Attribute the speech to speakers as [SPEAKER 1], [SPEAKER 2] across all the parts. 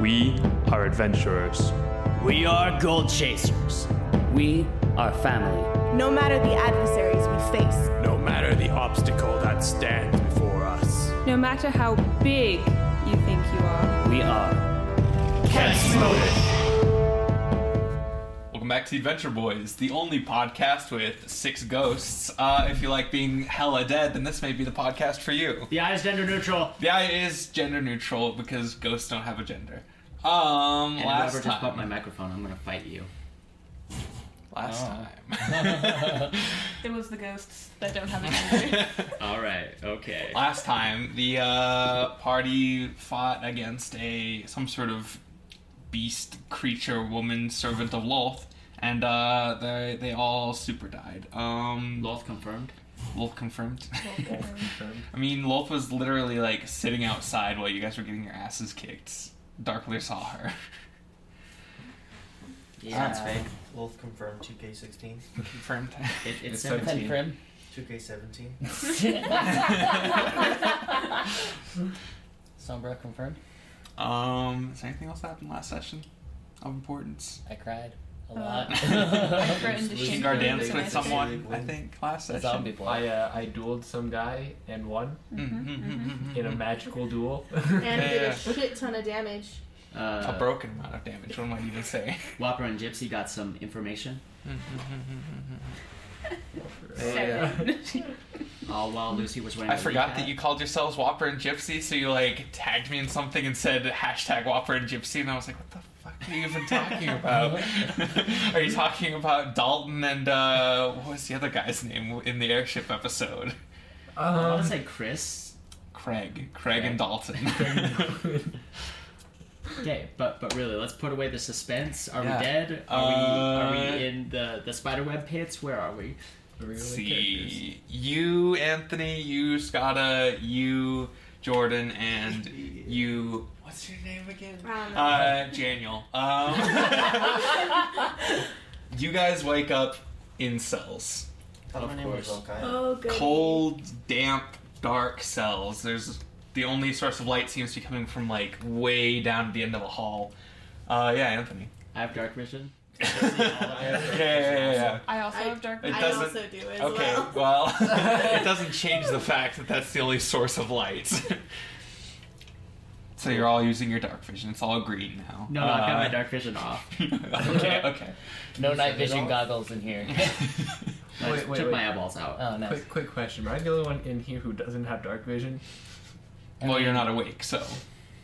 [SPEAKER 1] We are adventurers.
[SPEAKER 2] We are gold chasers.
[SPEAKER 3] We are family.
[SPEAKER 4] No matter the adversaries we face,
[SPEAKER 5] No matter the obstacle that stands before us.
[SPEAKER 6] No matter how big you think you are.
[SPEAKER 3] We are.
[SPEAKER 7] Welcome back to the Adventure Boys, the only podcast with six ghosts. Uh, if you like being hella dead, then this may be the podcast for you.
[SPEAKER 2] The eye is gender neutral.
[SPEAKER 7] The eye is gender neutral because ghosts don't have a gender. Um,
[SPEAKER 3] And
[SPEAKER 7] last
[SPEAKER 3] whoever just
[SPEAKER 7] time,
[SPEAKER 3] bought my microphone, I'm gonna fight you.
[SPEAKER 2] Oh.
[SPEAKER 7] last time,
[SPEAKER 8] It was the ghosts that don't have a gender.
[SPEAKER 3] All right. Okay.
[SPEAKER 7] last time, the uh, party fought against a some sort of beast, creature, woman, servant of Loth, and uh, they they all super died. Um,
[SPEAKER 3] Loth confirmed.
[SPEAKER 7] Loth confirmed. I mean, Loth was literally like sitting outside while you guys were getting your asses kicked. Darkler saw her.
[SPEAKER 3] Yeah.
[SPEAKER 9] That's fake. Wolf confirmed 2K16,
[SPEAKER 7] Confirmed.
[SPEAKER 3] It, it's,
[SPEAKER 7] It's
[SPEAKER 3] seventeen.
[SPEAKER 7] 17.
[SPEAKER 9] 2K17.
[SPEAKER 10] Sombra confirmed.
[SPEAKER 7] Um, is there anything else that happened last session of importance?
[SPEAKER 10] I cried a
[SPEAKER 8] Uh,
[SPEAKER 10] lot.
[SPEAKER 8] I threatened to shoot
[SPEAKER 7] Gar
[SPEAKER 8] you
[SPEAKER 7] danced
[SPEAKER 8] with
[SPEAKER 7] with
[SPEAKER 8] my-
[SPEAKER 7] someone, I think, last session.
[SPEAKER 10] Zombie boy.
[SPEAKER 9] I, uh, I dueled some guy and won
[SPEAKER 7] Mm, mm, mm, mm,
[SPEAKER 9] in a
[SPEAKER 7] mm.
[SPEAKER 9] magical duel.
[SPEAKER 11] and did
[SPEAKER 7] Yeah.
[SPEAKER 11] a shit ton of damage.
[SPEAKER 7] A
[SPEAKER 3] Uh,
[SPEAKER 7] broken amount of damage, what am I even saying?
[SPEAKER 3] Whopper and Gypsy got some information, all while Lucy was wearing.
[SPEAKER 7] I
[SPEAKER 3] a
[SPEAKER 7] forgot
[SPEAKER 3] knee
[SPEAKER 7] that
[SPEAKER 3] pad.
[SPEAKER 7] you called yourselves Whopper and Gypsy, so you like tagged me in something and said hashtag Whopper and Gypsy, and I was like, what the fuck are you even talking about? are you talking about Dalton and uh, what was the other guy's name in the airship episode?
[SPEAKER 3] I want
[SPEAKER 9] Um,
[SPEAKER 3] to say Chris.
[SPEAKER 7] Craig, Craig, and
[SPEAKER 3] Craig.
[SPEAKER 7] Dalton.
[SPEAKER 3] Okay, but but really, let's put away the suspense. Are
[SPEAKER 7] Yeah.
[SPEAKER 3] we dead? Are we are
[SPEAKER 7] Uh,
[SPEAKER 3] we in the the spider web pits? Where are we?
[SPEAKER 9] really characters.
[SPEAKER 7] see, you Anthony, you Scotta, you Jordan, and you. What's your name again?
[SPEAKER 11] Um,
[SPEAKER 7] Uh, Daniel. Um, you guys wake up in cells.
[SPEAKER 9] Of
[SPEAKER 3] Of
[SPEAKER 9] my name was
[SPEAKER 3] course.
[SPEAKER 9] Volkaya.
[SPEAKER 11] oh, good.
[SPEAKER 7] Cold, damp, dark cells. There's the only source of light seems to be coming from like way down at the end of a hall. Uh, yeah, Anthony.
[SPEAKER 3] I have dark vision.
[SPEAKER 7] Yeah, yeah, yeah, yeah.
[SPEAKER 8] I also
[SPEAKER 11] I-
[SPEAKER 8] have dark.
[SPEAKER 7] It
[SPEAKER 11] I
[SPEAKER 7] doesn't-
[SPEAKER 11] also do as
[SPEAKER 7] Okay,
[SPEAKER 11] well.
[SPEAKER 7] well, it doesn't change the fact that that's the only source of light. so you're all using your dark vision. It's all green now.
[SPEAKER 3] No, no, I've got my
[SPEAKER 7] Uh,
[SPEAKER 3] dark vision off.
[SPEAKER 7] okay, okay.
[SPEAKER 10] no night vision goggles in here.
[SPEAKER 3] I
[SPEAKER 9] Wait,
[SPEAKER 3] just
[SPEAKER 9] wait,
[SPEAKER 3] took
[SPEAKER 9] wait.
[SPEAKER 3] my eyeballs out.
[SPEAKER 10] Oh, nice.
[SPEAKER 9] Quick, quick question. Am I the only one in here who doesn't have dark vision?
[SPEAKER 7] Well, you're not awake, so.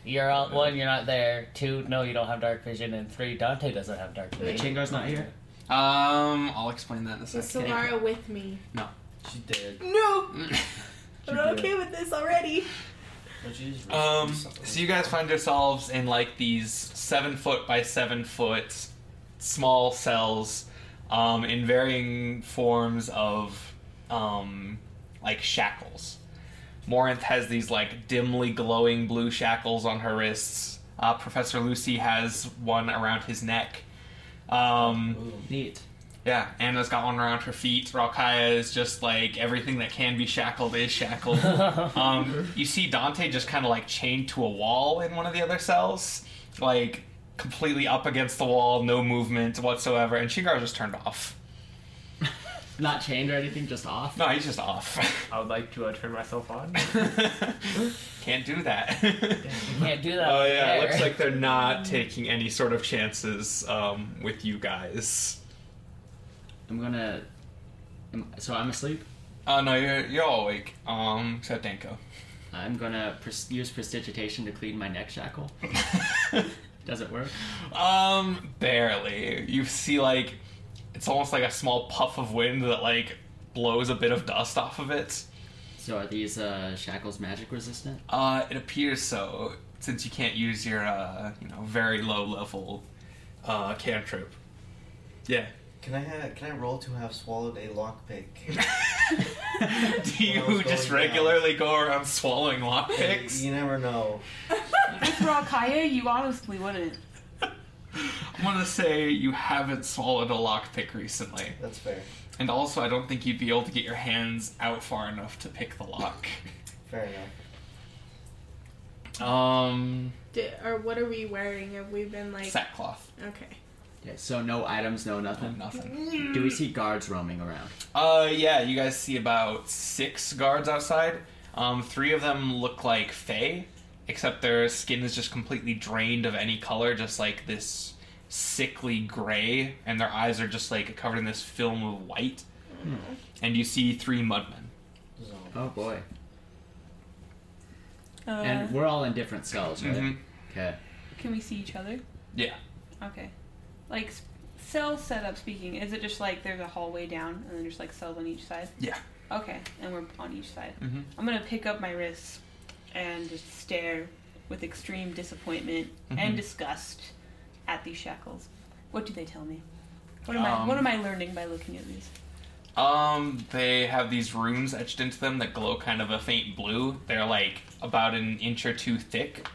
[SPEAKER 10] You're on one. You're not there. Two. No, you don't have dark vision. And three. Dante doesn't have dark vision.
[SPEAKER 3] Chingar's not here.
[SPEAKER 7] Um, I'll explain that in a
[SPEAKER 11] Is
[SPEAKER 7] second.
[SPEAKER 11] Solara with me?
[SPEAKER 9] She did.
[SPEAKER 11] No!
[SPEAKER 9] I'm not okay
[SPEAKER 11] with this already.
[SPEAKER 9] But she just
[SPEAKER 7] Um, so you guys find yourselves in like these seven foot by seven foot small cells, um, in varying forms of um, like shackles. Morinth has these like dimly glowing blue shackles on her wrists. Uh, Professor Lucy has one around his neck. Um,
[SPEAKER 3] Neat.
[SPEAKER 7] yeah, Anna's got one around her feet. Rakaya is just like everything that can be shackled is shackled. um, you see Dante just kind of like chained to a wall in one of the other cells, like completely up against the wall, no movement whatsoever, and Shingar's just turned off.
[SPEAKER 3] Not chained or anything, just off.
[SPEAKER 7] No, he's just off.
[SPEAKER 9] I would like to uh, turn myself on.
[SPEAKER 7] Can't do that.
[SPEAKER 10] You can't do that.
[SPEAKER 7] oh
[SPEAKER 10] over
[SPEAKER 7] yeah,
[SPEAKER 10] there.
[SPEAKER 7] it looks like they're not taking any sort of chances um, with you guys.
[SPEAKER 3] I'm gonna. am- So I'm asleep.
[SPEAKER 7] Oh no, you're you're all awake. Um, except Danko.
[SPEAKER 3] I'm gonna pres- use prestidigitation to clean my neck shackle. Does it work?
[SPEAKER 7] Um, barely. You see, like, it's almost like a small puff of wind that, like, blows a bit of dust off of it.
[SPEAKER 3] So are these uh, shackles magic resistant?
[SPEAKER 7] Uh, it appears so, since you can't use your, uh, you know, very low level, uh, cantrip. Yeah.
[SPEAKER 9] Can I ha- can I roll to have swallowed a lockpick?
[SPEAKER 7] Do
[SPEAKER 9] Well,
[SPEAKER 7] you
[SPEAKER 9] it's
[SPEAKER 7] just
[SPEAKER 9] going down.
[SPEAKER 7] regularly go around swallowing lockpicks?
[SPEAKER 9] You never know.
[SPEAKER 8] With Rakaya, you honestly wouldn't.
[SPEAKER 7] I'm gonna say you haven't swallowed a lockpick recently.
[SPEAKER 9] That's fair.
[SPEAKER 7] And also, I don't think you'd be able to get your hands out far enough to pick the lock.
[SPEAKER 9] Fair enough.
[SPEAKER 7] Um,
[SPEAKER 11] Did, or what are we wearing? Have we been like
[SPEAKER 7] sackcloth.
[SPEAKER 11] okay?
[SPEAKER 3] Okay, so no items, no nothing.
[SPEAKER 7] Nothing.
[SPEAKER 11] Mm.
[SPEAKER 3] Do we see guards roaming around?
[SPEAKER 7] Uh, yeah, you guys see about six guards outside. Um, three of them look like Fey, except their skin is just completely drained of any color, just like this sickly gray, and their eyes are just like covered in this film of white. And you see three mudmen.
[SPEAKER 3] Oh boy.
[SPEAKER 8] Uh,
[SPEAKER 3] and we're all in different cells, right?
[SPEAKER 7] Mhm.
[SPEAKER 3] Okay.
[SPEAKER 8] can we see each other?
[SPEAKER 7] Yeah.
[SPEAKER 8] Okay. Like s- cell setup speaking, is it just like there's a hallway down and then there's like cells on each side?
[SPEAKER 7] Yeah.
[SPEAKER 8] Okay, and we're on each side.
[SPEAKER 7] Mhm.
[SPEAKER 8] I'm gonna pick up my wrists and just stare with extreme disappointment and
[SPEAKER 7] Mhm.
[SPEAKER 8] disgust at these shackles. What do they tell me? What am I? What
[SPEAKER 7] Um,
[SPEAKER 8] am I learning by looking at these?
[SPEAKER 7] Um, they have these runes etched into them that glow kind of a faint blue. They're like about an inch or two thick.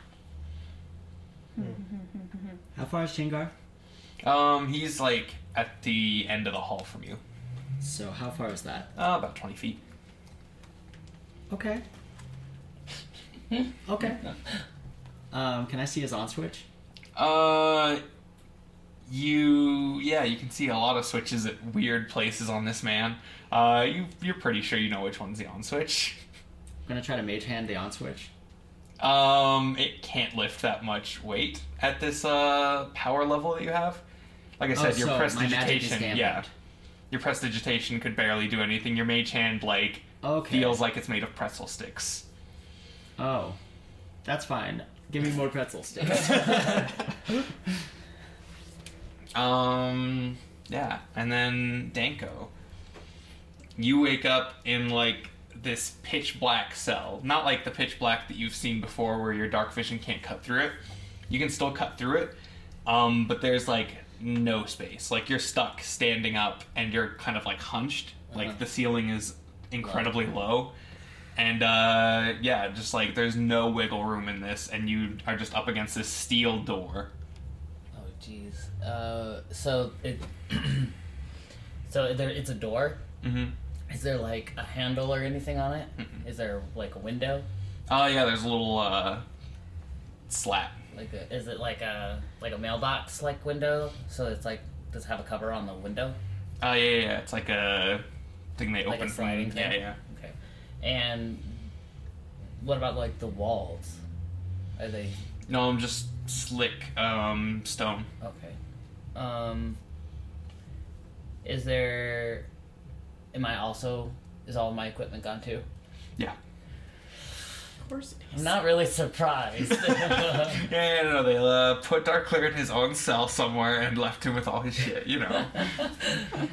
[SPEAKER 3] How far is Shingar?
[SPEAKER 7] Um, he's like at the end of the hall from you,
[SPEAKER 3] So how far is that?
[SPEAKER 7] uh, about twenty feet.
[SPEAKER 3] Okay. okay. Um, can I see his on switch?
[SPEAKER 7] Uh, you yeah, you can see a lot of switches at weird places on this man. Uh, you you're pretty sure you know which one's the on switch.
[SPEAKER 3] I'm gonna try to mage hand the on switch.
[SPEAKER 7] Um, it can't lift that much weight at this uh power level that you have. Like I
[SPEAKER 3] Oh,
[SPEAKER 7] said, your
[SPEAKER 3] so my magic is
[SPEAKER 7] prestidigitation,
[SPEAKER 3] dampened.
[SPEAKER 7] yeah, your prestidigitation could barely do anything. Your mage hand like
[SPEAKER 3] Okay.
[SPEAKER 7] feels like it's made of pretzel sticks.
[SPEAKER 3] Oh, that's fine. Give me more pretzel sticks.
[SPEAKER 7] Um, yeah, and then Danko. You wake up in like this pitch black cell, not like the pitch black that you've seen before, where your dark vision can't cut through it. You can still cut through it, um, but there's like no space. Like you're stuck standing up, and you're kind of like hunched.
[SPEAKER 10] Uh-huh.
[SPEAKER 7] Like the ceiling is incredibly low. And uh, yeah, just like there's no wiggle room in this, and you are just up against this steel door.
[SPEAKER 10] Oh jeez. Uh, so it. so there, it's a door.
[SPEAKER 7] Mm-hmm.
[SPEAKER 10] Is there like a handle or anything on it? Is there like a window?
[SPEAKER 7] Oh yeah, there's a little uh, slat.
[SPEAKER 10] Like, a, is it like a like a mailbox like window? So it's like does it have a cover on the window?
[SPEAKER 7] Oh yeah, yeah, yeah, it's like a thing they
[SPEAKER 10] Like a
[SPEAKER 7] open from.
[SPEAKER 10] sliding
[SPEAKER 7] Yeah,
[SPEAKER 10] thing?
[SPEAKER 7] yeah.
[SPEAKER 10] Okay. And what about like the walls? Are they
[SPEAKER 7] No, I'm just slick um, stone.
[SPEAKER 10] okay? Um, is there? Am I also? Is all my equipment gone too?
[SPEAKER 7] Yeah.
[SPEAKER 11] Of course it
[SPEAKER 10] I'm not really surprised.
[SPEAKER 7] Yeah, yeah, no, they uh, put Dark Clear in his own cell somewhere and left him with all his shit. You know.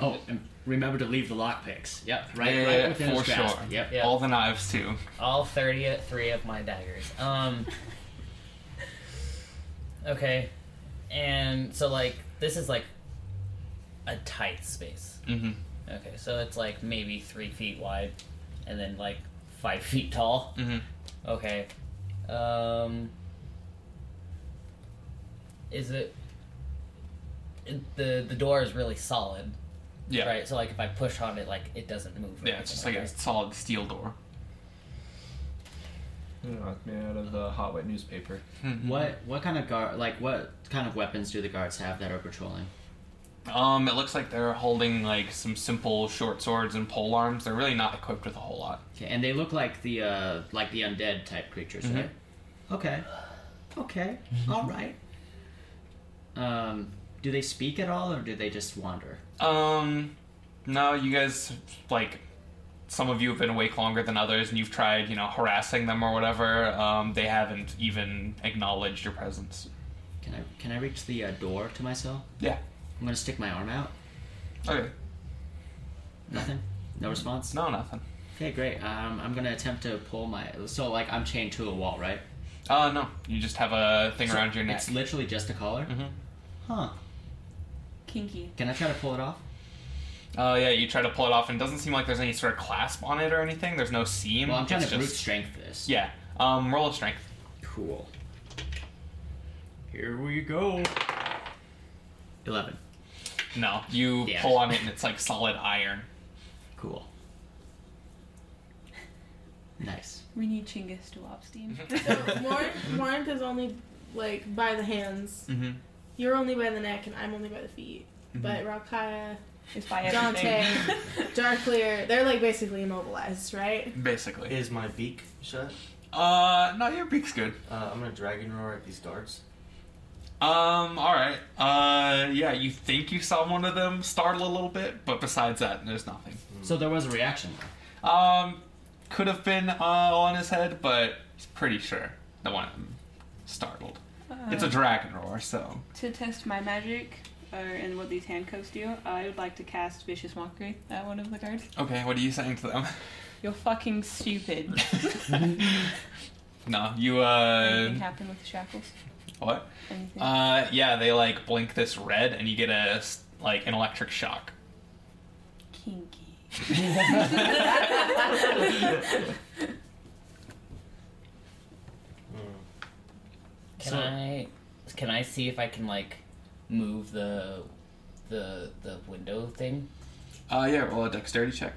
[SPEAKER 3] oh, and remember to leave the lockpicks. Yep, right,
[SPEAKER 7] Yeah,
[SPEAKER 3] right
[SPEAKER 7] yeah,
[SPEAKER 3] within
[SPEAKER 7] for
[SPEAKER 3] his grasp.
[SPEAKER 7] sure.
[SPEAKER 3] Yep.
[SPEAKER 10] Yeah.
[SPEAKER 7] All the knives too.
[SPEAKER 10] all 33 of my daggers. Um Okay. And so like this is like a tight space.
[SPEAKER 7] Mm-hmm.
[SPEAKER 10] Okay, so it's like maybe 3 feet wide and then like 5 feet tall.
[SPEAKER 7] Mm-hmm.
[SPEAKER 10] Okay. Um Is it it- the the door is really solid,
[SPEAKER 7] Yeah.
[SPEAKER 10] right? So like if I push on it, like it doesn't move. or
[SPEAKER 7] Yeah, it's just like
[SPEAKER 10] anything
[SPEAKER 7] a
[SPEAKER 10] that.
[SPEAKER 7] solid steel door.
[SPEAKER 9] Knocked me out of the hot wet newspaper.
[SPEAKER 7] Mm-hmm.
[SPEAKER 3] What what kind of guard like what kind of weapons do the guards have that are patrolling?
[SPEAKER 7] Um, it looks like they're holding like some simple short swords and pole arms. They're really not equipped with a whole lot.
[SPEAKER 3] Okay, and they look like the uh like the undead type creatures, right? Okay. Okay. All right. Um do they speak at all or do they just wander?
[SPEAKER 7] Um, no, you guys, like, some of you have been awake longer than others, and you've tried, you know, harassing them or whatever. Um, they haven't even acknowledged your presence.
[SPEAKER 3] Can I can I reach the uh, door to my cell?
[SPEAKER 7] Yeah.
[SPEAKER 3] I'm going to stick my arm out.
[SPEAKER 7] Okay.
[SPEAKER 3] Nothing. No response.
[SPEAKER 7] No, nothing.
[SPEAKER 3] Okay, great. Um, I'm gonna attempt to pull my. So like I'm chained to a wall, right?
[SPEAKER 7] Uh, no. You just have a thing
[SPEAKER 3] So
[SPEAKER 7] around your neck.
[SPEAKER 3] It's literally just a collar.
[SPEAKER 7] Mhm.
[SPEAKER 3] Huh?
[SPEAKER 8] Kinky.
[SPEAKER 3] Can I try to pull it off?
[SPEAKER 7] uh, yeah, you try to pull it off, and it doesn't seem like there's any sort of clasp on it or anything. There's no seam.
[SPEAKER 3] Well, I'm trying
[SPEAKER 7] It's
[SPEAKER 3] to brute
[SPEAKER 7] just,
[SPEAKER 3] strength this.
[SPEAKER 7] Yeah. Um, roll of strength.
[SPEAKER 3] Cool. Here we go. Eleven.
[SPEAKER 7] No. You
[SPEAKER 3] Yeah.
[SPEAKER 7] pull on it, and it's like solid iron.
[SPEAKER 3] Cool. Nice.
[SPEAKER 8] We need Chinggis to Wobstein.
[SPEAKER 7] Mm-hmm.
[SPEAKER 11] Warren, Warren is only like by the hands.
[SPEAKER 7] Mm-hmm.
[SPEAKER 11] You're only by the neck, and I'm only by the feet. But Rakaya,
[SPEAKER 8] Is by
[SPEAKER 11] Dante,
[SPEAKER 8] everything.
[SPEAKER 11] Darklear, they're like basically immobilized, right?
[SPEAKER 7] Basically.
[SPEAKER 12] Is my beak shut?
[SPEAKER 7] Uh, no, your beak's good.
[SPEAKER 12] Uh, I'm gonna dragon roar at these darts.
[SPEAKER 7] Um, alright. Uh, yeah, you think you saw one of them startle a little bit, but besides that, there's nothing.
[SPEAKER 3] So there was a reaction.
[SPEAKER 7] Um, could have been uh, on his head, but he's pretty sure the one of them startled.
[SPEAKER 8] Uh.
[SPEAKER 7] it's a dragon roar, so.
[SPEAKER 8] To test my magic, or and what these handcuffs do, I would like to cast Vicious Mockery at one of the guards.
[SPEAKER 7] Okay, what are you saying to them?
[SPEAKER 8] You're fucking stupid.
[SPEAKER 7] no, you, uh.
[SPEAKER 8] Anything happen with the shackles?
[SPEAKER 7] What?
[SPEAKER 8] Anything?
[SPEAKER 7] Uh, yeah, they like blink this red, and you get a s- like an electric shock.
[SPEAKER 8] Kinky.
[SPEAKER 10] Can
[SPEAKER 3] So-
[SPEAKER 10] I can I see if I can like move the the the window thing?
[SPEAKER 7] Uh, yeah, roll a dexterity check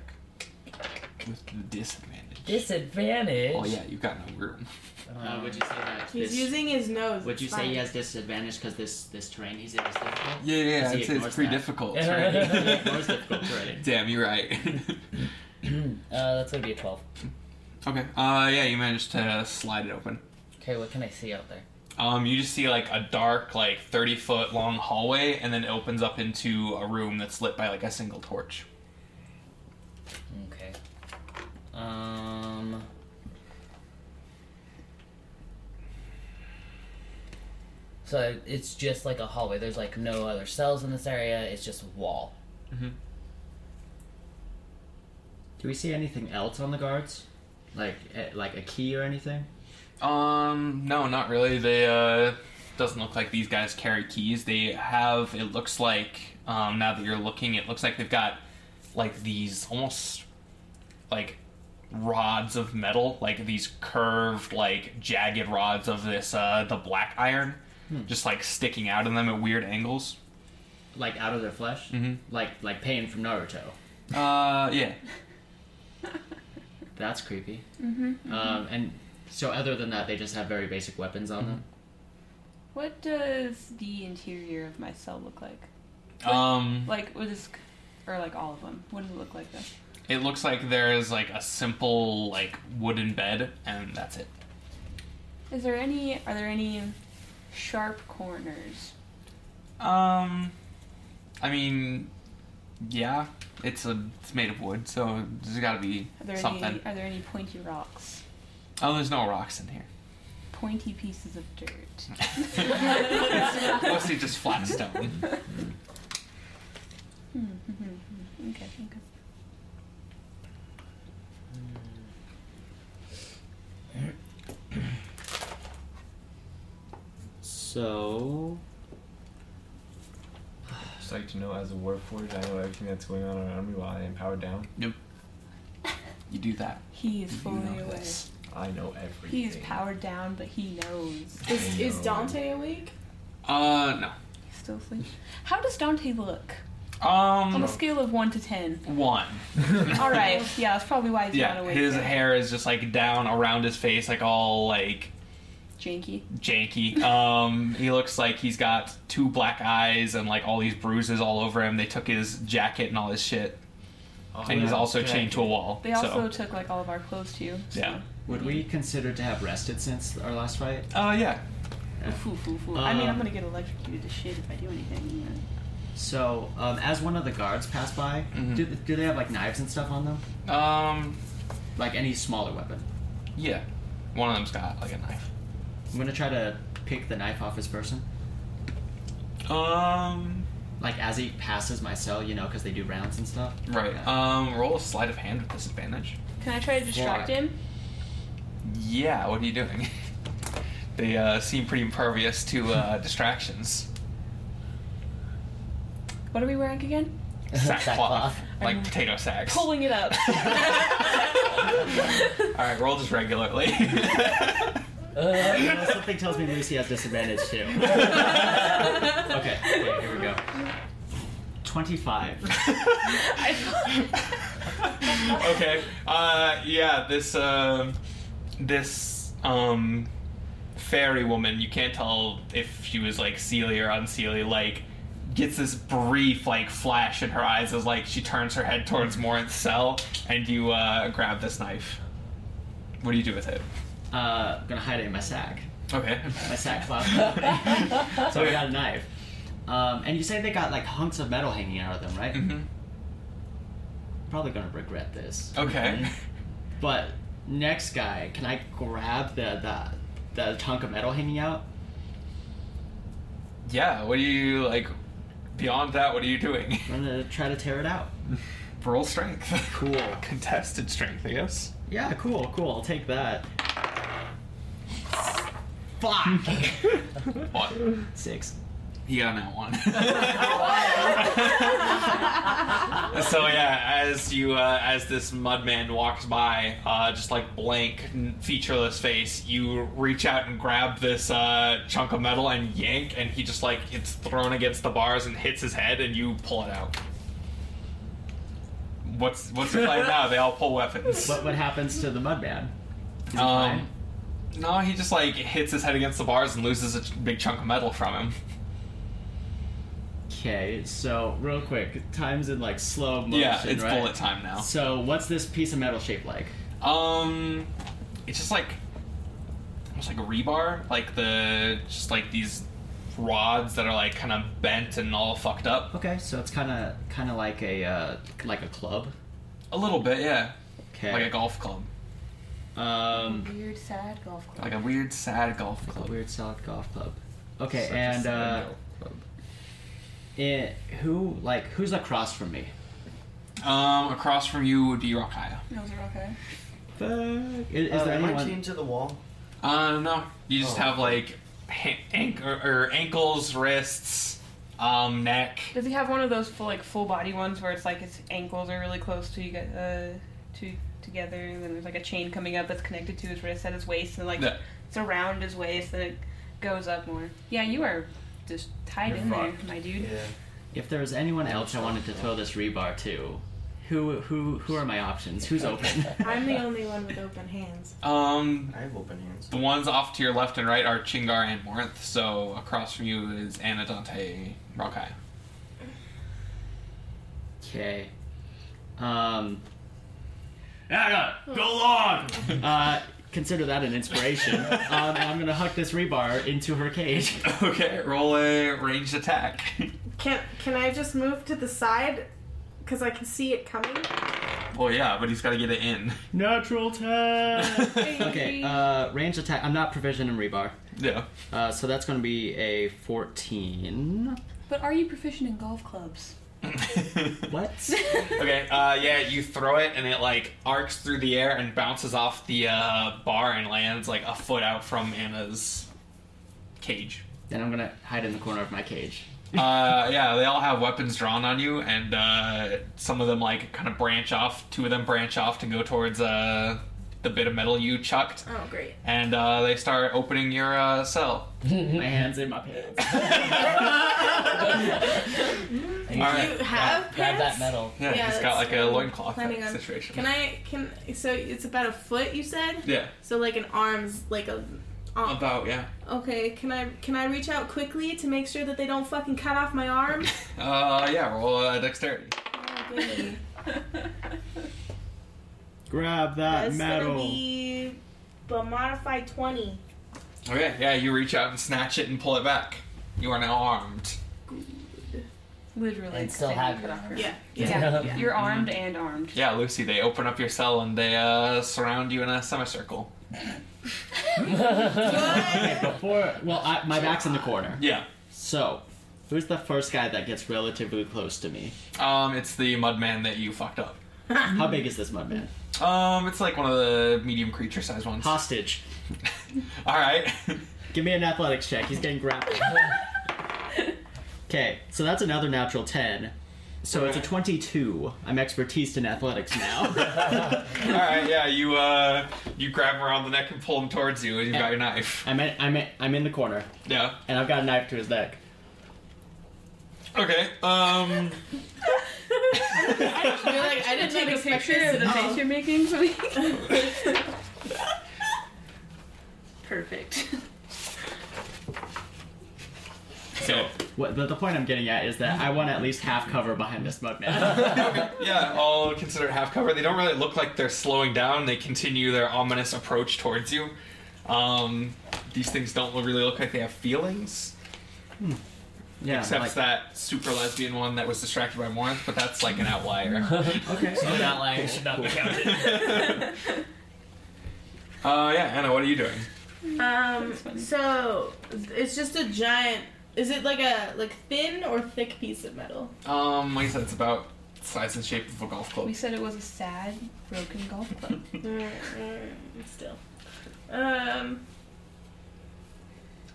[SPEAKER 7] with disadvantage.
[SPEAKER 10] Disadvantage. Um,
[SPEAKER 7] Oh yeah, you've got no room.
[SPEAKER 3] Uh, would you say that
[SPEAKER 11] He's
[SPEAKER 3] this-
[SPEAKER 11] using his nose.
[SPEAKER 3] Would
[SPEAKER 11] it's
[SPEAKER 3] you say he
[SPEAKER 11] fine.
[SPEAKER 3] has disadvantage because this this terrain he's in is difficult?
[SPEAKER 7] Yeah, yeah,
[SPEAKER 3] Because
[SPEAKER 7] it's,
[SPEAKER 3] he
[SPEAKER 7] it's
[SPEAKER 3] ignores
[SPEAKER 7] pretty
[SPEAKER 3] that.
[SPEAKER 7] difficult.
[SPEAKER 3] He ignores difficult terrain.
[SPEAKER 7] Damn, you're right.
[SPEAKER 10] Uh, that's gonna be a twelve.
[SPEAKER 7] okay. Uh, yeah, you managed to slide it open.
[SPEAKER 10] Okay, what can I see out there?
[SPEAKER 7] Um, you just see like a dark, like thirty foot long hallway, and then it opens up into a room that's lit by like a single torch.
[SPEAKER 10] Okay. Um. So it's just like a hallway. There's like no other cells in this area. It's just wall.
[SPEAKER 3] Do we see anything else on the guards? Like eh, like a key or anything?
[SPEAKER 7] Um, no, not really. They uh, doesn't look like these guys carry keys. They have. It looks like um, now that you're looking, it looks like they've got like these almost like rods of metal, like these curved, like jagged rods of this uh, the black iron, just like sticking out of them at weird angles.
[SPEAKER 3] Like out of their flesh?
[SPEAKER 7] Mhm.
[SPEAKER 3] Like like pain from Naruto.
[SPEAKER 7] Uh, yeah.
[SPEAKER 3] That's creepy.
[SPEAKER 8] hmm
[SPEAKER 11] Mm-hmm,
[SPEAKER 3] Um, and so other than that, they just have very basic weapons on them.
[SPEAKER 8] What does the interior of my cell look like?
[SPEAKER 7] Um,
[SPEAKER 8] Like, what is, or like all of them? What does it look like though?
[SPEAKER 7] it looks like there is like a simple like wooden bed, and that's it.
[SPEAKER 8] Is there any? Are there any sharp corners?
[SPEAKER 7] Um, I mean, yeah, it's a it's made of wood, so there's got to be
[SPEAKER 8] Are there
[SPEAKER 7] something.
[SPEAKER 8] any? Are there any pointy rocks?
[SPEAKER 7] Oh, there's no rocks in here.
[SPEAKER 8] Pointy pieces of dirt.
[SPEAKER 7] Mostly just flat stone.
[SPEAKER 8] Hmm, hmm, hmm, hmm. okay. Okay.
[SPEAKER 3] So
[SPEAKER 9] Just like to know, as a warforged, I know everything that's going on around me while I am powered down.
[SPEAKER 7] You do that.
[SPEAKER 8] He is
[SPEAKER 7] You
[SPEAKER 8] fully
[SPEAKER 7] know
[SPEAKER 8] aware.
[SPEAKER 7] this.
[SPEAKER 9] I know everything.
[SPEAKER 8] He is powered down, but he knows.
[SPEAKER 11] Is, is
[SPEAKER 9] No.
[SPEAKER 11] Dante awake?
[SPEAKER 7] Uh, no.
[SPEAKER 8] He's still asleep. How does Dante look? On
[SPEAKER 7] Um,
[SPEAKER 8] a scale of one to ten.
[SPEAKER 7] one.
[SPEAKER 8] All right. Yeah, that's probably why he's not
[SPEAKER 7] Yeah,
[SPEAKER 8] awake.
[SPEAKER 7] his
[SPEAKER 8] yet.
[SPEAKER 7] hair is just like down around his face, like all like
[SPEAKER 8] Janky.
[SPEAKER 7] janky. Um, he looks like he's got two black eyes and like all these bruises all over him. They took his jacket and all his shit, and he's also chained to a wall.
[SPEAKER 8] They
[SPEAKER 7] so.
[SPEAKER 8] also took like all of our clothes too. so-
[SPEAKER 7] Yeah.
[SPEAKER 3] would we consider to have rested since our last fight?
[SPEAKER 7] Uh, yeah.
[SPEAKER 8] Foo, foo, foo. I mean, I'm
[SPEAKER 3] Um,
[SPEAKER 8] gonna get electrocuted to shit if I do anything.
[SPEAKER 3] So, um, as one of the guards passed by, do, do they have like knives and stuff on them?
[SPEAKER 7] Um,
[SPEAKER 3] Like any smaller weapon?
[SPEAKER 7] yeah. One of them's got like a knife.
[SPEAKER 3] I'm gonna try to pick the knife off his person.
[SPEAKER 7] Um,
[SPEAKER 3] Like as he passes my cell, you know, because they do rounds and stuff.
[SPEAKER 7] right.
[SPEAKER 3] Yeah.
[SPEAKER 7] Um, roll a sleight of hand with disadvantage.
[SPEAKER 8] Can I try to distract
[SPEAKER 7] Yeah.
[SPEAKER 8] him?
[SPEAKER 7] Yeah. What are you doing? they uh, seem pretty impervious to uh, distractions.
[SPEAKER 8] What are we wearing again?
[SPEAKER 7] Sackcloth,
[SPEAKER 10] Sackcloth.
[SPEAKER 7] like
[SPEAKER 8] I'm
[SPEAKER 7] potato sacks. All
[SPEAKER 8] Pulling it up.
[SPEAKER 7] right, roll just regularly.
[SPEAKER 10] Uh,
[SPEAKER 3] You know, something tells me Lucy has disadvantage too. okay, okay, here we go. Twenty-five.
[SPEAKER 8] I,
[SPEAKER 7] okay. Uh, yeah, this um, this um, fairy woman. You can't tell if she was like Celia or unseelie. Like, gets this brief like flash in her eyes as like she turns her head towards Morin's cell, and you uh, grab this knife. What do you do with it?
[SPEAKER 3] Uh, I'm gonna hide it in my sack.
[SPEAKER 7] Okay.
[SPEAKER 3] My sack cloth. so we got a knife. Um, and you say they got like hunks of metal hanging out of them, right? Mm-hmm. Probably gonna regret this.
[SPEAKER 7] Okay.
[SPEAKER 3] But next guy, can I grab the the the hunk of metal hanging out?
[SPEAKER 7] Yeah. What do you like? Beyond that, what are you doing?
[SPEAKER 3] I'm gonna try to tear it out.
[SPEAKER 7] Roll strength.
[SPEAKER 3] Cool.
[SPEAKER 7] Contested strength, I guess.
[SPEAKER 3] Yeah. Cool. Cool. I'll take that. Fuck.
[SPEAKER 7] What?
[SPEAKER 3] Six.
[SPEAKER 7] You got that one. so yeah, as you uh, as this mudman walks by, uh, just like blank, n- featureless face, you reach out and grab this uh, chunk of metal and yank, and he just like it's thrown against the bars and hits his head, and you pull it out. What's what's the plan now? They all pull weapons.
[SPEAKER 3] What what happens to the mudman? Is he
[SPEAKER 7] Um, no, he just like hits his head against the bars and loses a ch- big chunk of metal from him.
[SPEAKER 3] Okay, so real quick, time's in like slow motion.
[SPEAKER 7] Yeah, it's
[SPEAKER 3] right?
[SPEAKER 7] bullet time now.
[SPEAKER 3] So what's this piece of metal shaped like?
[SPEAKER 7] Um, it's just like almost like a rebar, like the just like these rods that are like kind of bent and all fucked up.
[SPEAKER 3] Okay, so it's kind of kind of like a uh, like a club.
[SPEAKER 7] A little bit, yeah.
[SPEAKER 3] Okay.
[SPEAKER 7] Like a golf club,
[SPEAKER 3] Um,
[SPEAKER 8] Weird, sad golf club.
[SPEAKER 7] like a weird sad golf club.
[SPEAKER 3] weird solid golf club. Okay,
[SPEAKER 7] Such a
[SPEAKER 3] and
[SPEAKER 7] sad
[SPEAKER 3] uh, it, who like who's across from me?
[SPEAKER 7] Um, across from you would be Rokaya.
[SPEAKER 8] Those are okay.
[SPEAKER 3] Fuck. Is, is
[SPEAKER 12] Uh,
[SPEAKER 3] there
[SPEAKER 12] am I
[SPEAKER 3] anyone?
[SPEAKER 12] chained to the wall?
[SPEAKER 7] Uh, no, you just
[SPEAKER 12] Oh.
[SPEAKER 7] have like ha- anch- or, or ankles, wrists, um, neck.
[SPEAKER 8] Does he have one of those full, like full body ones where it's like his ankles are really close to you guys, uh, to together, and then there's like a chain coming up that's connected to his wrist at his waist, and like
[SPEAKER 7] Yeah.
[SPEAKER 8] it's around his waist, and it goes up more. Yeah, you are just tied
[SPEAKER 12] You're
[SPEAKER 8] in
[SPEAKER 12] fucked.
[SPEAKER 8] there, my dude.
[SPEAKER 3] If there was anyone else I wanted to throw this rebar to, who who who are my options? Who's open?
[SPEAKER 11] I'm the only one with open hands.
[SPEAKER 7] Um,
[SPEAKER 12] I have open hands.
[SPEAKER 7] The ones off to your left and right are Chingar and Morinth, so across from you is Anna Dante Rokai.
[SPEAKER 3] Okay. Um,
[SPEAKER 2] Anna, go long.
[SPEAKER 3] uh, consider that an inspiration. um, and I'm gonna hook this rebar into her cage.
[SPEAKER 7] Okay, roll a ranged attack.
[SPEAKER 11] Can can I just move to the side? Cause I can see it coming.
[SPEAKER 7] well, yeah, but he's got to get it in.
[SPEAKER 3] Natural ten. okay. Uh, range attack. I'm not provisioned in rebar,
[SPEAKER 7] Yeah.
[SPEAKER 3] uh, so that's gonna be a 14.
[SPEAKER 8] But are you proficient in golf clubs?
[SPEAKER 3] What?
[SPEAKER 7] okay, uh, yeah, you throw it and it like arcs through the air and bounces off the uh, bar and lands like a foot out from Anna's cage.
[SPEAKER 3] then I'm gonna hide in the corner of my cage.
[SPEAKER 7] uh, yeah, they all have weapons drawn on you, and uh, some of them like kind of branch off. Two of them branch off to go towards uh, the bit of metal you chucked,
[SPEAKER 11] Oh great.
[SPEAKER 7] and uh, they start opening your uh, cell.
[SPEAKER 3] My hands in my pants.
[SPEAKER 7] All right,
[SPEAKER 11] You have
[SPEAKER 10] Grab that
[SPEAKER 11] pants?
[SPEAKER 10] metal.
[SPEAKER 7] yeah,
[SPEAKER 11] Yeah,
[SPEAKER 7] he's got
[SPEAKER 11] that's
[SPEAKER 7] like a
[SPEAKER 11] what I'm
[SPEAKER 7] loincloth
[SPEAKER 11] planning
[SPEAKER 7] type
[SPEAKER 11] on.
[SPEAKER 7] situation.
[SPEAKER 11] Can I can so it's about a foot you said?
[SPEAKER 7] Yeah,
[SPEAKER 11] So like an arm's like a arm.
[SPEAKER 7] about yeah.
[SPEAKER 11] Okay, can I can I reach out quickly to make sure that they don't fucking cut off my arm?
[SPEAKER 7] Uh, yeah, roll uh, dexterity.
[SPEAKER 11] Oh, goody.
[SPEAKER 3] Grab that
[SPEAKER 11] That's gonna be a modified twenty.
[SPEAKER 7] Okay, yeah, you reach out and snatch it and pull it back. You are now armed.
[SPEAKER 8] Literally,
[SPEAKER 10] And still have your arm.
[SPEAKER 11] Yeah.
[SPEAKER 8] Yeah, you're armed and armed.
[SPEAKER 7] Yeah, Lucy, they open up your cell and they uh, surround you in a semicircle.
[SPEAKER 3] Before, well, I, my back's in the corner.
[SPEAKER 7] Yeah.
[SPEAKER 3] So, who's the first guy that gets relatively close to me?
[SPEAKER 7] Um, it's the mudman that you fucked up.
[SPEAKER 3] How big is this mudman?
[SPEAKER 7] Um, it's like one of the medium creature size ones.
[SPEAKER 3] Hostage.
[SPEAKER 7] All right.
[SPEAKER 3] Give me an athletics check. He's getting grappled. Okay, so that's another natural 10. So it's a 22. I'm expertise in athletics now.
[SPEAKER 7] All right. Yeah. You uh, you grab him around the neck and pull him towards you, and you got your knife.
[SPEAKER 3] I'm, in, I'm, in, I'm in the corner,
[SPEAKER 7] Yeah.
[SPEAKER 3] and I've got a knife to his neck.
[SPEAKER 7] Okay. Um.
[SPEAKER 8] You're like, I didn't take a picture of the face you're making for me. Perfect.
[SPEAKER 3] So, what, the, the point I'm getting at is that I want at least half cover behind this mud man.
[SPEAKER 7] yeah, all considered half cover. They don't really look like they're slowing down. They continue their ominous approach towards you. Um, these things don't really look like they have feelings.
[SPEAKER 3] Yeah,
[SPEAKER 7] except
[SPEAKER 3] like-
[SPEAKER 7] that super lesbian one that was distracted by Morinth, but that's like an outlier.
[SPEAKER 3] okay,
[SPEAKER 10] So that line should not be counted.
[SPEAKER 7] Uh, yeah, Anna, what are you doing?
[SPEAKER 11] Um. So it's just a giant. Is it like a like thin or thick piece of metal?
[SPEAKER 7] Um, like I said, it's about size and shape of a golf club.
[SPEAKER 8] We said it was a sad, broken golf club.
[SPEAKER 11] Alright, alright, Still. Um.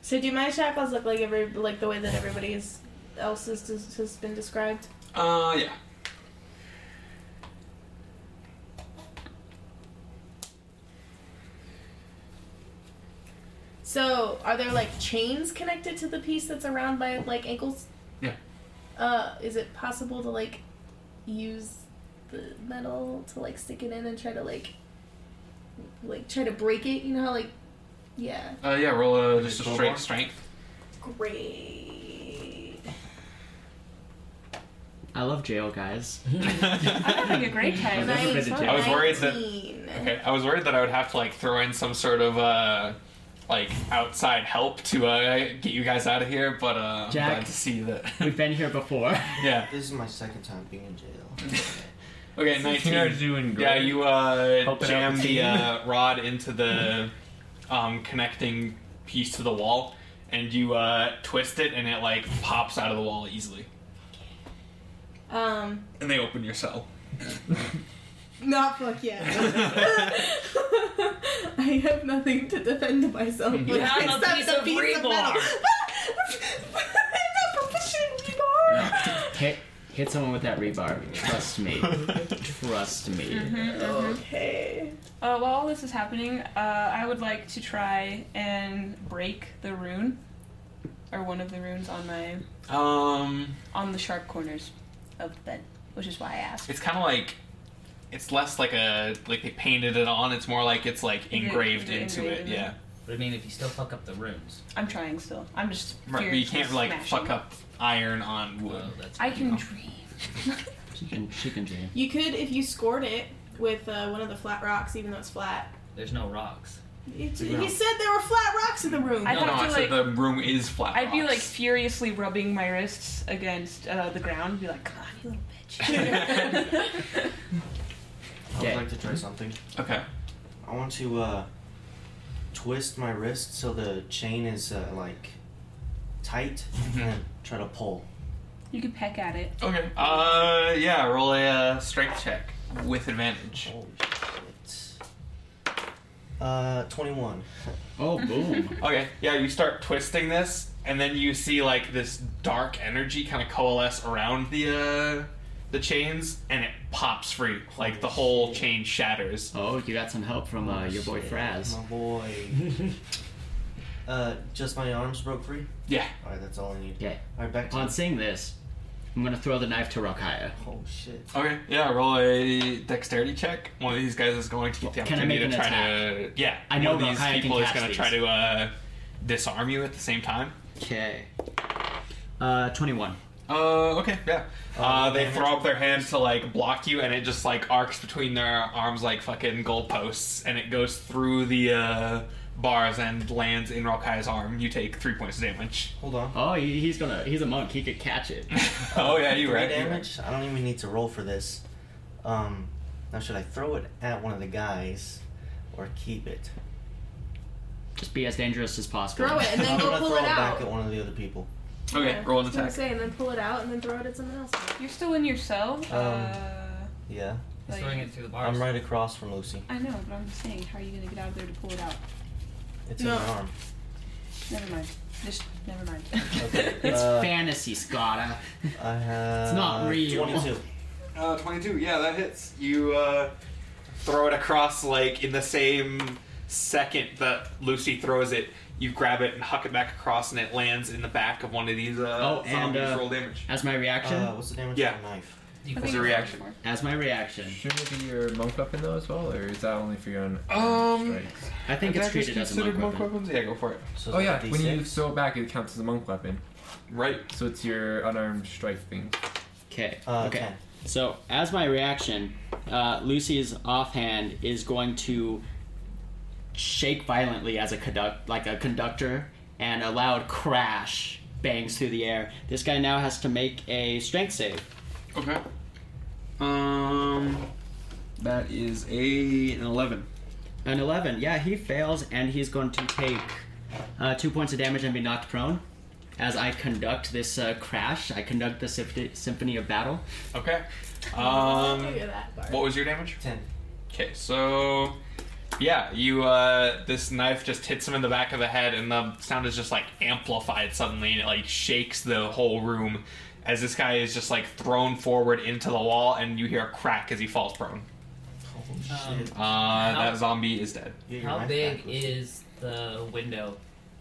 [SPEAKER 11] So do my shackles look like every like the way that everybody's else is, has- has been described?
[SPEAKER 7] Uh, yeah.
[SPEAKER 11] So are there like chains connected to the piece that's around my like ankles?
[SPEAKER 7] Yeah.
[SPEAKER 11] Uh, is it possible to like use the metal to like stick it in and try to like like try to break it? You know how like yeah.
[SPEAKER 7] Uh, yeah, roll a, just a
[SPEAKER 12] Roll
[SPEAKER 7] straight
[SPEAKER 12] one.
[SPEAKER 7] strength.
[SPEAKER 11] Great.
[SPEAKER 3] I love jail, guys.
[SPEAKER 8] I'm having a great time.
[SPEAKER 3] I've never been to jail.
[SPEAKER 7] I was worried that okay, I was worried that I would have to like throw in some sort of uh like outside help to uh get you guys out of here, but uh I'm
[SPEAKER 3] Jack.
[SPEAKER 7] glad to see that.
[SPEAKER 3] We've been here before.
[SPEAKER 7] yeah.
[SPEAKER 12] This is my second time being in jail.
[SPEAKER 7] Okay, nineteen.
[SPEAKER 13] are doing
[SPEAKER 7] Yeah,
[SPEAKER 13] great.
[SPEAKER 7] you uh
[SPEAKER 13] Helping out
[SPEAKER 7] jam
[SPEAKER 13] the
[SPEAKER 7] the
[SPEAKER 13] team.
[SPEAKER 7] uh, rod into the um connecting piece to the wall and you uh twist it and it like pops out of the wall easily.
[SPEAKER 11] Um,
[SPEAKER 7] And they open your cell.
[SPEAKER 11] not fuck yet. I have nothing to defend myself with
[SPEAKER 7] You have a
[SPEAKER 11] except
[SPEAKER 7] piece
[SPEAKER 11] the
[SPEAKER 7] of
[SPEAKER 11] piece of metal. the proficient rebar.
[SPEAKER 7] Uh-huh.
[SPEAKER 3] hit, hit someone with that rebar. Trust me. Trust me.
[SPEAKER 11] Okay.
[SPEAKER 8] Uh, while all this is happening, uh, I would like to try and break the rune, or one of the runes on my
[SPEAKER 7] Um
[SPEAKER 8] on the sharp corners of the bed, which is why I asked.
[SPEAKER 7] It's kind of like it's less like a like they painted it on. It's more like it's like
[SPEAKER 8] it-
[SPEAKER 7] engraved
[SPEAKER 8] is it
[SPEAKER 7] into
[SPEAKER 8] engraved
[SPEAKER 7] it.
[SPEAKER 8] in
[SPEAKER 7] Yeah,
[SPEAKER 10] But I mean, if you still fuck up the rooms,
[SPEAKER 8] I'm trying still. I'm just
[SPEAKER 7] right. But you
[SPEAKER 8] fiercely
[SPEAKER 7] can't like
[SPEAKER 8] smashing.
[SPEAKER 7] fuck up iron on wood.
[SPEAKER 8] I can dream.
[SPEAKER 3] She can, she can jail.
[SPEAKER 11] You could, if you scored it with uh, one of the flat rocks, even though it's flat.
[SPEAKER 10] there's no rocks.
[SPEAKER 11] It's,
[SPEAKER 10] No.
[SPEAKER 11] He said there were flat rocks in the room.
[SPEAKER 8] I'd
[SPEAKER 7] no, no,
[SPEAKER 8] have
[SPEAKER 7] I
[SPEAKER 8] to,
[SPEAKER 7] said
[SPEAKER 8] like-
[SPEAKER 7] the room is flat.
[SPEAKER 8] I'd be
[SPEAKER 7] rocks.
[SPEAKER 8] like furiously rubbing my wrists against uh, the ground, and be like, "Come on, you little bitch."
[SPEAKER 12] I would like to try something.
[SPEAKER 7] Okay.
[SPEAKER 12] I want to uh, twist my wrist so the chain is uh, like tight, and then try to pull.
[SPEAKER 8] you can peck at it.
[SPEAKER 7] Okay. Uh, yeah. Roll a uh, strength check with advantage.
[SPEAKER 12] Uh, twenty-one.
[SPEAKER 3] Oh, boom.
[SPEAKER 7] okay. Yeah, you start twisting this, and then you see like this dark energy kind of coalesce around the uh, the chains, and it pops free. Like the whole chain shatters.
[SPEAKER 3] Oh, you got some help from uh, your boy
[SPEAKER 12] Shit,
[SPEAKER 3] Fraz.
[SPEAKER 12] My boy. uh, just my arms broke free.
[SPEAKER 7] Yeah.
[SPEAKER 12] All right, that's all I need.
[SPEAKER 3] Yeah.
[SPEAKER 12] All right, back to
[SPEAKER 3] Upon seeing this, I'm gonna throw the knife to Rakaya.
[SPEAKER 12] Oh shit.
[SPEAKER 7] Okay, yeah, roll a dexterity check. One of these guys is going to get the
[SPEAKER 3] Can I
[SPEAKER 7] opportunity
[SPEAKER 3] make
[SPEAKER 7] to try
[SPEAKER 3] an
[SPEAKER 7] to. Yeah,
[SPEAKER 3] I know
[SPEAKER 7] one of these
[SPEAKER 3] Rakaya can
[SPEAKER 7] people is
[SPEAKER 3] catch
[SPEAKER 7] going to
[SPEAKER 3] these.
[SPEAKER 7] try to uh, disarm you at the same time.
[SPEAKER 3] Okay. Uh, 21.
[SPEAKER 7] Uh, okay, yeah.
[SPEAKER 3] Oh,
[SPEAKER 7] Uh, they throw up their hands to like block you, and it just like arcs between their arms like fucking goalposts, and it goes through the uh, bars and lands in Rokaya's arm. You take three points of damage.
[SPEAKER 12] Hold on.
[SPEAKER 3] Oh, he, he's gonna. He's a monk. He could catch it.
[SPEAKER 7] Oh yeah, you
[SPEAKER 12] Three
[SPEAKER 7] right. you right.
[SPEAKER 12] damage. I don't even need to roll for this. Um, now should I throw it at one of the guys, or keep it?
[SPEAKER 3] Just be as dangerous as possible.
[SPEAKER 11] Throw it and then
[SPEAKER 12] I'm
[SPEAKER 11] go
[SPEAKER 12] gonna
[SPEAKER 11] pull
[SPEAKER 12] throw
[SPEAKER 11] it
[SPEAKER 12] it back
[SPEAKER 11] out.
[SPEAKER 12] at one of the other people.
[SPEAKER 7] Okay, roll an
[SPEAKER 11] I was gonna
[SPEAKER 7] attack.
[SPEAKER 11] say, and then pull it out and then throw it at someone else.
[SPEAKER 8] You're still in your cell.
[SPEAKER 12] Um,
[SPEAKER 8] uh,
[SPEAKER 12] yeah.
[SPEAKER 10] He's
[SPEAKER 8] Like-
[SPEAKER 10] throwing it through the bars.
[SPEAKER 12] I'm right across from Lucy.
[SPEAKER 8] I know, but I'm saying, how are you gonna get out of there to pull it out?
[SPEAKER 12] It's
[SPEAKER 8] No.
[SPEAKER 12] in my arm.
[SPEAKER 8] Never mind. Just never mind.
[SPEAKER 12] Okay.
[SPEAKER 3] It's
[SPEAKER 12] uh,
[SPEAKER 3] fantasy, Scotta.
[SPEAKER 12] I have.
[SPEAKER 3] It's not real.
[SPEAKER 12] 22.
[SPEAKER 7] Uh, 22, yeah, that hits. You uh, throw it across, like, in the same second that Lucy throws it, you grab it and huck it back across, and it lands in the back of one of these uh,
[SPEAKER 3] Oh, and
[SPEAKER 7] zombies.
[SPEAKER 3] uh,
[SPEAKER 7] Roll damage.
[SPEAKER 3] as my reaction,
[SPEAKER 12] Uh, what's the damage
[SPEAKER 7] Yeah.
[SPEAKER 12] on a knife?
[SPEAKER 8] I think
[SPEAKER 7] As a
[SPEAKER 8] it's
[SPEAKER 7] reaction.
[SPEAKER 8] more.
[SPEAKER 3] As my reaction.
[SPEAKER 9] Should it be your monk weapon though as well, or is that only for your own?
[SPEAKER 7] Um,
[SPEAKER 9] strikes?
[SPEAKER 3] I think
[SPEAKER 7] Are
[SPEAKER 3] it's
[SPEAKER 7] daggers
[SPEAKER 3] treated as a monk
[SPEAKER 7] considered
[SPEAKER 3] weapon.
[SPEAKER 7] weapons. Yeah, go for it.
[SPEAKER 12] So
[SPEAKER 9] oh
[SPEAKER 12] it's
[SPEAKER 9] yeah,
[SPEAKER 12] like a
[SPEAKER 9] when you
[SPEAKER 12] D6?
[SPEAKER 9] throw it back, it counts as a monk weapon.
[SPEAKER 7] Right.
[SPEAKER 9] So it's your unarmed strike thing.
[SPEAKER 3] Okay.
[SPEAKER 12] Uh,
[SPEAKER 3] okay.
[SPEAKER 12] ten.
[SPEAKER 3] So, as my reaction, uh, Lucy's offhand is going to shake violently as a conduct, like a conductor, and a loud crash bangs through the air. This guy now has to make a strength save.
[SPEAKER 7] Okay. Um, that is a an eleven.
[SPEAKER 3] An 11. Yeah, he fails, and he's going to take uh, two points of damage and be knocked prone. As I conduct this uh, crash, I conduct the symph- symphony of battle.
[SPEAKER 7] Okay. Um,
[SPEAKER 11] Look at that bar.
[SPEAKER 7] what was your damage?
[SPEAKER 12] Ten.
[SPEAKER 7] Okay, so yeah, you uh this knife just hits him in the back of the head and the sound is just like amplified suddenly and it like shakes the whole room as this guy is just like thrown forward into the wall and you hear a crack as he falls prone.
[SPEAKER 12] Oh,
[SPEAKER 10] Um,
[SPEAKER 12] shit.
[SPEAKER 7] Uh that zombie is dead.
[SPEAKER 12] Get your
[SPEAKER 10] How
[SPEAKER 12] knife
[SPEAKER 10] big
[SPEAKER 12] backwards.
[SPEAKER 10] is the window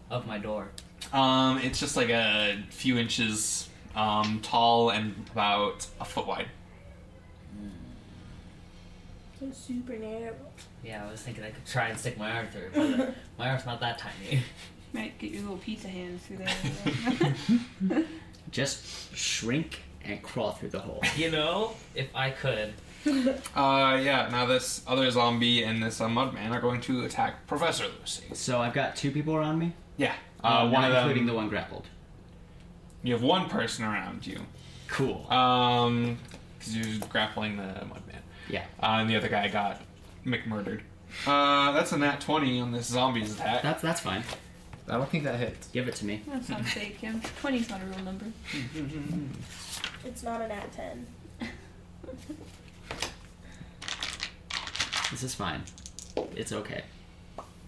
[SPEAKER 10] of my door?
[SPEAKER 7] Um it's just like a few inches um tall and about a foot wide.
[SPEAKER 11] So super narrow.
[SPEAKER 10] Yeah, I was thinking I could try and stick my arm through, but uh, my arm's not that tiny.
[SPEAKER 8] Might get your little pizza hands through there.
[SPEAKER 3] Just shrink and crawl through the hole.
[SPEAKER 10] You know, if I could.
[SPEAKER 7] Uh yeah, now this other zombie and this uh, mudman are going to attack Professor Lucy.
[SPEAKER 3] So I've got two people around me.
[SPEAKER 7] Yeah. Uh, one
[SPEAKER 3] not
[SPEAKER 7] of them
[SPEAKER 3] including the one grappled.
[SPEAKER 7] You have one person around you.
[SPEAKER 3] Cool.
[SPEAKER 7] Um, because you're grappling the mudman.
[SPEAKER 3] yeah.
[SPEAKER 7] Uh, and the other guy got McMurdered. Uh, that's a nat 20 on this zombie's attack.
[SPEAKER 3] That's that's fine.
[SPEAKER 9] I don't think that hits.
[SPEAKER 3] Give it to me.
[SPEAKER 8] That's not fake, Kim. 20's not a real number.
[SPEAKER 11] It's not an at ten.
[SPEAKER 3] This is fine. It's okay.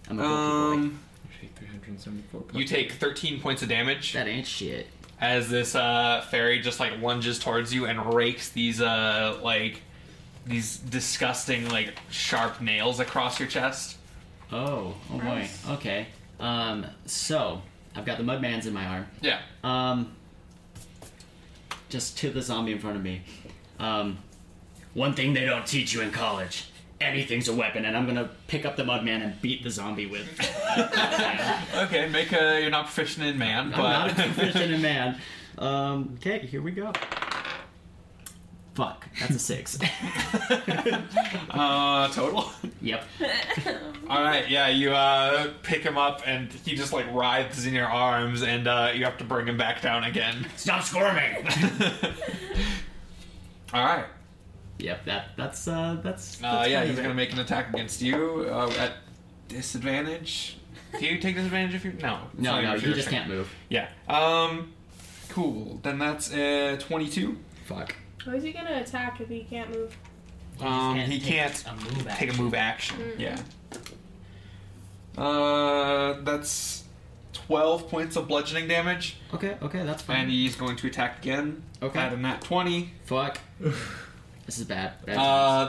[SPEAKER 3] I'm a bulky boy.
[SPEAKER 7] Um,
[SPEAKER 9] You take 374 points.
[SPEAKER 7] you take 13 points of damage
[SPEAKER 3] That ain't shit.
[SPEAKER 7] as this uh, fairy just like lunges towards you and rakes these uh, like these disgusting like sharp nails across your chest.
[SPEAKER 3] Oh, oh boy.
[SPEAKER 8] Gross.
[SPEAKER 3] Okay. Um, so I've got the mudmans in my arm.
[SPEAKER 7] Yeah.
[SPEAKER 3] Um, just to the zombie in front of me. Um, one thing they don't teach you in college. Anything's a weapon, and I'm gonna pick up the mudman and beat the zombie with.
[SPEAKER 7] Okay, make a you're not proficient in man,
[SPEAKER 3] I'm
[SPEAKER 7] but
[SPEAKER 3] not a proficient in man. Um, okay, here we go. Fuck, that's a six.
[SPEAKER 7] uh, total.
[SPEAKER 3] yep.
[SPEAKER 7] All right, yeah, you uh, pick him up, and he just like writhes in your arms, and uh, you have to bring him back down again.
[SPEAKER 3] Stop squirming.
[SPEAKER 7] All right,
[SPEAKER 3] yep. That that's uh that's.
[SPEAKER 7] uh,
[SPEAKER 3] that's
[SPEAKER 7] yeah,
[SPEAKER 3] kind
[SPEAKER 7] he's
[SPEAKER 3] of it.
[SPEAKER 7] gonna make an attack against you uh, at disadvantage. Do you take disadvantage if you? No, it's
[SPEAKER 3] No,
[SPEAKER 7] not
[SPEAKER 3] no,
[SPEAKER 7] even
[SPEAKER 3] you
[SPEAKER 7] your
[SPEAKER 3] just
[SPEAKER 7] thing.
[SPEAKER 3] can't move.
[SPEAKER 7] Yeah. Um, cool. Then that's uh, twenty-two.
[SPEAKER 3] Fuck.
[SPEAKER 11] How is he gonna attack if he can't move?
[SPEAKER 10] You
[SPEAKER 7] Um,
[SPEAKER 10] just
[SPEAKER 7] he can't
[SPEAKER 10] take a move action.
[SPEAKER 7] take a move action. Yeah. Uh, that's twelve points of bludgeoning damage.
[SPEAKER 3] Okay, okay, that's fine.
[SPEAKER 7] And he's going to attack again.
[SPEAKER 3] Okay.
[SPEAKER 7] At a nat 20.
[SPEAKER 3] Fuck. this is bad. Bad times.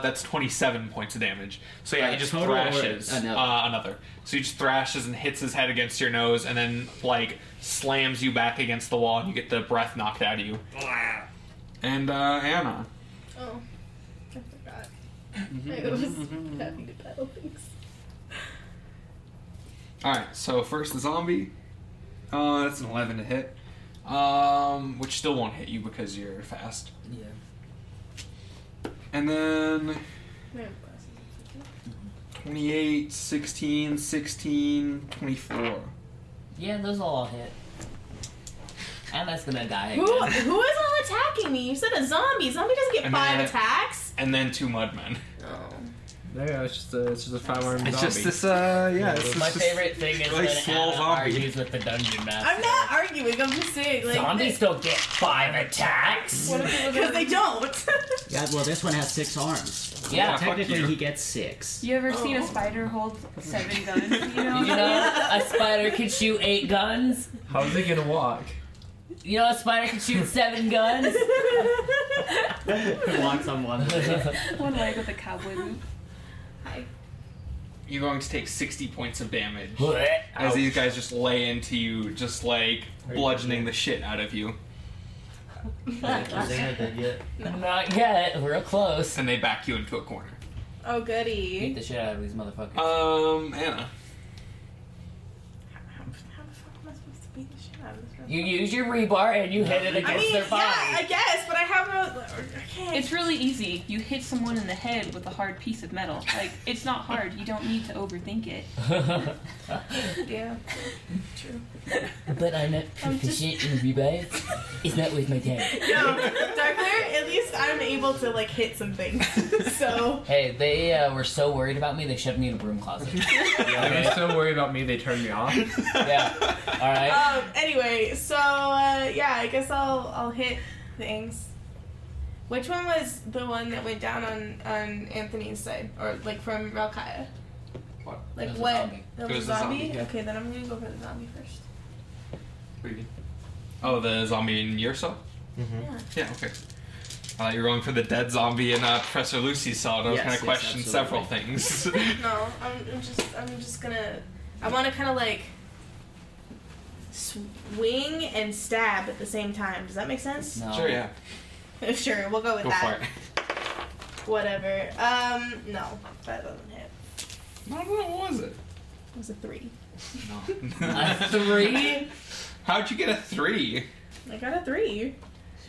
[SPEAKER 7] Uh, that's 27 points of damage. So yeah,
[SPEAKER 3] Uh,
[SPEAKER 7] he just
[SPEAKER 3] total or
[SPEAKER 7] thrashes
[SPEAKER 3] another?
[SPEAKER 7] Uh, another. So he just thrashes and hits his head against your nose and then, like, slams you back against the wall and you get the breath knocked out of you. And, uh, Anna.
[SPEAKER 11] Oh, I forgot. I was happy to battle things.
[SPEAKER 7] Alright, so first the zombie. Uh, that's an 11 to hit. Um, which still won't hit you because you're fast.
[SPEAKER 10] Yeah.
[SPEAKER 7] And then
[SPEAKER 11] I have glasses.
[SPEAKER 7] 28, 16, 16, 24.
[SPEAKER 10] Yeah, those will all hit. And that's gonna die again.
[SPEAKER 11] Who who is all attacking me? You said a zombie. Zombie doesn't get
[SPEAKER 7] And
[SPEAKER 11] five
[SPEAKER 7] then-
[SPEAKER 11] attacks.
[SPEAKER 7] And then two mudmen.
[SPEAKER 11] Oh.
[SPEAKER 9] There you go, it's just a, it's just a five armed zombie.
[SPEAKER 7] It's just this, uh, yeah. it's
[SPEAKER 10] My
[SPEAKER 7] just-
[SPEAKER 10] favorite thing is when
[SPEAKER 7] like small
[SPEAKER 10] Anna
[SPEAKER 7] zombie.
[SPEAKER 10] argues with the dungeon master.
[SPEAKER 11] I'm not arguing. I'm just saying, like,
[SPEAKER 10] Zombies don't get five attacks.
[SPEAKER 8] What if it was
[SPEAKER 11] because they
[SPEAKER 8] a-
[SPEAKER 11] don't.
[SPEAKER 3] yeah, well, this one has six arms.
[SPEAKER 10] Yeah.
[SPEAKER 7] fuck
[SPEAKER 3] Technically,
[SPEAKER 7] you.
[SPEAKER 3] he gets six.
[SPEAKER 8] You ever seen a spider hold seven guns? You know?
[SPEAKER 10] You know, a spider can shoot eight guns.
[SPEAKER 9] How's it gonna walk?
[SPEAKER 10] You know, a spider can shoot seven guns.
[SPEAKER 3] Walks on one.
[SPEAKER 8] One leg with a cowboy boot.
[SPEAKER 7] You're going to take 60 points of damage as
[SPEAKER 10] Ow.
[SPEAKER 7] these guys just lay into you, just like bludgeoning the shit out of you.
[SPEAKER 12] Is they not dead yet?
[SPEAKER 10] Not yet. We're close.
[SPEAKER 7] And they back you into a corner.
[SPEAKER 11] Oh, goody.
[SPEAKER 10] Beat the shit out of these motherfuckers.
[SPEAKER 7] Um, Anna.
[SPEAKER 11] Am I supposed to beat the shit out of this
[SPEAKER 10] You use your rebar and you hit it against
[SPEAKER 8] I mean,
[SPEAKER 10] their body.
[SPEAKER 8] yeah,
[SPEAKER 11] I guess, but I have no. Okay.
[SPEAKER 8] It's really easy. You hit someone in the head with a hard piece of metal. Like, it's not hard. You don't need to overthink it.
[SPEAKER 11] yeah. True.
[SPEAKER 10] but I'm not
[SPEAKER 11] I'm just-
[SPEAKER 10] proficient in rebars. It's not worth my time.
[SPEAKER 11] No, Dark Lair, at least I'm able to, like, hit some things. so.
[SPEAKER 10] Hey, they uh, were so worried about me, they shoved me in a broom closet.
[SPEAKER 9] They were so worried about me, they turned me off.
[SPEAKER 10] yeah. All right.
[SPEAKER 11] Um, anyway, so, uh, yeah, I guess I'll, I'll hit things. Which one was the one that went down on, on Anthony's side? Or, like, from Ralkaya?
[SPEAKER 7] What?
[SPEAKER 11] Like,
[SPEAKER 10] It was a
[SPEAKER 11] what?
[SPEAKER 10] zombie.
[SPEAKER 11] That
[SPEAKER 7] It
[SPEAKER 11] was
[SPEAKER 7] was
[SPEAKER 11] a
[SPEAKER 7] a
[SPEAKER 11] zombie?
[SPEAKER 7] zombie, yeah.
[SPEAKER 11] Okay, then I'm gonna go for the zombie first.
[SPEAKER 7] Oh, the zombie in your cell?
[SPEAKER 11] Yeah.
[SPEAKER 7] Yeah, okay. Uh, you're going for the dead zombie in uh, Professor Lucy's cell, and I was
[SPEAKER 10] Yes,
[SPEAKER 7] going
[SPEAKER 10] yes,
[SPEAKER 7] to question several things.
[SPEAKER 11] No, I'm, I'm just I'm just gonna I want to kind of like swing and stab at the same time. Does that make sense?
[SPEAKER 10] No.
[SPEAKER 7] sure, yeah.
[SPEAKER 11] sure, we'll go with
[SPEAKER 7] Go for
[SPEAKER 11] that.
[SPEAKER 7] it.
[SPEAKER 11] Whatever. Um, no, that doesn't hit.
[SPEAKER 7] No, no, what was it?
[SPEAKER 11] It was a three.
[SPEAKER 7] No.
[SPEAKER 10] A three.
[SPEAKER 7] How'd you get a three?
[SPEAKER 11] I got a three.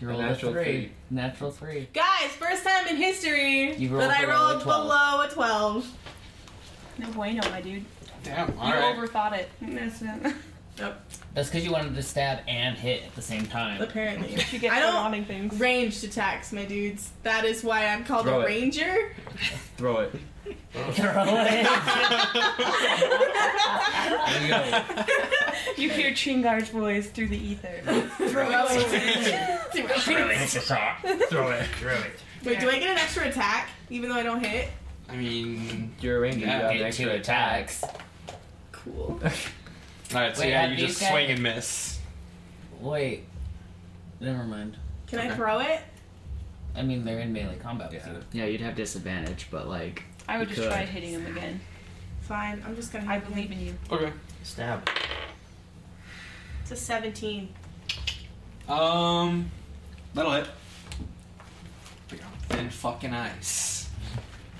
[SPEAKER 10] You rolled a
[SPEAKER 9] natural
[SPEAKER 10] three.
[SPEAKER 9] three.
[SPEAKER 10] Natural three.
[SPEAKER 11] Guys, first time in history
[SPEAKER 10] You rolled
[SPEAKER 11] that I
[SPEAKER 10] below a
[SPEAKER 11] rolled
[SPEAKER 10] 12.
[SPEAKER 11] below a twelve.
[SPEAKER 8] No bueno, my dude.
[SPEAKER 7] Damn,
[SPEAKER 8] you
[SPEAKER 7] alright.
[SPEAKER 8] overthought it. That's it.
[SPEAKER 10] That's because you wanted to stab and hit at the same time.
[SPEAKER 11] Apparently,
[SPEAKER 8] You get
[SPEAKER 11] I
[SPEAKER 8] for
[SPEAKER 11] don't-
[SPEAKER 8] wanting things.
[SPEAKER 11] ranged attacks, my dudes. That is why I'm called
[SPEAKER 9] Throw
[SPEAKER 11] a
[SPEAKER 9] it.
[SPEAKER 11] ranger.
[SPEAKER 9] Throw it.
[SPEAKER 10] Throw it.
[SPEAKER 9] There you go.
[SPEAKER 8] You hear Chingar's voice through the ether.
[SPEAKER 11] Throw it. Throw it.
[SPEAKER 9] Throw it. Throw it.
[SPEAKER 11] Wait, do I get an extra attack even though I don't hit?
[SPEAKER 7] I mean,
[SPEAKER 9] You're a ranger.
[SPEAKER 7] Yeah,
[SPEAKER 9] you
[SPEAKER 10] Get
[SPEAKER 9] have
[SPEAKER 10] two attacks.
[SPEAKER 11] Cool.
[SPEAKER 7] alright, so
[SPEAKER 10] Wait,
[SPEAKER 7] yeah,
[SPEAKER 10] have
[SPEAKER 7] you
[SPEAKER 10] these
[SPEAKER 7] just
[SPEAKER 10] guys-
[SPEAKER 7] swing and miss.
[SPEAKER 10] Wait. Never mind.
[SPEAKER 11] Can I
[SPEAKER 7] Okay.
[SPEAKER 11] throw it?
[SPEAKER 10] I mean, they're in melee combat with
[SPEAKER 7] Yeah.
[SPEAKER 10] you.
[SPEAKER 3] Yeah, you'd have disadvantage, but like
[SPEAKER 8] I would
[SPEAKER 3] You
[SPEAKER 8] just
[SPEAKER 3] could.
[SPEAKER 8] try hitting him again.
[SPEAKER 11] Fine, I'm just gonna.
[SPEAKER 8] I believe in you.
[SPEAKER 7] Okay.
[SPEAKER 12] Stab.
[SPEAKER 11] It's a 17.
[SPEAKER 7] Um, that'll hit. Thin fucking ice.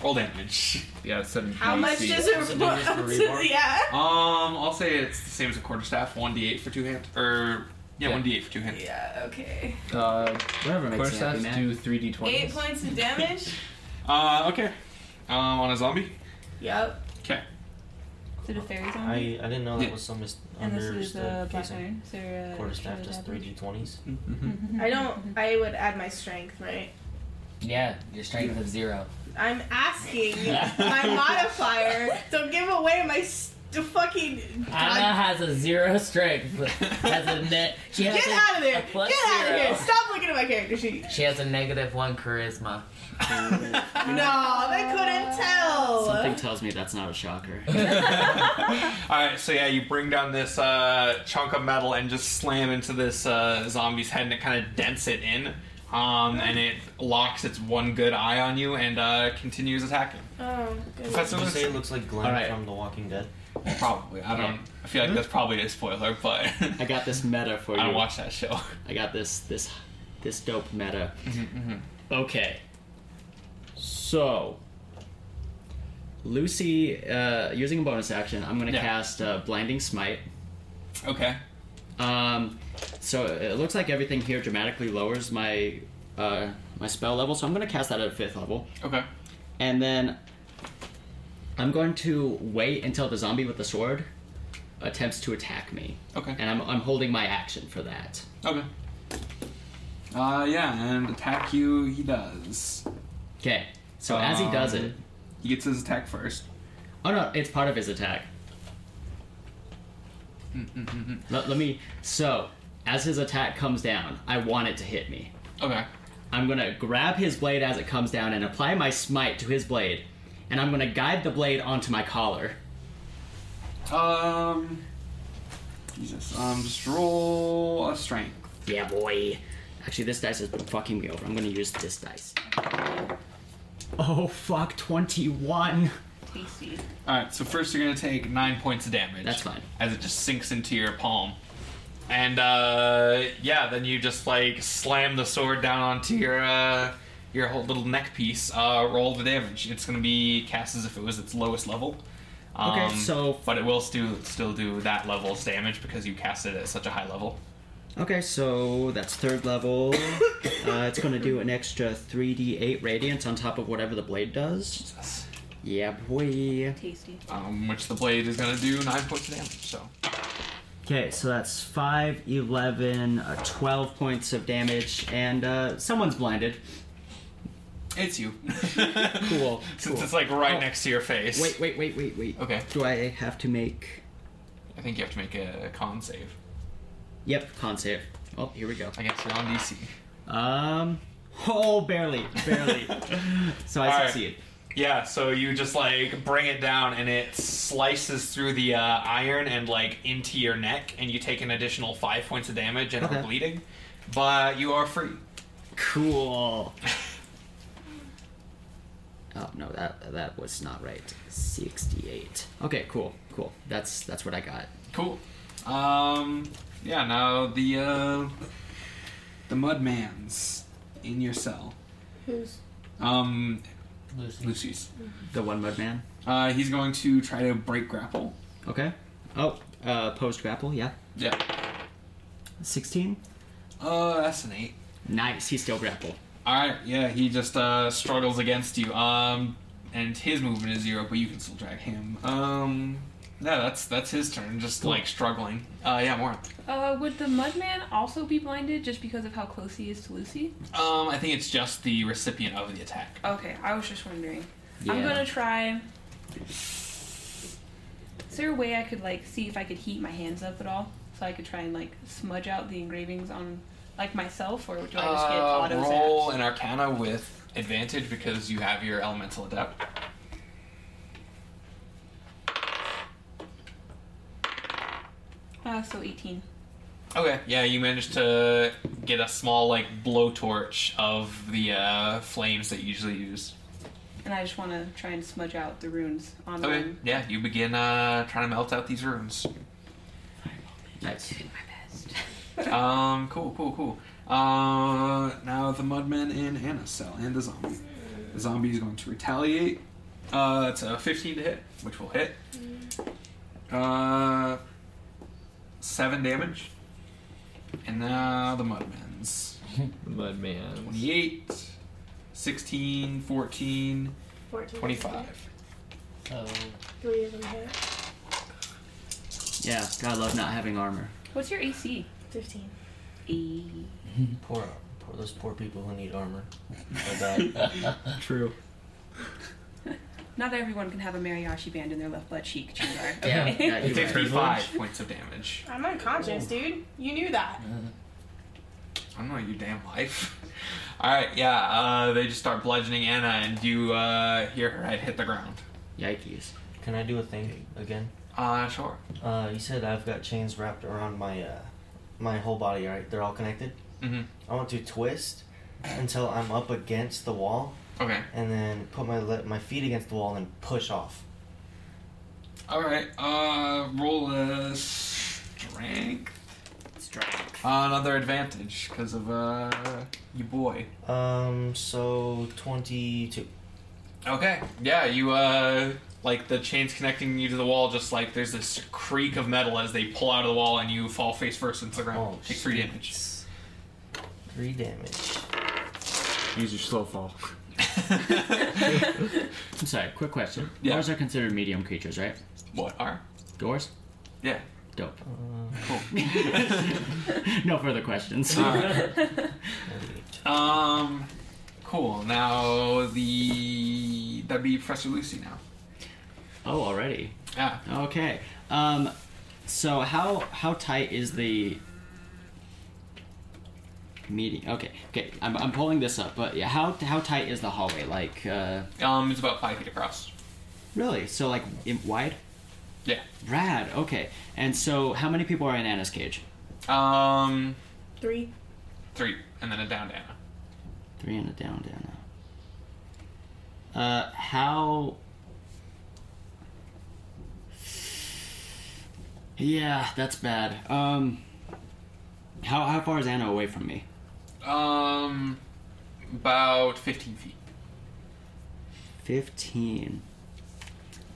[SPEAKER 7] Roll damage.
[SPEAKER 9] Yeah, it's seven.
[SPEAKER 11] How much
[SPEAKER 9] AC.
[SPEAKER 11] does it?
[SPEAKER 7] it dangerous for rebar?
[SPEAKER 11] yeah.
[SPEAKER 7] Um, I'll say it's the same as a quarterstaff, 1d8 for two hand. Or, yeah,
[SPEAKER 9] Yeah.
[SPEAKER 7] 1d8 for two hand.
[SPEAKER 11] Yeah. Okay.
[SPEAKER 9] Uh,
[SPEAKER 3] whatever makes you happy,
[SPEAKER 9] quarterstaffs
[SPEAKER 3] man.
[SPEAKER 9] do three d
[SPEAKER 11] Eight
[SPEAKER 9] twenties.
[SPEAKER 11] points of damage.
[SPEAKER 7] Uh, okay. Um, on a zombie?
[SPEAKER 11] yep.
[SPEAKER 7] Okay.
[SPEAKER 8] Is it a fairy zombie?
[SPEAKER 12] I, I didn't know that
[SPEAKER 7] Yeah.
[SPEAKER 12] was so mis-
[SPEAKER 8] and this is uh,
[SPEAKER 12] understood.
[SPEAKER 8] black
[SPEAKER 12] casing.
[SPEAKER 8] iron. uh, Is there a
[SPEAKER 12] Quarterstaff
[SPEAKER 8] is
[SPEAKER 12] does
[SPEAKER 8] there a-
[SPEAKER 12] 3d20s.
[SPEAKER 8] Mm-hmm.
[SPEAKER 11] I don't. I would add my strength, right?
[SPEAKER 10] Yeah, your strength of zero.
[SPEAKER 11] I'm asking my modifier. Don't give away my st- fucking.
[SPEAKER 10] Anna has a zero strength. but Has a net. Ah, She has
[SPEAKER 11] Get
[SPEAKER 10] a,
[SPEAKER 11] out of
[SPEAKER 10] a
[SPEAKER 11] there! Get
[SPEAKER 10] plus
[SPEAKER 11] out of
[SPEAKER 10] zero.
[SPEAKER 11] here! Stop looking at my character sheet.
[SPEAKER 10] She has a negative one charisma.
[SPEAKER 11] No, I
[SPEAKER 3] something tells me that's not a shocker.
[SPEAKER 7] Alright, so yeah, you bring down this uh, chunk of metal and just slam into this uh, zombie's head and it kind of dents it in. Um, and it locks its one good eye on you and uh, continues attacking.
[SPEAKER 11] couldn't tell. Oh,
[SPEAKER 7] Professor
[SPEAKER 12] Did you say
[SPEAKER 7] Lucy?
[SPEAKER 12] it looks like Glenn
[SPEAKER 3] Alright.
[SPEAKER 12] from The Walking Dead?
[SPEAKER 7] Probably. I don't. I feel like that's probably a spoiler, but
[SPEAKER 3] Mm-hmm. I
[SPEAKER 7] I
[SPEAKER 3] got this meta for you.
[SPEAKER 7] don't watch that show.
[SPEAKER 3] I got this this this dope meta. mm-hmm. Okay. So Lucy, uh, using a bonus action, I'm gonna
[SPEAKER 7] Yeah.
[SPEAKER 3] cast uh, Blinding Smite.
[SPEAKER 7] Okay.
[SPEAKER 3] Um, so it looks like everything here dramatically lowers my uh, my spell level. So I'm gonna cast that at fifth level,
[SPEAKER 7] Okay.
[SPEAKER 3] and then I'm going to wait until the zombie with the sword attempts to attack me,
[SPEAKER 7] Okay.
[SPEAKER 3] and I'm I'm holding my action for that.
[SPEAKER 7] Okay. Uh, yeah, and attack you. He does.
[SPEAKER 3] Okay. So as he does it,
[SPEAKER 7] Um, He gets his attack first.
[SPEAKER 3] oh no, it's part of his attack.
[SPEAKER 7] Mm-hmm.
[SPEAKER 3] Let, let me. So as his attack comes down, I want it to hit me.
[SPEAKER 7] Okay.
[SPEAKER 3] I'm gonna grab his blade as it comes down and apply my smite to his blade, and I'm gonna guide the blade onto my collar.
[SPEAKER 7] Um. Jesus. Um. Just roll a strength.
[SPEAKER 3] Yeah, boy. Actually, this dice has been fucking me over. I'm gonna use this dice. Oh fuck, 21.
[SPEAKER 8] Tasty.
[SPEAKER 7] All right. So first, you're gonna take nine points of damage.
[SPEAKER 3] That's fine.
[SPEAKER 7] As it just sinks into your palm. And uh, yeah, then you just like slam the sword down onto your uh, your whole little neck piece. Uh, roll the damage. It's gonna be cast as if it was its lowest level. Um,
[SPEAKER 3] Okay, so-
[SPEAKER 7] but it will still still do that level's damage because you cast it at such a high level.
[SPEAKER 3] Okay, so that's third level. uh, it's going to do an extra 3d8 radiance on top of whatever the blade does. Yeah, boy.
[SPEAKER 8] Tasty.
[SPEAKER 7] Um, which the blade is gonna do nine points of damage. So
[SPEAKER 3] Okay, so that's 5, 11, uh, 12 points of damage, and uh, someone's blinded.
[SPEAKER 7] it's you.
[SPEAKER 3] Cool.
[SPEAKER 7] Since
[SPEAKER 3] cool.
[SPEAKER 7] it's like right
[SPEAKER 3] Oh,
[SPEAKER 7] next to your face.
[SPEAKER 3] Wait, wait, wait, wait, wait.
[SPEAKER 7] Okay.
[SPEAKER 3] Do I have to make.
[SPEAKER 7] I think you have to make a con save.
[SPEAKER 3] Yep, con save. Oh, here we go.
[SPEAKER 7] I guess you're on DC.
[SPEAKER 3] Um. Oh, barely. Barely. so I
[SPEAKER 7] All right.
[SPEAKER 3] succeed.
[SPEAKER 7] Yeah, so you just like bring it down and it slices through the uh, iron and like into your neck, and you take an additional five points of damage and are
[SPEAKER 3] Okay.
[SPEAKER 7] bleeding, but you are free.
[SPEAKER 3] Cool. Oh no, that that was not right. Sixty-eight. Okay, cool, cool. That's that's what I got.
[SPEAKER 7] Cool. Um, yeah, now the uh, the mudman's in your cell.
[SPEAKER 11] Who's
[SPEAKER 7] Um,
[SPEAKER 10] Lucy.
[SPEAKER 7] Lucy's.
[SPEAKER 3] The one mud man.
[SPEAKER 7] Uh, he's going to try to break grapple.
[SPEAKER 3] Okay. Oh, uh, post grapple. Yeah.
[SPEAKER 7] Yeah.
[SPEAKER 3] Sixteen.
[SPEAKER 7] Uh, that's an eight.
[SPEAKER 3] Nice. He still grapple.
[SPEAKER 7] All right, yeah, he just uh, struggles against you. Um, and his movement is zero, but you can still drag him. Um, no, that's that's his turn. Just like struggling. Uh, yeah, more.
[SPEAKER 8] Uh, would the Mudman also be blinded just because of how close he is to Lucy?
[SPEAKER 7] Um, I think it's just the recipient of the attack.
[SPEAKER 8] Okay, I was just wondering. I'm
[SPEAKER 7] Yeah.
[SPEAKER 8] gonna try. Is there a way I could like see if I could heat my hands up at all, so I could try and like smudge out the engravings on like myself, or do I just get
[SPEAKER 7] Uh,
[SPEAKER 8] auto
[SPEAKER 7] roll
[SPEAKER 8] zapped?
[SPEAKER 7] an Arcana with advantage because you have your elemental adept.
[SPEAKER 8] Uh, so 18.
[SPEAKER 7] Okay, yeah, you managed to get a small like blowtorch of the uh, flames that you usually use.
[SPEAKER 8] And I just want to try and smudge out the runes on
[SPEAKER 7] Okay,
[SPEAKER 8] them.
[SPEAKER 7] yeah, you begin uh, trying to melt out these runes.
[SPEAKER 3] Nice.
[SPEAKER 7] um, cool, cool, cool. Uh, now the mudmen in Anna's cell and the zombie. The zombie is going to retaliate. Uh, it's a 15 to hit, which will hit. Uh, seven damage. And now the mudmen's.
[SPEAKER 9] Mudman.
[SPEAKER 7] 28, 16, 14,
[SPEAKER 11] 14?
[SPEAKER 7] 25.
[SPEAKER 10] So
[SPEAKER 7] Oh.
[SPEAKER 11] Three of them there.
[SPEAKER 3] Yeah. God love not having armor.
[SPEAKER 8] What's your AC?
[SPEAKER 11] 15.
[SPEAKER 12] Poor, poor those poor people who need armor. Like that.
[SPEAKER 3] True.
[SPEAKER 8] Not that everyone can have a mariachi band in their left butt cheek, Chandar.
[SPEAKER 3] Yeah. yeah, you're right.
[SPEAKER 7] 55 points of damage.
[SPEAKER 11] I'm unconscious, dude. You knew that.
[SPEAKER 7] I don't know your damn life. All right, yeah. Uh, they just start bludgeoning Anna, and you uh, hear her head hit the ground.
[SPEAKER 3] Yikes.
[SPEAKER 12] Can I do a thing again?
[SPEAKER 7] Uh, sure.
[SPEAKER 12] Uh, you said I've got chains wrapped around my uh, my whole body. Right, they're all connected.
[SPEAKER 7] Mm-hmm.
[SPEAKER 12] I want to twist until I'm up against the wall,
[SPEAKER 7] Okay.
[SPEAKER 12] and then put my le- my feet against the wall and push off.
[SPEAKER 7] All right. Uh, roll a strength.
[SPEAKER 3] Strength.
[SPEAKER 7] Uh, another advantage because of uh, your boy.
[SPEAKER 12] Um, so twenty-two.
[SPEAKER 7] Okay. Yeah, you uh like the chains connecting you to the wall just like there's this creak of metal as they pull out of the wall and you fall face first into the ground.
[SPEAKER 12] Oh,
[SPEAKER 7] Take three damage.
[SPEAKER 12] Three damage.
[SPEAKER 9] Use your slow fall.
[SPEAKER 3] I'm sorry. Quick question.
[SPEAKER 7] Yeah.
[SPEAKER 3] Doors are considered medium creatures, right?
[SPEAKER 7] What are?
[SPEAKER 3] Doors.
[SPEAKER 7] Yeah.
[SPEAKER 3] Dope.
[SPEAKER 7] Cool.
[SPEAKER 3] no further questions.
[SPEAKER 7] Oh. All right. um, cool. Now the that'd be Professor Lucy now.
[SPEAKER 3] Oh, already.
[SPEAKER 7] Yeah.
[SPEAKER 3] Okay. Um, so how how tight is the meeting? Okay. Okay. I'm, I'm pulling this up, but yeah, how how tight is the hallway? Like, uh,
[SPEAKER 7] Um, it's about five feet across.
[SPEAKER 3] really? So like in, wide?
[SPEAKER 7] Yeah.
[SPEAKER 3] Rad. Okay. And so how many people are in Anna's cage?
[SPEAKER 7] Um,
[SPEAKER 11] Three.
[SPEAKER 7] three, and then a down down.
[SPEAKER 3] Three and a down down. now. Uh, how? Yeah, that's bad. Um, How how far is Anna away from me?
[SPEAKER 7] Um, about fifteen feet.
[SPEAKER 3] Fifteen.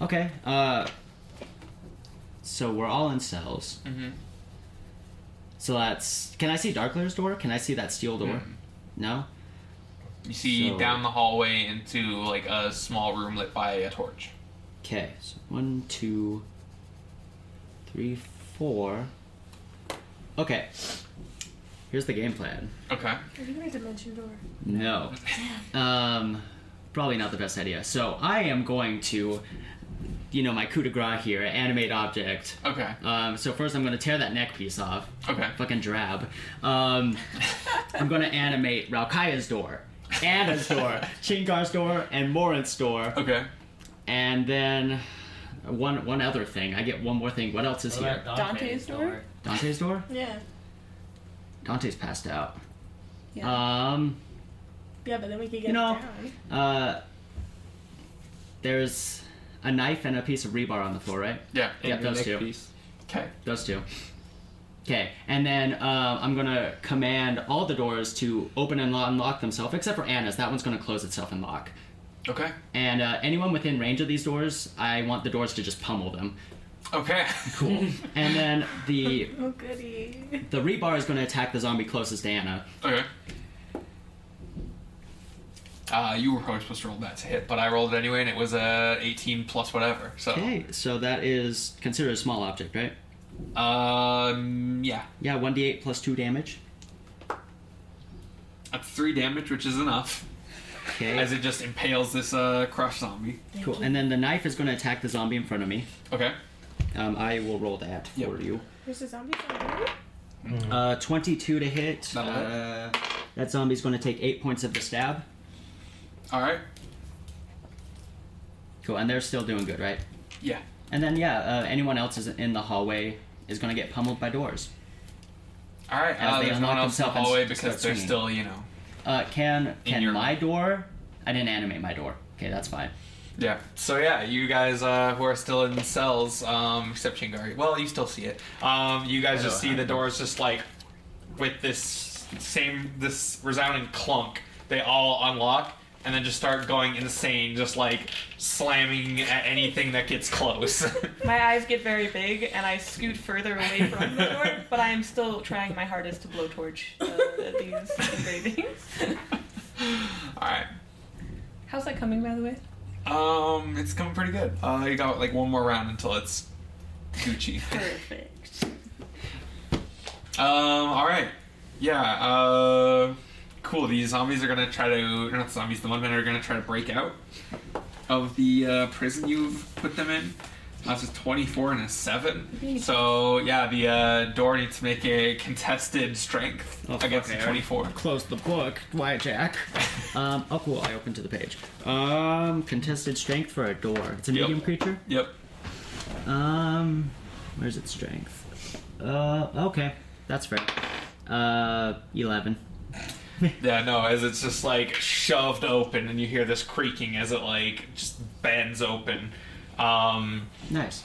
[SPEAKER 3] Okay. Uh. So we're all in cells.
[SPEAKER 7] Mm-hmm.
[SPEAKER 3] So that's. Can I see Darkler's door? Can I see that steel door?
[SPEAKER 7] Mm.
[SPEAKER 3] No.
[SPEAKER 7] You see
[SPEAKER 3] So-
[SPEAKER 7] down the hallway into like a small room lit by a torch.
[SPEAKER 3] Okay, so one, two, three, four. Okay, here's the game plan.
[SPEAKER 7] Okay.
[SPEAKER 11] Are you gonna dimension door?
[SPEAKER 3] No, um, probably not the best idea. So I am going to, you know, my coup de grace here, animate object.
[SPEAKER 7] Okay.
[SPEAKER 3] Um, so first, I'm going to tear that neck piece off.
[SPEAKER 7] Okay.
[SPEAKER 3] Fucking drab. Um, I'm going to animate Raukaya's door, Anna's door, Chingar's door, and Morin's door.
[SPEAKER 7] Okay.
[SPEAKER 3] And then one one other thing. I get one more thing. What else is
[SPEAKER 10] What
[SPEAKER 3] here?
[SPEAKER 10] about Dante's
[SPEAKER 8] Dante's door?
[SPEAKER 3] Dante's door.
[SPEAKER 8] Yeah.
[SPEAKER 3] Dante's passed out.
[SPEAKER 8] Yeah.
[SPEAKER 3] Um.
[SPEAKER 8] Yeah, but then we could get
[SPEAKER 3] You know,
[SPEAKER 8] it down.
[SPEAKER 3] Uh. There's a knife and a piece of rebar on the floor, right?
[SPEAKER 7] Yeah.
[SPEAKER 3] Yeah,
[SPEAKER 9] the
[SPEAKER 3] those
[SPEAKER 9] neck
[SPEAKER 3] two.
[SPEAKER 9] piece.
[SPEAKER 7] Okay.
[SPEAKER 3] Those two. Okay, and then uh, I'm gonna command all the doors to open and lo- unlock themselves, except for Anna's. That one's gonna close itself and lock.
[SPEAKER 7] Okay.
[SPEAKER 3] And uh, anyone within range of these doors, I want the doors to just pummel them.
[SPEAKER 7] Okay. Cool.
[SPEAKER 3] And then the
[SPEAKER 11] Oh goody.
[SPEAKER 3] the rebar is gonna attack the zombie closest to Anna.
[SPEAKER 7] okay. Uh, you were probably supposed to roll that to hit, but I rolled it anyway, and it was a 18 plus whatever. So,
[SPEAKER 3] Okay, so that is considered a small object, right?
[SPEAKER 7] um, yeah,
[SPEAKER 3] Yeah, 1d8 plus 2 damage.
[SPEAKER 7] that's three damage, which is enough.
[SPEAKER 3] Okay.
[SPEAKER 7] As it just impales this uh, crushed zombie.
[SPEAKER 3] cool. And then the knife is going to attack the zombie in front of me.
[SPEAKER 7] Okay.
[SPEAKER 3] Um, I will roll that for you.
[SPEAKER 8] There's a zombie on
[SPEAKER 7] Mm-hmm.
[SPEAKER 3] Uh, 22 to hit.
[SPEAKER 7] That'll hit.
[SPEAKER 3] Uh, that zombie's going to take 8 points of the stab.
[SPEAKER 7] All right.
[SPEAKER 3] Cool, and they're still doing good, right?
[SPEAKER 7] Yeah.
[SPEAKER 3] And then, yeah, uh, anyone else is in the hallway is going to get pummeled by doors.
[SPEAKER 7] All right.
[SPEAKER 3] As
[SPEAKER 7] Uh,
[SPEAKER 3] they
[SPEAKER 7] there's no one
[SPEAKER 3] unlock
[SPEAKER 7] else in the
[SPEAKER 3] themselves and
[SPEAKER 7] hallway
[SPEAKER 3] s-
[SPEAKER 7] because
[SPEAKER 3] start
[SPEAKER 7] they're
[SPEAKER 3] swinging.
[SPEAKER 7] still, you know.
[SPEAKER 3] Uh, can
[SPEAKER 7] In
[SPEAKER 3] can
[SPEAKER 7] your-
[SPEAKER 3] my door? I didn't animate my door. Okay, that's fine.
[SPEAKER 7] Yeah. So yeah, you guys uh, who are still in cells, um, except Chingari. Well, you still see it. Um, you guys just see the doors just like with this same this resounding clunk. They all unlock and then just start going insane, just like slamming at anything that gets close.
[SPEAKER 8] My eyes get very big, and I scoot further away from the door, but I am still trying my hardest to blowtorch uh, these engravings.
[SPEAKER 7] all right.
[SPEAKER 8] How's that coming, by the way?
[SPEAKER 7] Um, it's coming pretty good. Uh, you got like one more round until it's Gucci.
[SPEAKER 8] Perfect.
[SPEAKER 7] Um. All right. Yeah. Uh. Cool. These zombies are gonna try to not zombies. The one men are gonna try to break out of the uh, prison you've put them in. That's a twenty-four and a seven. So yeah, the uh, door needs to make a contested strength against the twenty-four.
[SPEAKER 3] Close the book. Why, Jack? um, oh, cool. I opened to the page. Um, contested strength for a door. It's a
[SPEAKER 7] Yep.
[SPEAKER 3] medium creature.
[SPEAKER 7] Yep.
[SPEAKER 3] Um, where's its strength? Uh, okay, that's fair. Uh, eleven.
[SPEAKER 7] Yeah. No. As it's just like shoved open, and you hear this creaking as it like just bends open. Um.
[SPEAKER 3] Nice.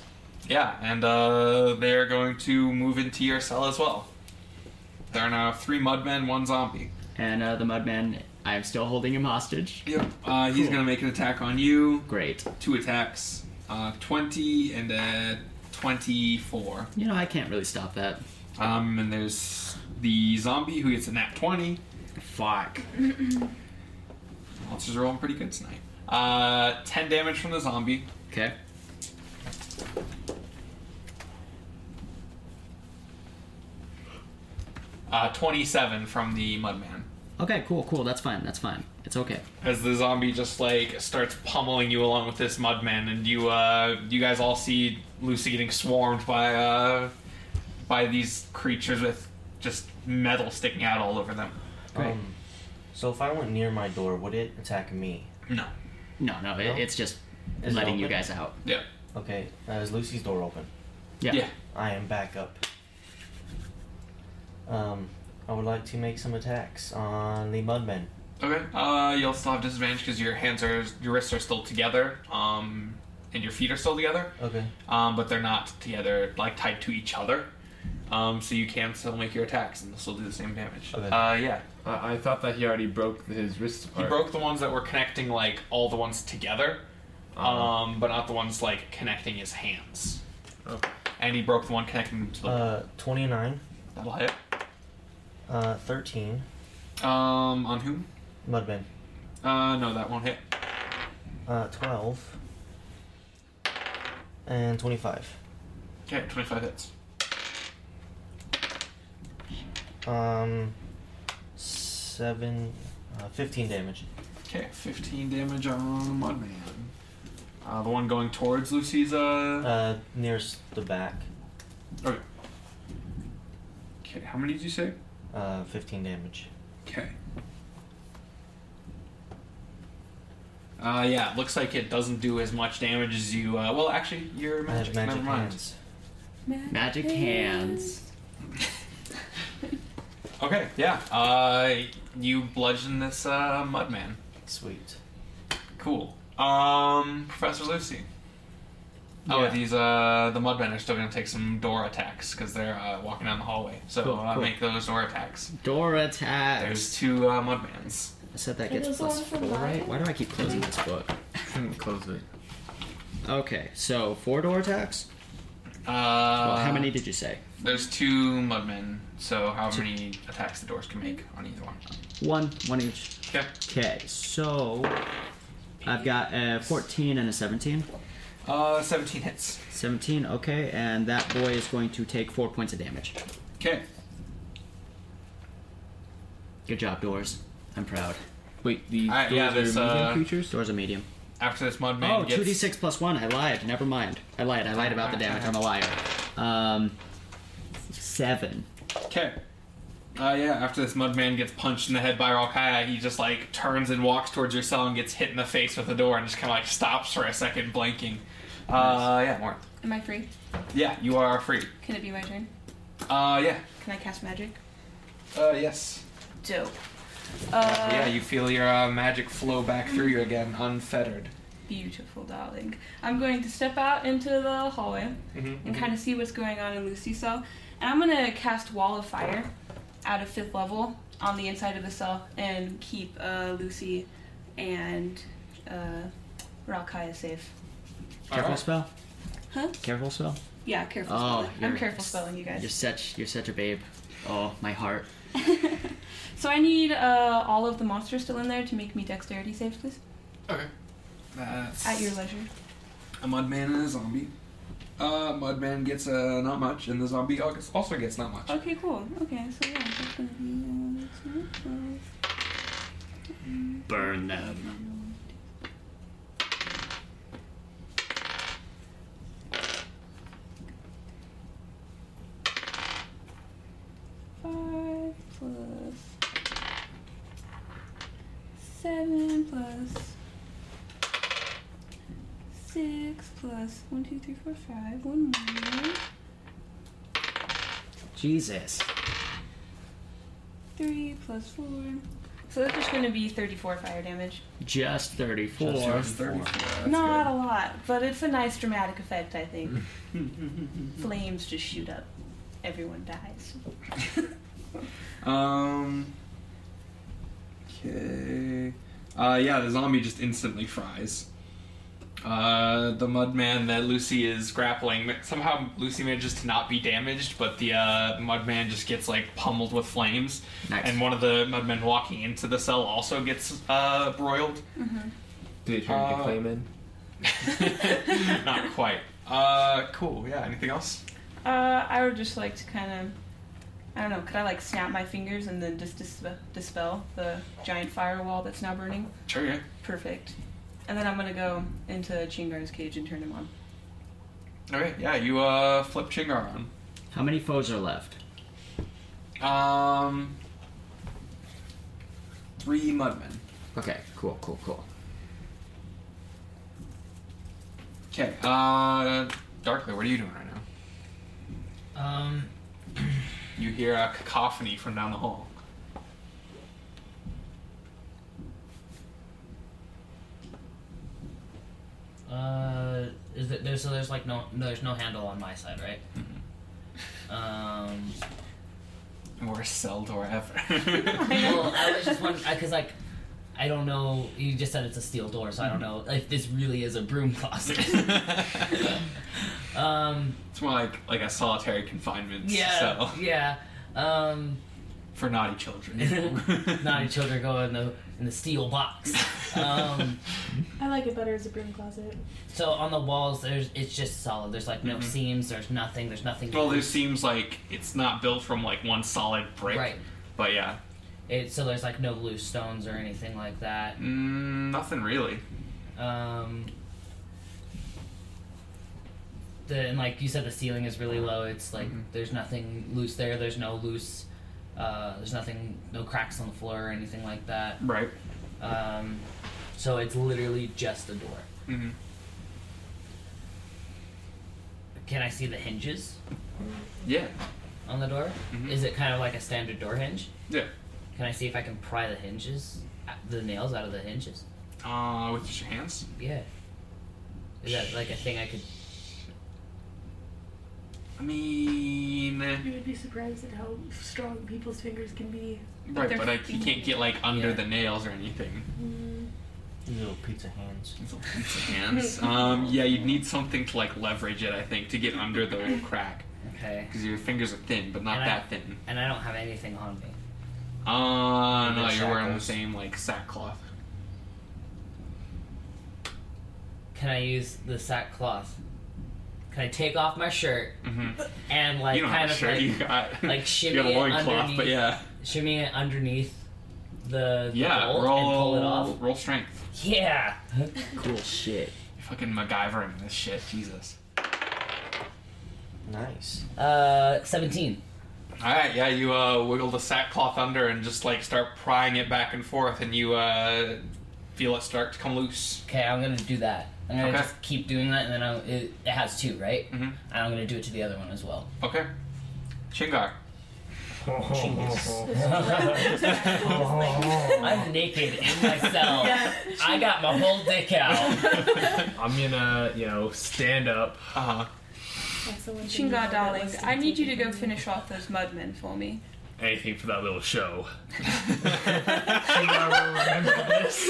[SPEAKER 7] Yeah, and uh, they're going to move into your cell as well. There are now three mudmen, one zombie.
[SPEAKER 3] And uh, the mudman, I am still holding him hostage.
[SPEAKER 7] Yep. Uh, he's going to make an attack on you.
[SPEAKER 3] Great.
[SPEAKER 7] Two attacks. Uh, 20 and uh, 24.
[SPEAKER 3] You know I can't really stop that.
[SPEAKER 7] Um, and there's the zombie who gets a nat 20.
[SPEAKER 3] Fuck.
[SPEAKER 7] Monsters are rolling pretty good tonight. Uh, 10 damage from the zombie.
[SPEAKER 3] Okay.
[SPEAKER 7] Uh, 27 from the mudman.
[SPEAKER 3] Okay. Cool. Cool. That's fine. That's fine. It's okay.
[SPEAKER 7] as the zombie just like starts pummeling you along with this mudman, and you uh, you guys all see Lucy getting swarmed by uh, by these creatures with just metal sticking out all over them.
[SPEAKER 3] Great.
[SPEAKER 12] Um, so if I went near my door, would it attack me?
[SPEAKER 7] No.
[SPEAKER 3] no, no. It,
[SPEAKER 12] No?
[SPEAKER 3] it's just
[SPEAKER 12] Is it
[SPEAKER 3] letting you
[SPEAKER 12] open?
[SPEAKER 3] guys out.
[SPEAKER 7] Yeah.
[SPEAKER 12] Okay, uh, is Lucy's door open?
[SPEAKER 3] Yeah.
[SPEAKER 7] Yeah.
[SPEAKER 12] I am back up. Um, I would like to make some attacks on the mudmen.
[SPEAKER 7] Okay. Uh, you'll still have disadvantage because your hands are your wrists are still together, um, and your feet are still together,
[SPEAKER 12] Okay.
[SPEAKER 7] um, but they're not together like tied to each other. Um, so you can still make your attacks, and this will do the same damage.
[SPEAKER 9] Oh, then-
[SPEAKER 7] Uh, yeah.
[SPEAKER 9] I, I thought that he already broke his wrists
[SPEAKER 7] He
[SPEAKER 9] apart.
[SPEAKER 7] broke the ones that were connecting like all the ones together, um, but not the ones like connecting his hands. And he broke the one connecting to the
[SPEAKER 12] Uh, 29,
[SPEAKER 7] That'll hit.
[SPEAKER 12] uh, 13,
[SPEAKER 7] Um, on whom?
[SPEAKER 12] Mudman,
[SPEAKER 7] Uh, no, that won't hit.
[SPEAKER 12] uh, 12, and 25.
[SPEAKER 7] Okay, 25 hits.
[SPEAKER 12] Um, 7, uh, 15 damage.
[SPEAKER 7] Okay, 15 damage on Mudman. Uh, the one going towards Lucy's, uh.
[SPEAKER 12] Uh, nearest the back,
[SPEAKER 7] Okay. Okay, how many did you say?
[SPEAKER 12] uh, 15 damage.
[SPEAKER 7] Okay. Uh, yeah, it looks like it doesn't do as much damage as you. Uh, well, actually, you're
[SPEAKER 12] I
[SPEAKER 7] magic.
[SPEAKER 12] have magic
[SPEAKER 7] Never mind.
[SPEAKER 12] hands.
[SPEAKER 3] Magic hands.
[SPEAKER 7] Okay, yeah. Uh, you bludgeon this uh, mudman.
[SPEAKER 12] Sweet.
[SPEAKER 7] Cool. Um, Professor Lucy. Oh,
[SPEAKER 3] Yeah.
[SPEAKER 7] these uh, the mudmen are still gonna take some door attacks because they're uh, walking down the hallway. So
[SPEAKER 3] Cool,
[SPEAKER 7] uh,
[SPEAKER 3] cool.
[SPEAKER 7] make those door attacks.
[SPEAKER 3] Door attack.
[SPEAKER 7] There's two uh, mudmans.
[SPEAKER 3] I said that
[SPEAKER 11] Are
[SPEAKER 3] gets
[SPEAKER 11] those the
[SPEAKER 3] plus
[SPEAKER 11] ones
[SPEAKER 3] four,
[SPEAKER 11] from
[SPEAKER 3] right?
[SPEAKER 11] Lyle?
[SPEAKER 3] Why do I keep closing this book?
[SPEAKER 9] Close it.
[SPEAKER 3] Okay, so four door attacks.
[SPEAKER 7] Uh,
[SPEAKER 3] well, how many did you say?
[SPEAKER 7] There's two mudmen. So how many attacks the doors can make on either one?
[SPEAKER 3] One, one each.
[SPEAKER 7] Okay.
[SPEAKER 3] Okay, so I've got a 14 and a 17.
[SPEAKER 7] Uh, 17 hits.
[SPEAKER 3] 17, okay, and that boy is going to take four points of damage.
[SPEAKER 7] Okay.
[SPEAKER 3] Good job, doors. I'm proud.
[SPEAKER 9] Wait, these
[SPEAKER 7] Alright, yeah, this, uh,
[SPEAKER 9] creatures?
[SPEAKER 3] Doors are medium.
[SPEAKER 7] After this mudman
[SPEAKER 3] Oh,
[SPEAKER 7] gets
[SPEAKER 3] 2d6 plus 1. I lied. Never mind. I lied. I lied about the damage. I'm a liar. Um, 7.
[SPEAKER 7] Okay. Uh, yeah, after this mudman gets punched in the head by Ralkaya, he just like turns and walks towards your cell and gets hit in the face with the door and just kind of like stops for a second, blinking. Uh, yeah, more.
[SPEAKER 8] Am I free?
[SPEAKER 7] Yeah, you are free.
[SPEAKER 8] Can it be my turn?
[SPEAKER 7] Uh, yeah.
[SPEAKER 8] Can I cast magic?
[SPEAKER 7] Uh, yes.
[SPEAKER 8] Dope. Uh,
[SPEAKER 7] yeah, you feel your uh, magic flow back through you again, unfettered.
[SPEAKER 8] Beautiful, darling. I'm going to step out into the hallway
[SPEAKER 7] Mm-hmm.
[SPEAKER 8] and kind of see what's going on in Lucy's cell. And I'm going to cast Wall of Fire out of fifth level on the inside of the cell and keep uh, Lucy and uh, Ralkaya safe.
[SPEAKER 3] Careful spell?
[SPEAKER 8] Huh?
[SPEAKER 3] Careful spell?
[SPEAKER 8] Yeah, careful
[SPEAKER 3] Oh,
[SPEAKER 8] spelling. I'm
[SPEAKER 3] you're-
[SPEAKER 8] careful spelling, you guys.
[SPEAKER 3] You're such you're such a babe. Oh, my heart.
[SPEAKER 8] So I need uh, all of the monsters still in there to make me dexterity saves, please.
[SPEAKER 7] Okay. That's
[SPEAKER 8] At your leisure.
[SPEAKER 7] a mudman and a zombie. Uh, mudman gets uh, not much, and the zombie also gets not much.
[SPEAKER 8] Okay, cool. Okay, so yeah, that's gonna be. Uh, that's it.
[SPEAKER 3] Burn them.
[SPEAKER 8] Five plus seven plus six plus one, two, three, four, five. One more.
[SPEAKER 3] Jesus.
[SPEAKER 8] Three plus four. So that's just gonna be 34 fire damage.
[SPEAKER 3] Just 34.
[SPEAKER 12] Just
[SPEAKER 8] Not a lot, but it's a nice dramatic effect, I think. Flames just shoot up. Everyone dies.
[SPEAKER 7] Um. Okay. Uh, yeah, the zombie just instantly fries. Uh, the mudman that Lucy is grappling. Somehow Lucy manages to not be damaged, but the uh, mudman just gets like pummeled with flames.
[SPEAKER 3] Nice.
[SPEAKER 7] And one of the mudmen walking into the cell also gets uh, broiled.
[SPEAKER 9] Do they try to
[SPEAKER 7] Uh,
[SPEAKER 9] get claim in?
[SPEAKER 7] not quite. Uh, cool. Yeah. Anything else?
[SPEAKER 8] Uh, I would just like to kind of, I don't know, could I like snap my fingers and then just dis- dispel the giant firewall that's now burning?
[SPEAKER 7] Sure. Yeah.
[SPEAKER 8] Perfect. And then I'm gonna go into Chingar's cage and turn him on.
[SPEAKER 7] Okay. Yeah. You uh flip Chingar on.
[SPEAKER 3] How many foes are left?
[SPEAKER 7] Um, three mudmen.
[SPEAKER 3] Okay, cool, cool, cool.
[SPEAKER 7] Okay. Uh, Darkly, what are you doing right now?
[SPEAKER 10] Um,
[SPEAKER 7] You hear a cacophony from down the hall.
[SPEAKER 10] uh, is it, there's so there's like no, no there's no handle on my side, right?
[SPEAKER 3] Mm-hmm.
[SPEAKER 10] Um,
[SPEAKER 7] Worst cell door ever.
[SPEAKER 10] well, I was just wondering because like I don't know. You just said it's a steel door, so I don't
[SPEAKER 3] Mm-hmm.
[SPEAKER 10] know if this really is a broom closet. um,
[SPEAKER 7] it's more like like a solitary confinement
[SPEAKER 10] yeah,
[SPEAKER 7] cell
[SPEAKER 10] yeah. Um,
[SPEAKER 7] for naughty children.
[SPEAKER 10] naughty children go in the in the steel box. Um,
[SPEAKER 11] I like it better as a broom closet.
[SPEAKER 10] so on the walls, there's it's just solid. There's like no
[SPEAKER 3] Mm-hmm.
[SPEAKER 7] Mhm.
[SPEAKER 10] seams. There's nothing. There's nothing.
[SPEAKER 7] well, this seems like it's not built from like one solid brick.
[SPEAKER 10] Right.
[SPEAKER 7] But yeah,
[SPEAKER 10] It, so there's like no loose stones or anything like that.
[SPEAKER 7] mm, nothing really.
[SPEAKER 10] Um, the and like you said, the ceiling is really low. It's like there's nothing loose there. There's no loose. Uh, there's nothing, no cracks on the floor or anything like that.
[SPEAKER 7] Right.
[SPEAKER 10] Um, so it's literally just a door.
[SPEAKER 7] Mm-hmm.
[SPEAKER 10] Can I see the hinges
[SPEAKER 7] Yeah.
[SPEAKER 10] on the door? Is it kind of like a standard door hinge?
[SPEAKER 7] Mm-hmm. Yeah.
[SPEAKER 10] Can I see if I can pry the hinges, the nails out of the hinges?
[SPEAKER 7] Uh, with just your hands.
[SPEAKER 10] Yeah. Is that like a thing I could?
[SPEAKER 7] I mean, eh,
[SPEAKER 11] You would be surprised at how strong people's fingers can be.
[SPEAKER 7] right, but like you can't get like under the nails or anything.
[SPEAKER 12] Little pizza hands.
[SPEAKER 7] Hands. um, yeah, you'd need something to like leverage it. I think to get under the little crack
[SPEAKER 10] Okay.
[SPEAKER 7] because your fingers are thin, but not
[SPEAKER 10] And I-
[SPEAKER 7] that thin.
[SPEAKER 10] And I don't have anything on me.
[SPEAKER 7] Uh,
[SPEAKER 10] And
[SPEAKER 7] no,
[SPEAKER 10] the
[SPEAKER 7] you're wearing the
[SPEAKER 10] shackles.
[SPEAKER 7] same like sackcloth.
[SPEAKER 10] Can I use the sackcloth? Can I take off my shirt
[SPEAKER 7] Mm-hmm.
[SPEAKER 10] and like
[SPEAKER 7] you don't
[SPEAKER 10] kind
[SPEAKER 7] have a
[SPEAKER 10] of
[SPEAKER 7] shirt.
[SPEAKER 10] like
[SPEAKER 7] you got
[SPEAKER 10] like shimmy
[SPEAKER 7] you got a
[SPEAKER 10] it
[SPEAKER 7] loincloth, but
[SPEAKER 10] underneath-
[SPEAKER 7] yeah,
[SPEAKER 10] shimmy it underneath the, the
[SPEAKER 7] yeah.
[SPEAKER 10] bolt
[SPEAKER 7] roll,
[SPEAKER 10] and pull it off?
[SPEAKER 7] roll strength.
[SPEAKER 10] Yeah.
[SPEAKER 3] Cool shit.
[SPEAKER 7] Fucking MacGyver and this shit, Jesus.
[SPEAKER 12] Nice.
[SPEAKER 10] Uh, seventeen.
[SPEAKER 7] All right, yeah, you uh, wiggle the sackcloth under and just like start prying it back and forth, and you uh, feel it start to come loose.
[SPEAKER 10] Okay, I'm gonna do that. I'm gonna
[SPEAKER 7] Okay.
[SPEAKER 10] just keep doing that, and then I'll, it, it has two, right? Mm-hmm. And I'm gonna do it to the other one as well.
[SPEAKER 7] Okay, Shingar.
[SPEAKER 10] I'm naked in myself. I got my whole dick out.
[SPEAKER 9] I'm gonna, you know, stand up.
[SPEAKER 7] Uh huh.
[SPEAKER 8] Shinga, darling, I need you to go finish off those mudmen for me.
[SPEAKER 9] Anything for that little show. Shingar will remember this.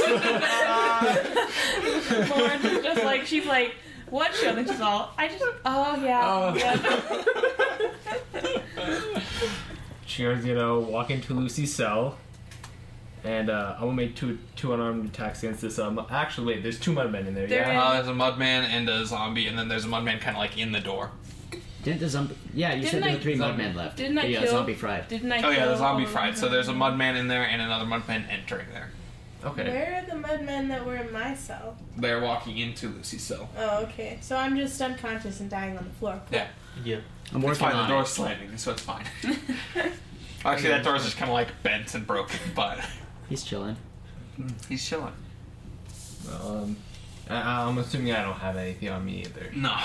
[SPEAKER 8] Lauren's is just like she's like, what show? Then she's all, I just, oh yeah. yeah."
[SPEAKER 9] Shingar's gonna walk into Lucy's cell. And uh, I'm gonna make two two unarmed attacks against this. Um, actually, wait, there's two mudmen in there.
[SPEAKER 7] Uh,
[SPEAKER 9] yeah.
[SPEAKER 7] there's a mudman and a zombie, and then there's a mudman kind of like in the door.
[SPEAKER 3] Didn't the zombie? Yeah, you
[SPEAKER 8] Didn't
[SPEAKER 3] said there
[SPEAKER 8] I-
[SPEAKER 3] were three
[SPEAKER 7] Zombie.
[SPEAKER 3] mudmen left.
[SPEAKER 8] Didn't I
[SPEAKER 3] yeah,
[SPEAKER 8] kill?
[SPEAKER 3] zombie fried.
[SPEAKER 8] Didn't I?
[SPEAKER 7] oh yeah, the
[SPEAKER 8] kill
[SPEAKER 7] zombie
[SPEAKER 8] all
[SPEAKER 7] fried.
[SPEAKER 8] of
[SPEAKER 7] So
[SPEAKER 8] them?
[SPEAKER 7] there's a mudman in there and another mudman entering there.
[SPEAKER 9] okay.
[SPEAKER 11] Where are the mudmen that were in my cell?
[SPEAKER 7] They're walking into Lucy's cell.
[SPEAKER 11] Oh, okay. So I'm just unconscious and dying on the floor.
[SPEAKER 7] Yeah,
[SPEAKER 12] Yeah.
[SPEAKER 3] I'm
[SPEAKER 7] it's
[SPEAKER 3] working
[SPEAKER 7] fine.
[SPEAKER 3] on
[SPEAKER 7] The door's
[SPEAKER 3] it.
[SPEAKER 7] slamming, so it's fine. Actually, that door's just kind of like bent and broken, but
[SPEAKER 3] He's chilling.
[SPEAKER 7] he's chilling.
[SPEAKER 9] Um, I, I'm assuming I don't have anything on me either.
[SPEAKER 7] No.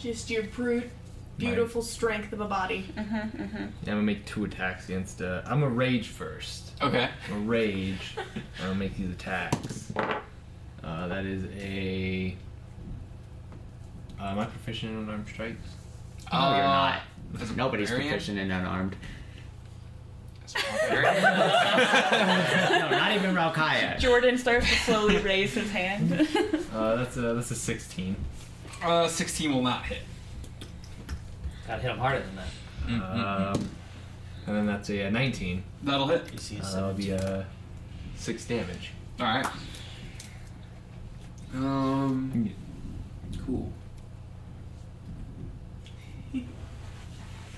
[SPEAKER 11] Just your brute, beautiful strength of a body.
[SPEAKER 8] Uh-huh,
[SPEAKER 9] Yeah, I'm gonna make two attacks against. Uh, I'm gonna rage first.
[SPEAKER 7] Okay.
[SPEAKER 9] I'm gonna rage. and I'll make these attacks. Uh, that is a. Uh, am I proficient in unarmed strikes?
[SPEAKER 3] No, you're
[SPEAKER 7] Uh,
[SPEAKER 3] not.
[SPEAKER 7] As a
[SPEAKER 3] Nobody's
[SPEAKER 7] barbarian?
[SPEAKER 3] proficient and unarmed.
[SPEAKER 7] As a barbarian?
[SPEAKER 3] no, not even Raukaya.
[SPEAKER 8] Jordan starts to slowly raise his hand.
[SPEAKER 9] Uh, that's a that's a 16.
[SPEAKER 7] uh, 16 will not hit.
[SPEAKER 10] Gotta hit him harder than that.
[SPEAKER 9] Um, and then that's a, uh 19.
[SPEAKER 7] That'll hit.
[SPEAKER 12] You see a
[SPEAKER 9] Uh, that'll be
[SPEAKER 12] 17.
[SPEAKER 9] uh, six damage.
[SPEAKER 7] All right. Um. Cool.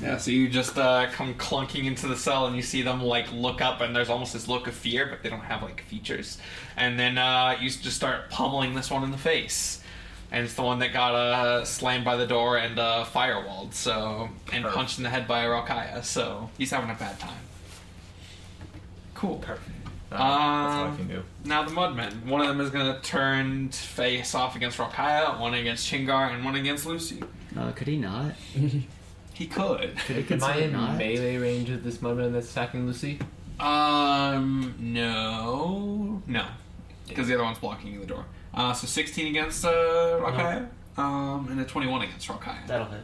[SPEAKER 7] Yeah, so you just uh, come clunking into the cell, and you see them like look up, and there's almost this look of fear, but they don't have like features. And then uh, you just start pummeling this one in the face, and it's the one that got uh, slammed by the door and uh, firewalled, so and
[SPEAKER 9] Perfect.
[SPEAKER 7] punched in the head by Rokaya. So he's having a bad time. Cool.
[SPEAKER 9] Perfect. Uh, that's all I
[SPEAKER 7] Um,
[SPEAKER 9] can do.
[SPEAKER 7] now the Mudmen. One of them is going to turn face off against Rokaya, one against Shingar, and one against Lucy.
[SPEAKER 3] Uh, could he not?
[SPEAKER 7] He could.
[SPEAKER 3] Could he
[SPEAKER 9] Am I
[SPEAKER 3] consider
[SPEAKER 9] in
[SPEAKER 3] not?
[SPEAKER 9] melee range of this mudman that's attacking Lucy?
[SPEAKER 7] Um, no, no, because the other one's blocking the door. Uh, so sixteen against uh, Rokaya, um, and a twenty-one against Rokaya.
[SPEAKER 12] That'll hit.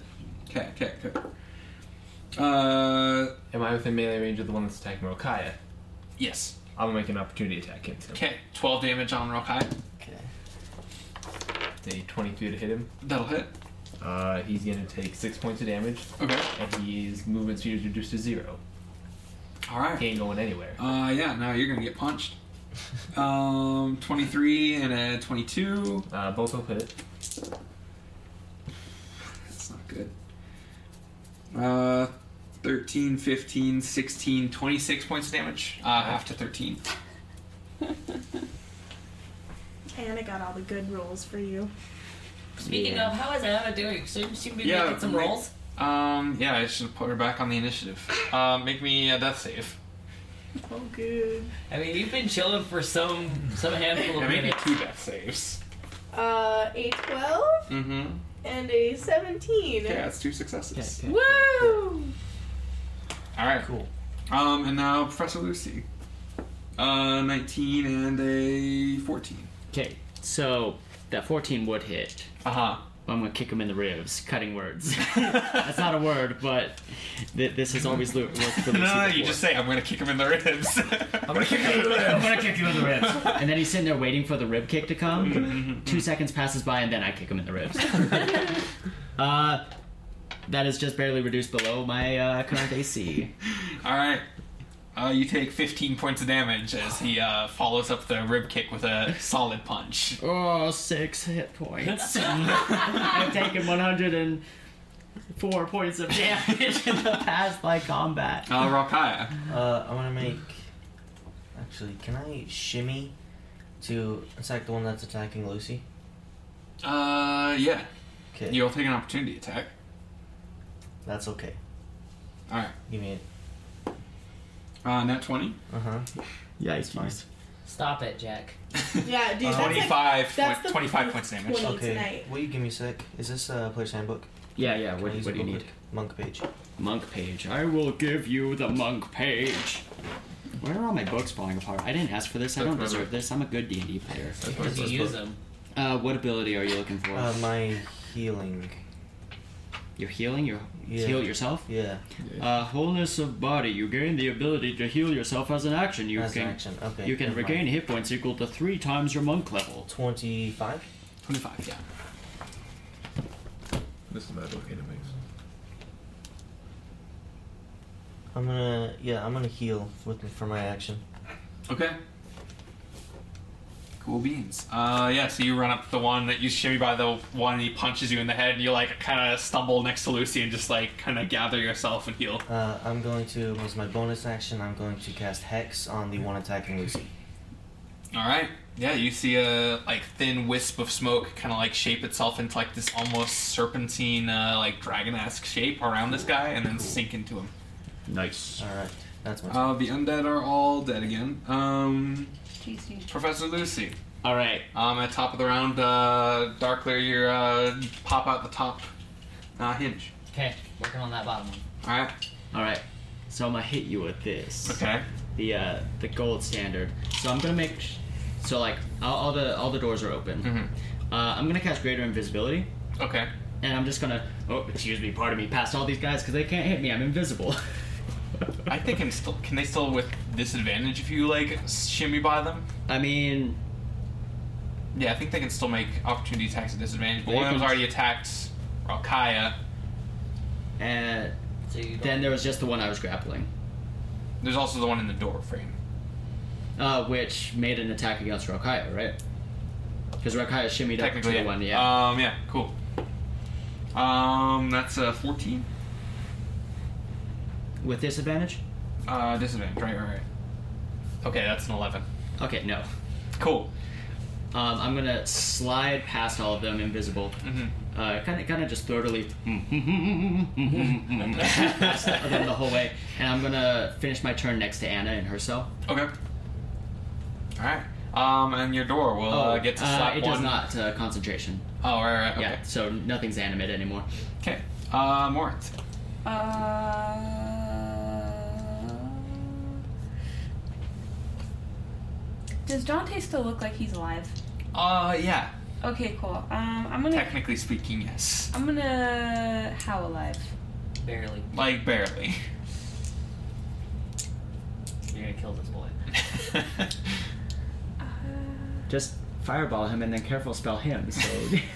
[SPEAKER 7] Okay, okay, okay. Uh,
[SPEAKER 9] Am I within melee range of the one that's attacking Rokaya?
[SPEAKER 7] Yes.
[SPEAKER 9] I'm gonna make an opportunity attack against him.
[SPEAKER 7] Okay, 12 damage on Rokai.
[SPEAKER 12] Okay.
[SPEAKER 9] It's a 22 to hit him.
[SPEAKER 7] That'll hit.
[SPEAKER 9] Uh, he's gonna take six points of damage.
[SPEAKER 7] Okay.
[SPEAKER 9] And his movement speed is reduced to zero.
[SPEAKER 7] Alright.
[SPEAKER 9] He ain't going anywhere.
[SPEAKER 7] Uh, yeah, no, you're gonna get punched. Um, 23 and a 22.
[SPEAKER 9] Uh, both will hit.
[SPEAKER 7] That's not good. Uh, 13, 15, 16, 26 points of damage. Uh, half to 13.
[SPEAKER 4] And I got all the good rolls for you.
[SPEAKER 10] Speaking
[SPEAKER 7] Yeah.
[SPEAKER 10] of, how is Anna doing? Should she be
[SPEAKER 7] Yeah,
[SPEAKER 10] making some
[SPEAKER 7] make-
[SPEAKER 10] rolls?
[SPEAKER 7] Um, yeah, I should put her back on the initiative. Uh, make me a death save.
[SPEAKER 4] Oh, good.
[SPEAKER 10] I mean, you've been chilling for some some handful
[SPEAKER 7] Yeah,
[SPEAKER 10] of
[SPEAKER 7] make me
[SPEAKER 10] minutes.
[SPEAKER 7] two death saves.
[SPEAKER 4] Uh, a 12
[SPEAKER 7] Mm-hmm.
[SPEAKER 4] and a 17.
[SPEAKER 7] Yeah, that's two successes.
[SPEAKER 4] Woo!
[SPEAKER 7] All right. Cool. Um, and now Professor Lucy. Uh, 19 and a 14.
[SPEAKER 3] Okay, so that 14 would hit.
[SPEAKER 7] Uh huh.
[SPEAKER 3] I'm gonna kick him in the ribs. Cutting words. That's not a word, but th- this has always lo- worked for Lucy.
[SPEAKER 7] No, no, you
[SPEAKER 3] before.
[SPEAKER 7] just say, I'm gonna kick him in the ribs. I'm
[SPEAKER 3] gonna kick you in the ribs. I'm gonna kick you in the ribs. And then he's sitting there waiting for the rib kick to
[SPEAKER 7] Mm-hmm.
[SPEAKER 3] come. Two seconds passes by, and then I kick him in the ribs. uh, that is just barely reduced below my uh, current AC.
[SPEAKER 7] All right. Uh, you take 15 points of damage as he uh, follows up the rib kick with a solid punch.
[SPEAKER 3] Oh, six hit points. I've taken
[SPEAKER 7] Uh,
[SPEAKER 3] 104 points of damage in the past by combat.
[SPEAKER 7] Uh, Rokaya.
[SPEAKER 12] Uh, I want to make. Actually, can I shimmy to attack the one that's attacking Lucy?
[SPEAKER 7] Uh, yeah.
[SPEAKER 12] Okay.
[SPEAKER 7] You'll take an opportunity attack.
[SPEAKER 12] That's okay.
[SPEAKER 7] All right.
[SPEAKER 12] Give me it.
[SPEAKER 7] Uh, net 20.
[SPEAKER 12] Uh huh.
[SPEAKER 3] Yeah, it's fine.
[SPEAKER 10] Stop it, Jack.
[SPEAKER 4] Yeah, dude. that's like-
[SPEAKER 7] 25,
[SPEAKER 4] that's the
[SPEAKER 7] 25 points of damage.
[SPEAKER 4] 20
[SPEAKER 12] Okay.
[SPEAKER 4] tonight.
[SPEAKER 12] Will you give me a sec? Is this a uh, player's handbook?
[SPEAKER 3] Yeah, yeah.
[SPEAKER 12] Can I
[SPEAKER 3] What,
[SPEAKER 12] use
[SPEAKER 3] what do you
[SPEAKER 12] monk-
[SPEAKER 3] need?
[SPEAKER 12] Monk page.
[SPEAKER 9] Oh.
[SPEAKER 3] Monk page. I will give you the monk page. Where are all my books falling apart? I didn't ask for this. I don't
[SPEAKER 7] That's
[SPEAKER 3] deserve this. I'm a good D and D player.
[SPEAKER 10] Because you use them.
[SPEAKER 3] Uh, what ability are you looking for?
[SPEAKER 12] Uh, my healing.
[SPEAKER 3] Your healing. Your
[SPEAKER 12] Yeah.
[SPEAKER 3] heal yourself.
[SPEAKER 12] Yeah.
[SPEAKER 3] Uh, wholeness of body. You gain the ability to heal yourself as an action. You
[SPEAKER 12] As an
[SPEAKER 3] can
[SPEAKER 12] action. Okay.
[SPEAKER 3] you can
[SPEAKER 12] never mind.
[SPEAKER 3] regain hit points equal to three times your monk level.
[SPEAKER 12] 25?
[SPEAKER 7] 25, yeah.
[SPEAKER 9] This is my book, anyways.
[SPEAKER 12] I'm gonna. Yeah, I'm gonna heal with for my action.
[SPEAKER 7] Okay. Cool beans. Uh, yeah, so you run up to the one that you shimmy by the one and he punches you in the head and you like kind of stumble next to Lucy and just like kind of gather yourself and heal.
[SPEAKER 12] Uh, I'm going to. As my bonus action, I'm going to cast Hex on the one attacking Lucy.
[SPEAKER 7] All right. Yeah, you see a like thin wisp of smoke kind of like shape itself into like this almost serpentine uh, like dragon-esque shape around this guy and then sink into him.
[SPEAKER 1] Nice.
[SPEAKER 12] Alright, that's my.
[SPEAKER 7] Uh, the undead are all dead again. Um,
[SPEAKER 8] GG.
[SPEAKER 7] Professor Lucy.
[SPEAKER 3] All right.
[SPEAKER 7] Um, at top of the round, uh, Darkler, you uh, pop out the top uh, hinge.
[SPEAKER 10] Okay, working on that bottom one.
[SPEAKER 7] All right.
[SPEAKER 3] All right. So I'm gonna hit you with this.
[SPEAKER 7] Okay.
[SPEAKER 3] the uh, the gold standard. So I'm gonna make so like all, all the all the doors are open.
[SPEAKER 12] Mm-hmm.
[SPEAKER 3] Uh, I'm gonna cast greater invisibility,
[SPEAKER 7] Okay.
[SPEAKER 3] and I'm just gonna oh excuse me, pardon me, past all these guys because they can't hit me. I'm invisible.
[SPEAKER 7] I think I'm still. Can they still with disadvantage if you like shimmy by them?
[SPEAKER 3] I mean,
[SPEAKER 7] Yeah, I think they can still make opportunity attacks at disadvantage. But
[SPEAKER 3] They
[SPEAKER 7] one of them's
[SPEAKER 3] can-
[SPEAKER 7] already attacked Rokaya.
[SPEAKER 3] and
[SPEAKER 10] So you don't-
[SPEAKER 3] then there was just the one I was grappling,
[SPEAKER 7] There's also the one in the door frame.
[SPEAKER 3] uh, which made an attack against Rokaya, right? Because Rokaya shimmied up to
[SPEAKER 7] Technically,
[SPEAKER 3] the
[SPEAKER 7] yeah.
[SPEAKER 3] one, yeah.
[SPEAKER 7] Um, yeah, cool. Um, that's a 14.
[SPEAKER 3] with disadvantage.
[SPEAKER 7] Uh, disadvantage. Right, right, right. Okay, that's an 11.
[SPEAKER 3] Okay, no.
[SPEAKER 7] Cool.
[SPEAKER 3] Um, I'm gonna slide past all of them, invisible.
[SPEAKER 7] Mhm.
[SPEAKER 3] Uh, kind of, kind of just throatily, past them the whole way. And I'm gonna finish my turn next to Anna in her cell.
[SPEAKER 7] Okay. All right. Um, and your door will uh, get to slap
[SPEAKER 3] Oh, it
[SPEAKER 7] one.
[SPEAKER 3] does not uh, concentration.
[SPEAKER 7] Oh, right, right. Okay.
[SPEAKER 3] Yeah, so nothing's animate anymore.
[SPEAKER 7] Okay. Uh, Moritz.
[SPEAKER 8] Uh, does Dante still look like he's alive?
[SPEAKER 7] Uh, yeah.
[SPEAKER 8] Okay, cool. Um, I'm gonna
[SPEAKER 7] Technically speaking, yes.
[SPEAKER 8] I'm gonna how alive?
[SPEAKER 10] barely.
[SPEAKER 7] Like, barely.
[SPEAKER 10] You're gonna kill this boy.
[SPEAKER 8] Uh,
[SPEAKER 3] Just fireball him and then careful spell him. So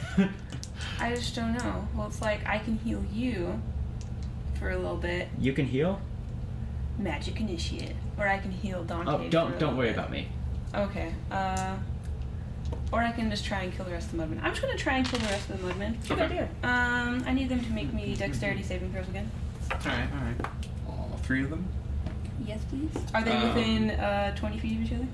[SPEAKER 8] I just don't know. Well, it's like I can heal you for a little bit,
[SPEAKER 3] you can heal.
[SPEAKER 8] magic initiate, or I can heal Dante.
[SPEAKER 3] Oh,
[SPEAKER 8] for a
[SPEAKER 3] don't don't
[SPEAKER 8] little
[SPEAKER 3] worry
[SPEAKER 8] bit.
[SPEAKER 3] about me.
[SPEAKER 8] Okay. Uh, or I can just try and kill the rest of the mudmen. I'm just gonna try and kill the rest of the mudmen.
[SPEAKER 4] Good idea.
[SPEAKER 8] Um, I need them to make me dexterity saving throws again.
[SPEAKER 7] Alright, alright. All three of them?
[SPEAKER 8] Yes, please. Are they
[SPEAKER 7] Um,
[SPEAKER 8] within uh, 20 feet of each other?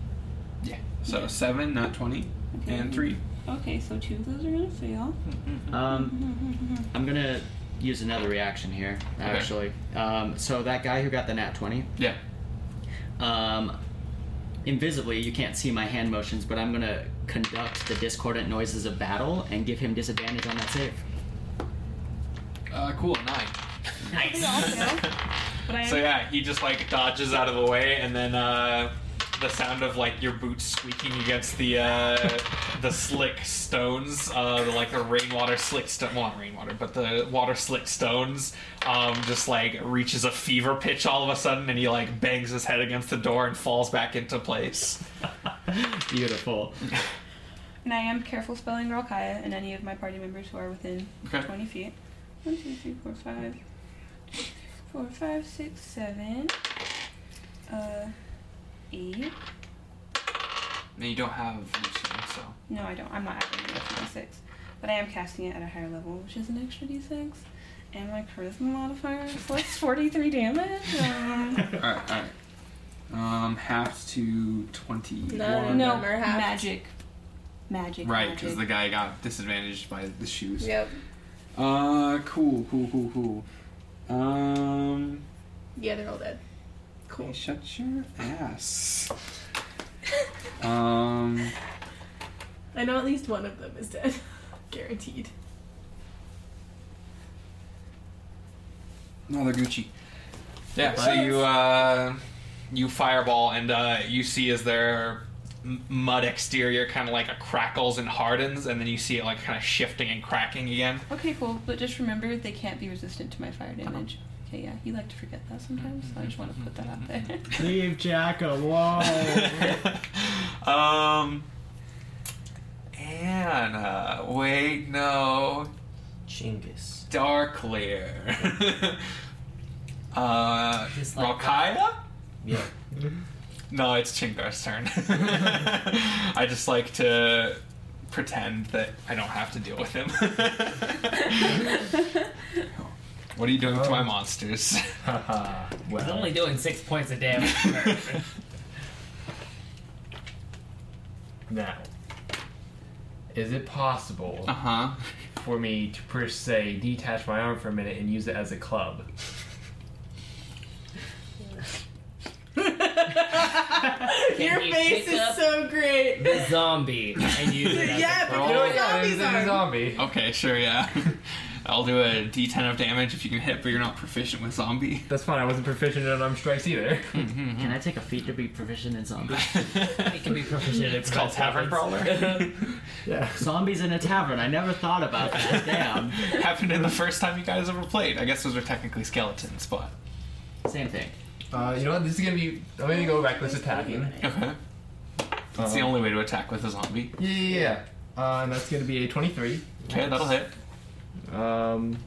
[SPEAKER 7] Yeah. So, seven, not 20, and three.
[SPEAKER 8] Okay, so two of those are gonna fail.
[SPEAKER 3] Um, I'm gonna use another reaction here. Actually, um, so that guy who got the nat twenty.
[SPEAKER 7] Yeah.
[SPEAKER 3] Um, invisibly, you can't see my hand motions, but I'm gonna conduct the discordant noises of battle and give him disadvantage on that save.
[SPEAKER 7] Uh, cool, nine.
[SPEAKER 8] Nice. But I am
[SPEAKER 7] So yeah, he just like dodges out of the way, and then uh, the sound of like your boots squeaking against the uh, the slick stones, uh, the, like the rainwater slick stone, well not rainwater, but the water slick stones, um, just like reaches a fever pitch all of a sudden, and he like bangs his head against the door and falls back into place.
[SPEAKER 3] Beautiful.
[SPEAKER 8] And I am careful spelling Ralkaya and any of my party members who are within
[SPEAKER 7] Okay.
[SPEAKER 8] 20 feet. 1, 2, 3, 4, 5, 4, 5, 6, 7, uh, 8.
[SPEAKER 7] And you don't have Lucian, so
[SPEAKER 8] No, I don't. I'm not adding an extra d6. But I am casting it at a higher level, which is an extra d6. And my charisma modifier, so that's 43 damage. Um,
[SPEAKER 7] all right, all right. Um, half to twenty.
[SPEAKER 8] no, magic. Magic.
[SPEAKER 7] Right, because the
[SPEAKER 8] magic.
[SPEAKER 7] guy got disadvantaged by the shoes.
[SPEAKER 11] Yep.
[SPEAKER 7] Uh, cool, cool, cool, cool. Um,
[SPEAKER 11] Yeah, they're all dead.
[SPEAKER 7] cool. Shut your ass. um,
[SPEAKER 11] I know at least one of them is dead. Guaranteed.
[SPEAKER 7] no, they're Gucci. Yeah. So you uh, you fireball, and uh, you see as their m- mud exterior kind of like a crackles and hardens, and then you see it like kind of shifting and cracking again.
[SPEAKER 8] Okay, cool. But just remember, they can't be resistant to my fire damage. Okay, yeah, you like to forget that sometimes, so I just want to put that out there.
[SPEAKER 3] Leave Jack alone.
[SPEAKER 7] Um, Anna, wait, no.
[SPEAKER 12] Chingus.
[SPEAKER 7] Darklear. uh,
[SPEAKER 10] Just like
[SPEAKER 7] Rokaya?
[SPEAKER 12] Yeah.
[SPEAKER 7] No, it's Chingar's turn. I just like to pretend that I don't have to deal with him. what are you doing to my monsters?
[SPEAKER 10] He's only doing six points of damage. per-
[SPEAKER 9] Now, is it possible
[SPEAKER 7] huh.
[SPEAKER 9] for me to per se detach my arm for a minute and use it as a club?
[SPEAKER 10] Can
[SPEAKER 11] Your
[SPEAKER 10] you
[SPEAKER 11] face
[SPEAKER 10] pick
[SPEAKER 11] is
[SPEAKER 10] up
[SPEAKER 11] so great.
[SPEAKER 10] the zombie and use it as
[SPEAKER 11] Yeah,
[SPEAKER 10] a
[SPEAKER 11] but
[SPEAKER 10] club?
[SPEAKER 11] you're zombies are.
[SPEAKER 9] zombie.
[SPEAKER 7] Okay, sure, yeah. I'll do a d10 of damage if you can hit, but you're not proficient with zombie.
[SPEAKER 9] That's fine. I wasn't proficient in arm strikes either.
[SPEAKER 3] Can I take a feat to be proficient in zombies?
[SPEAKER 10] It can be proficient.
[SPEAKER 7] It's called Tavern Brawler.
[SPEAKER 9] yeah.
[SPEAKER 3] zombies in a tavern. I never thought about that. Damn.
[SPEAKER 7] Happened in the first time you guys ever played. I guess those were technically skeletons, but.
[SPEAKER 3] Same thing.
[SPEAKER 9] Uh, you know what? This is gonna be. I'm gonna go reckless attacking.
[SPEAKER 7] Okay. That's the
[SPEAKER 9] Um,
[SPEAKER 7] only way to attack with a zombie.
[SPEAKER 9] Yeah, yeah, yeah. Uh, and that's gonna be a 23.
[SPEAKER 7] Okay, that'll hit.
[SPEAKER 9] Um,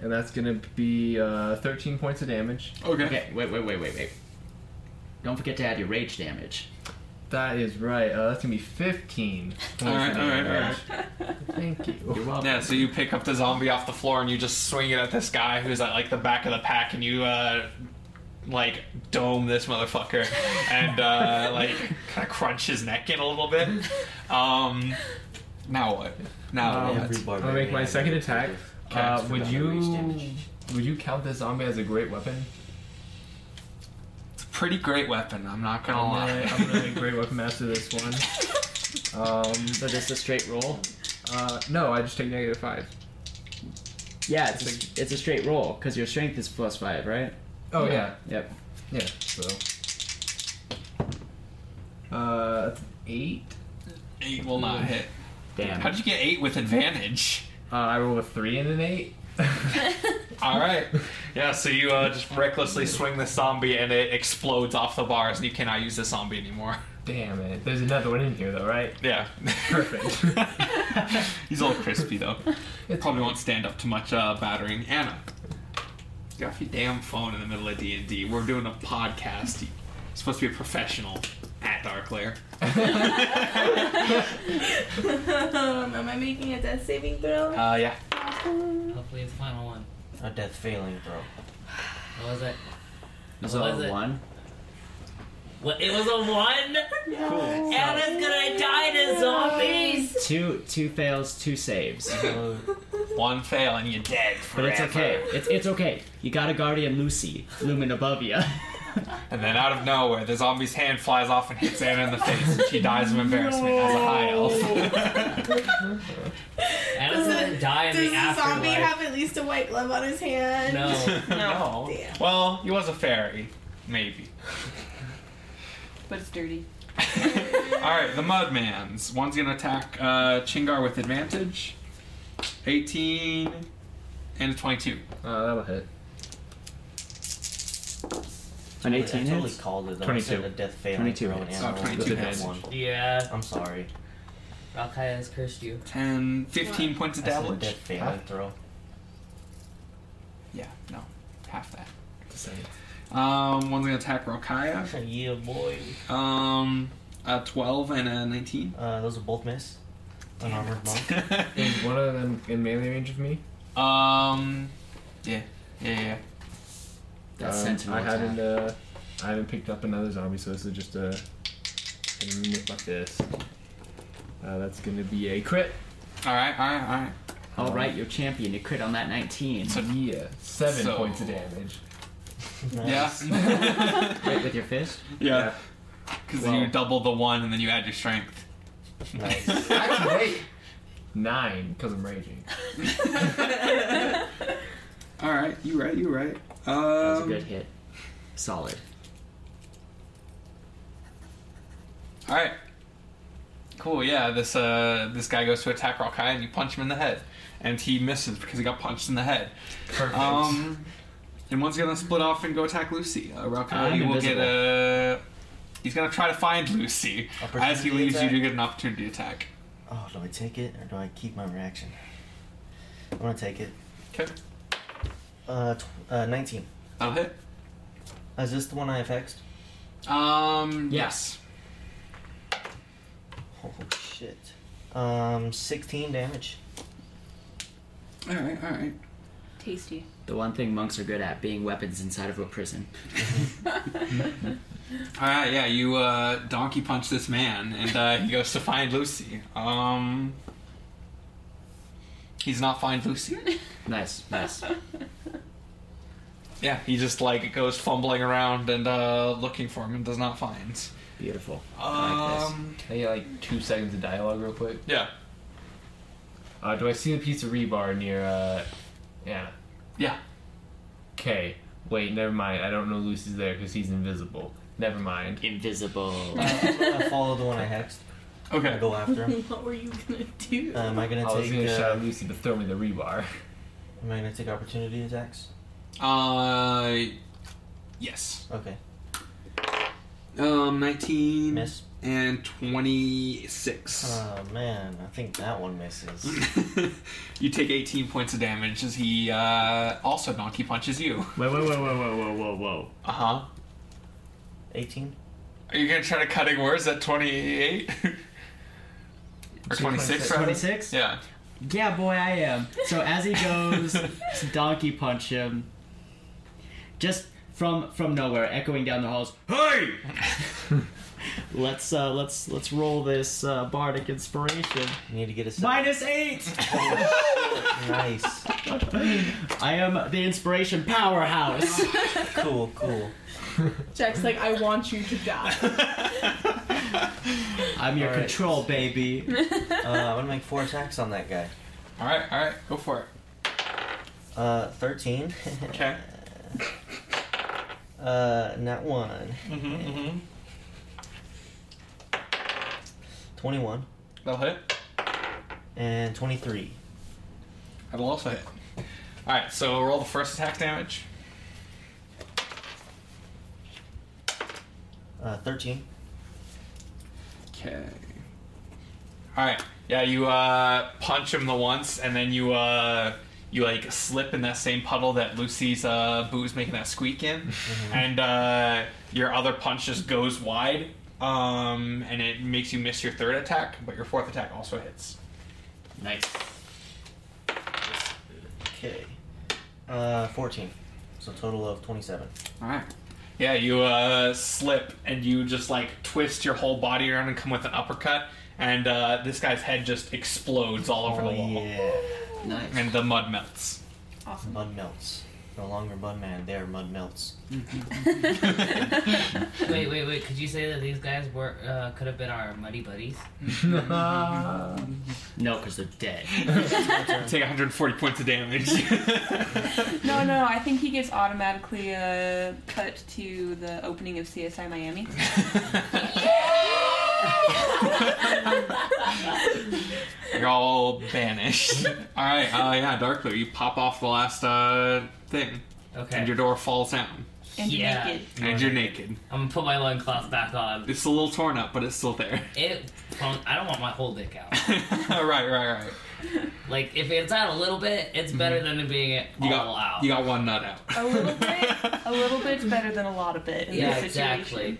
[SPEAKER 9] and that's gonna be uh, 13 points of damage.
[SPEAKER 3] Okay, wait, wait, wait, wait, wait. Don't forget to add your rage damage.
[SPEAKER 9] That is right. Uh, that's gonna be 15. points of
[SPEAKER 7] Alright, alright,
[SPEAKER 9] damage. Thank
[SPEAKER 3] You're
[SPEAKER 9] you.
[SPEAKER 3] welcome.
[SPEAKER 7] Yeah, so you pick up the zombie off the floor and you just swing it at this guy who's at like the back of the pack and you uh like dome this motherfucker and uh like kind of crunch his neck in a little bit. Um now what? Now
[SPEAKER 9] Um,
[SPEAKER 7] what?
[SPEAKER 12] Every barbarian
[SPEAKER 9] I'll make my
[SPEAKER 12] has
[SPEAKER 9] second
[SPEAKER 12] an
[SPEAKER 9] attack.
[SPEAKER 12] effective
[SPEAKER 9] Uh,
[SPEAKER 12] cast
[SPEAKER 9] would
[SPEAKER 12] without rage
[SPEAKER 9] you
[SPEAKER 12] damage.
[SPEAKER 9] would you count this zombie as a great weapon?
[SPEAKER 7] It's a pretty great weapon, I'm not gonna
[SPEAKER 9] I'm
[SPEAKER 7] lie.
[SPEAKER 9] gonna, I'm gonna make great weapon master this one. Um,
[SPEAKER 3] So just a straight roll?
[SPEAKER 9] uh, no, I just take negative five.
[SPEAKER 3] Yeah, it's a, it's a straight roll because your strength is plus five, right?
[SPEAKER 9] Oh yeah,
[SPEAKER 3] Yep.
[SPEAKER 9] yeah. So, uh, that's an eight.
[SPEAKER 7] eight will not hit.
[SPEAKER 3] Damn.
[SPEAKER 7] How'd you get eight with advantage?
[SPEAKER 9] Uh, I rolled a three and an eight.
[SPEAKER 13] All right. Yeah, so you uh, just recklessly swing the zombie and it explodes off the bars and you cannot use the zombie anymore.
[SPEAKER 9] Damn it. There's another one in here, though, right?
[SPEAKER 13] Yeah.
[SPEAKER 9] Perfect.
[SPEAKER 13] He's a little crispy, though. Probably won't stand up to much uh, battering. Anna, get off your damn phone in the middle of D&D. We're doing a podcast. You're supposed to be a professional at Darklair.
[SPEAKER 11] um, am I making a death saving throw?
[SPEAKER 13] Uh, yeah.
[SPEAKER 10] Hopefully it's the final one.
[SPEAKER 12] A death failing, bro.
[SPEAKER 10] What was it?
[SPEAKER 3] Is
[SPEAKER 10] What
[SPEAKER 3] it
[SPEAKER 10] was
[SPEAKER 3] a
[SPEAKER 10] it?
[SPEAKER 3] one?
[SPEAKER 10] What? It was a one?
[SPEAKER 3] Cool.
[SPEAKER 10] Anna's gonna die to zombies!
[SPEAKER 3] Two two fails, two saves.
[SPEAKER 13] One fail and you're dead
[SPEAKER 3] But
[SPEAKER 13] forever.
[SPEAKER 3] it's okay. It's it's okay. You got a guardian Lucy looming above you.
[SPEAKER 13] And then out of nowhere, the zombie's hand flies off and hits Anna in the face, and she dies of embarrassment as a high elf.
[SPEAKER 10] Anna's gonna die in
[SPEAKER 11] Does
[SPEAKER 10] the
[SPEAKER 11] the zombie
[SPEAKER 10] afterlife.
[SPEAKER 11] have at least a white glove on his hand?
[SPEAKER 10] No.
[SPEAKER 13] no. Well, he was a fairy, maybe.
[SPEAKER 8] But it's dirty.
[SPEAKER 13] All right, the Mudmans. One's gonna attack uh, Chingar with advantage. 18 and a 22.
[SPEAKER 9] Oh, that'll hit.
[SPEAKER 3] An
[SPEAKER 12] I
[SPEAKER 3] eighteen
[SPEAKER 12] totally
[SPEAKER 3] hits?
[SPEAKER 12] called it. Though. I
[SPEAKER 9] 22.
[SPEAKER 12] said a death failing
[SPEAKER 3] 22
[SPEAKER 12] throw. and
[SPEAKER 3] hits.
[SPEAKER 12] Anna
[SPEAKER 13] Oh,
[SPEAKER 12] rolled a
[SPEAKER 13] 22
[SPEAKER 12] nat
[SPEAKER 13] hits.
[SPEAKER 12] one.
[SPEAKER 10] Yeah.
[SPEAKER 12] I'm sorry.
[SPEAKER 10] Ralkai has cursed you.
[SPEAKER 13] 10, 15 points of
[SPEAKER 12] I said a
[SPEAKER 13] damage.
[SPEAKER 12] death failing throw.
[SPEAKER 13] Yeah, no, half that. Um, one's gonna attack Rokaya.
[SPEAKER 12] yeah, boy.
[SPEAKER 13] Um, a 12 and a 19.
[SPEAKER 12] Uh, those are both miss. Unarmored monk.
[SPEAKER 9] Is one of them in melee range of me?
[SPEAKER 13] um, yeah, yeah, yeah.
[SPEAKER 3] That's
[SPEAKER 9] Um,
[SPEAKER 3] sentinel
[SPEAKER 9] I
[SPEAKER 3] attack.
[SPEAKER 9] haven't, uh, I haven't picked up another zombie, so this is just a. Hit him with my fist. Uh, that's gonna be a crit.
[SPEAKER 13] All right, all right, all right.
[SPEAKER 3] All right, your champion. You crit on that nineteen.
[SPEAKER 9] Yeah, seven
[SPEAKER 13] So-
[SPEAKER 9] points of damage.
[SPEAKER 13] Yeah.
[SPEAKER 3] Right with your fist.
[SPEAKER 13] yeah. Because you
[SPEAKER 9] Well-
[SPEAKER 13] double the one and then you add your strength.
[SPEAKER 9] Nice. Actually, wait. Nine, because I'm raging.
[SPEAKER 13] All right, you right, you right. Um,
[SPEAKER 3] That was a good hit. Solid.
[SPEAKER 13] All right. Cool. Yeah. This uh, this guy goes to attack Rokai, and you punch him in the head, and he misses because he got punched in the head.
[SPEAKER 9] Perfect.
[SPEAKER 13] Um, and one's gonna split off and go attack Lucy. Uh, Rokai,
[SPEAKER 3] I'm
[SPEAKER 13] you will
[SPEAKER 3] invisible.
[SPEAKER 13] get a. He's gonna try to find Lucy as he
[SPEAKER 12] Opportunity
[SPEAKER 13] leaves
[SPEAKER 12] attack?
[SPEAKER 13] you to get an opportunity attack.
[SPEAKER 12] Oh, do I take it or do I keep my reaction? I'm gonna take it.
[SPEAKER 13] Okay.
[SPEAKER 12] Uh, tw- uh 19.
[SPEAKER 13] That'll hit.
[SPEAKER 12] Is this the one I affixed?
[SPEAKER 13] Um.
[SPEAKER 3] Yeah.
[SPEAKER 13] Yes.
[SPEAKER 12] Oh shit. Um, 16 damage.
[SPEAKER 13] All right. All right.
[SPEAKER 8] Tasty.
[SPEAKER 3] The one thing monks are good at being weapons inside of a prison.
[SPEAKER 13] All right. Yeah. You uh, donkey punch this man, and uh, he goes to find Lucy. Um. He's not find Lucy.
[SPEAKER 3] Nice, nice.
[SPEAKER 13] Yeah, he just like goes fumbling around and uh, looking for him and does not find.
[SPEAKER 3] Beautiful. I like this.
[SPEAKER 13] Um,
[SPEAKER 9] Can I get like two seconds of dialogue real quick?
[SPEAKER 13] yeah,
[SPEAKER 9] Uh, do I see the piece of rebar near, uh, Anna?
[SPEAKER 13] yeah.
[SPEAKER 9] Okay, wait, never mind. I don't know Lucy's there because he's invisible. Never mind.
[SPEAKER 3] Invisible.
[SPEAKER 12] I follow the one I hexed. I
[SPEAKER 13] Okay.
[SPEAKER 12] go after him.
[SPEAKER 14] what were you gonna do?
[SPEAKER 12] Uh, am I gonna
[SPEAKER 9] I was
[SPEAKER 12] take?
[SPEAKER 9] gonna
[SPEAKER 12] uh,
[SPEAKER 9] shout at Lucy to throw me the rebar.
[SPEAKER 12] am I gonna take opportunity attacks?
[SPEAKER 13] Uh, yes.
[SPEAKER 12] Okay.
[SPEAKER 13] Um, nineteen
[SPEAKER 12] Miss.
[SPEAKER 13] and twenty-six.
[SPEAKER 12] Oh man, I think that one misses.
[SPEAKER 13] Uh. you take eighteen points of damage as he uh, also donkey punches you.
[SPEAKER 3] Whoa, whoa, whoa, whoa, whoa, whoa, whoa, whoa.
[SPEAKER 13] Uh huh.
[SPEAKER 12] 18.
[SPEAKER 13] Are you gonna try to cutting words at twenty-eight or twenty-six? rather?
[SPEAKER 3] 26?
[SPEAKER 13] Yeah.
[SPEAKER 3] Yeah, boy, I am. So as he goes to donkey punch him, just from from nowhere, echoing down the halls. Hey! let's uh, let's let's roll this uh, bardic inspiration.
[SPEAKER 12] You need to get a seven.
[SPEAKER 3] Minus eight.
[SPEAKER 12] Nice.
[SPEAKER 3] I am the inspiration powerhouse.
[SPEAKER 12] Cool. Cool.
[SPEAKER 11] Jack's like, I want you to die.
[SPEAKER 3] I'm your
[SPEAKER 12] All right.
[SPEAKER 3] control baby.
[SPEAKER 12] Uh, I'm gonna make four attacks on that guy.
[SPEAKER 13] All right. All right. Go for it.
[SPEAKER 12] Uh, 13.
[SPEAKER 13] Okay.
[SPEAKER 12] uh, not one.
[SPEAKER 13] Mm-hmm. Mm-hmm.
[SPEAKER 12] 21
[SPEAKER 13] That'll hit.
[SPEAKER 12] and 23.
[SPEAKER 13] That'll also hit. All right, so roll the first attack damage.
[SPEAKER 12] Uh, 13.
[SPEAKER 13] Okay. All right. Yeah, you uh, punch him the once, and then you uh, you like slip in that same puddle that Lucy's uh, boot making that squeak in, and uh, your other punch just goes wide, um, and it makes you miss your third attack, but your fourth attack also hits.
[SPEAKER 3] Nice.
[SPEAKER 12] Okay. Uh, 14. So total of 27.
[SPEAKER 13] All right. Yeah, you uh, slip and you just like twist your whole body around and come with an uppercut, and uh, this guy's head just explodes all over
[SPEAKER 12] Oh,
[SPEAKER 13] the wall.
[SPEAKER 3] Nice.
[SPEAKER 13] And the mud melts.
[SPEAKER 8] Awesome.
[SPEAKER 12] Mud melts. No longer mud man, they are mud melts.
[SPEAKER 14] uh,
[SPEAKER 10] wait, wait, wait. Could you say that these guys were uh, could have been our muddy buddies?
[SPEAKER 3] No, because they're dead.
[SPEAKER 13] Take 140 points of damage.
[SPEAKER 8] No, no, I think he gets automatically uh, cut to the opening of CSI Miami.
[SPEAKER 13] You're all banished. all right. Uh, yeah, Darkler, you pop off the last uh, thing.
[SPEAKER 10] Okay.
[SPEAKER 13] And your door falls down.
[SPEAKER 10] And you're Yeah. naked.
[SPEAKER 13] And you're naked.
[SPEAKER 10] I'm gonna put my loincloth back on.
[SPEAKER 13] It's a little torn up, but it's still there.
[SPEAKER 10] It. I don't want my whole dick out.
[SPEAKER 13] right, right, right.
[SPEAKER 10] Like if it's out a little bit, it's better than it being it
[SPEAKER 13] Mm-hmm. You got
[SPEAKER 10] all out.
[SPEAKER 13] you got one nut out.
[SPEAKER 8] A little bit, a little bit's better than a lot of bit. In
[SPEAKER 10] yeah,
[SPEAKER 8] this situation.
[SPEAKER 10] exactly.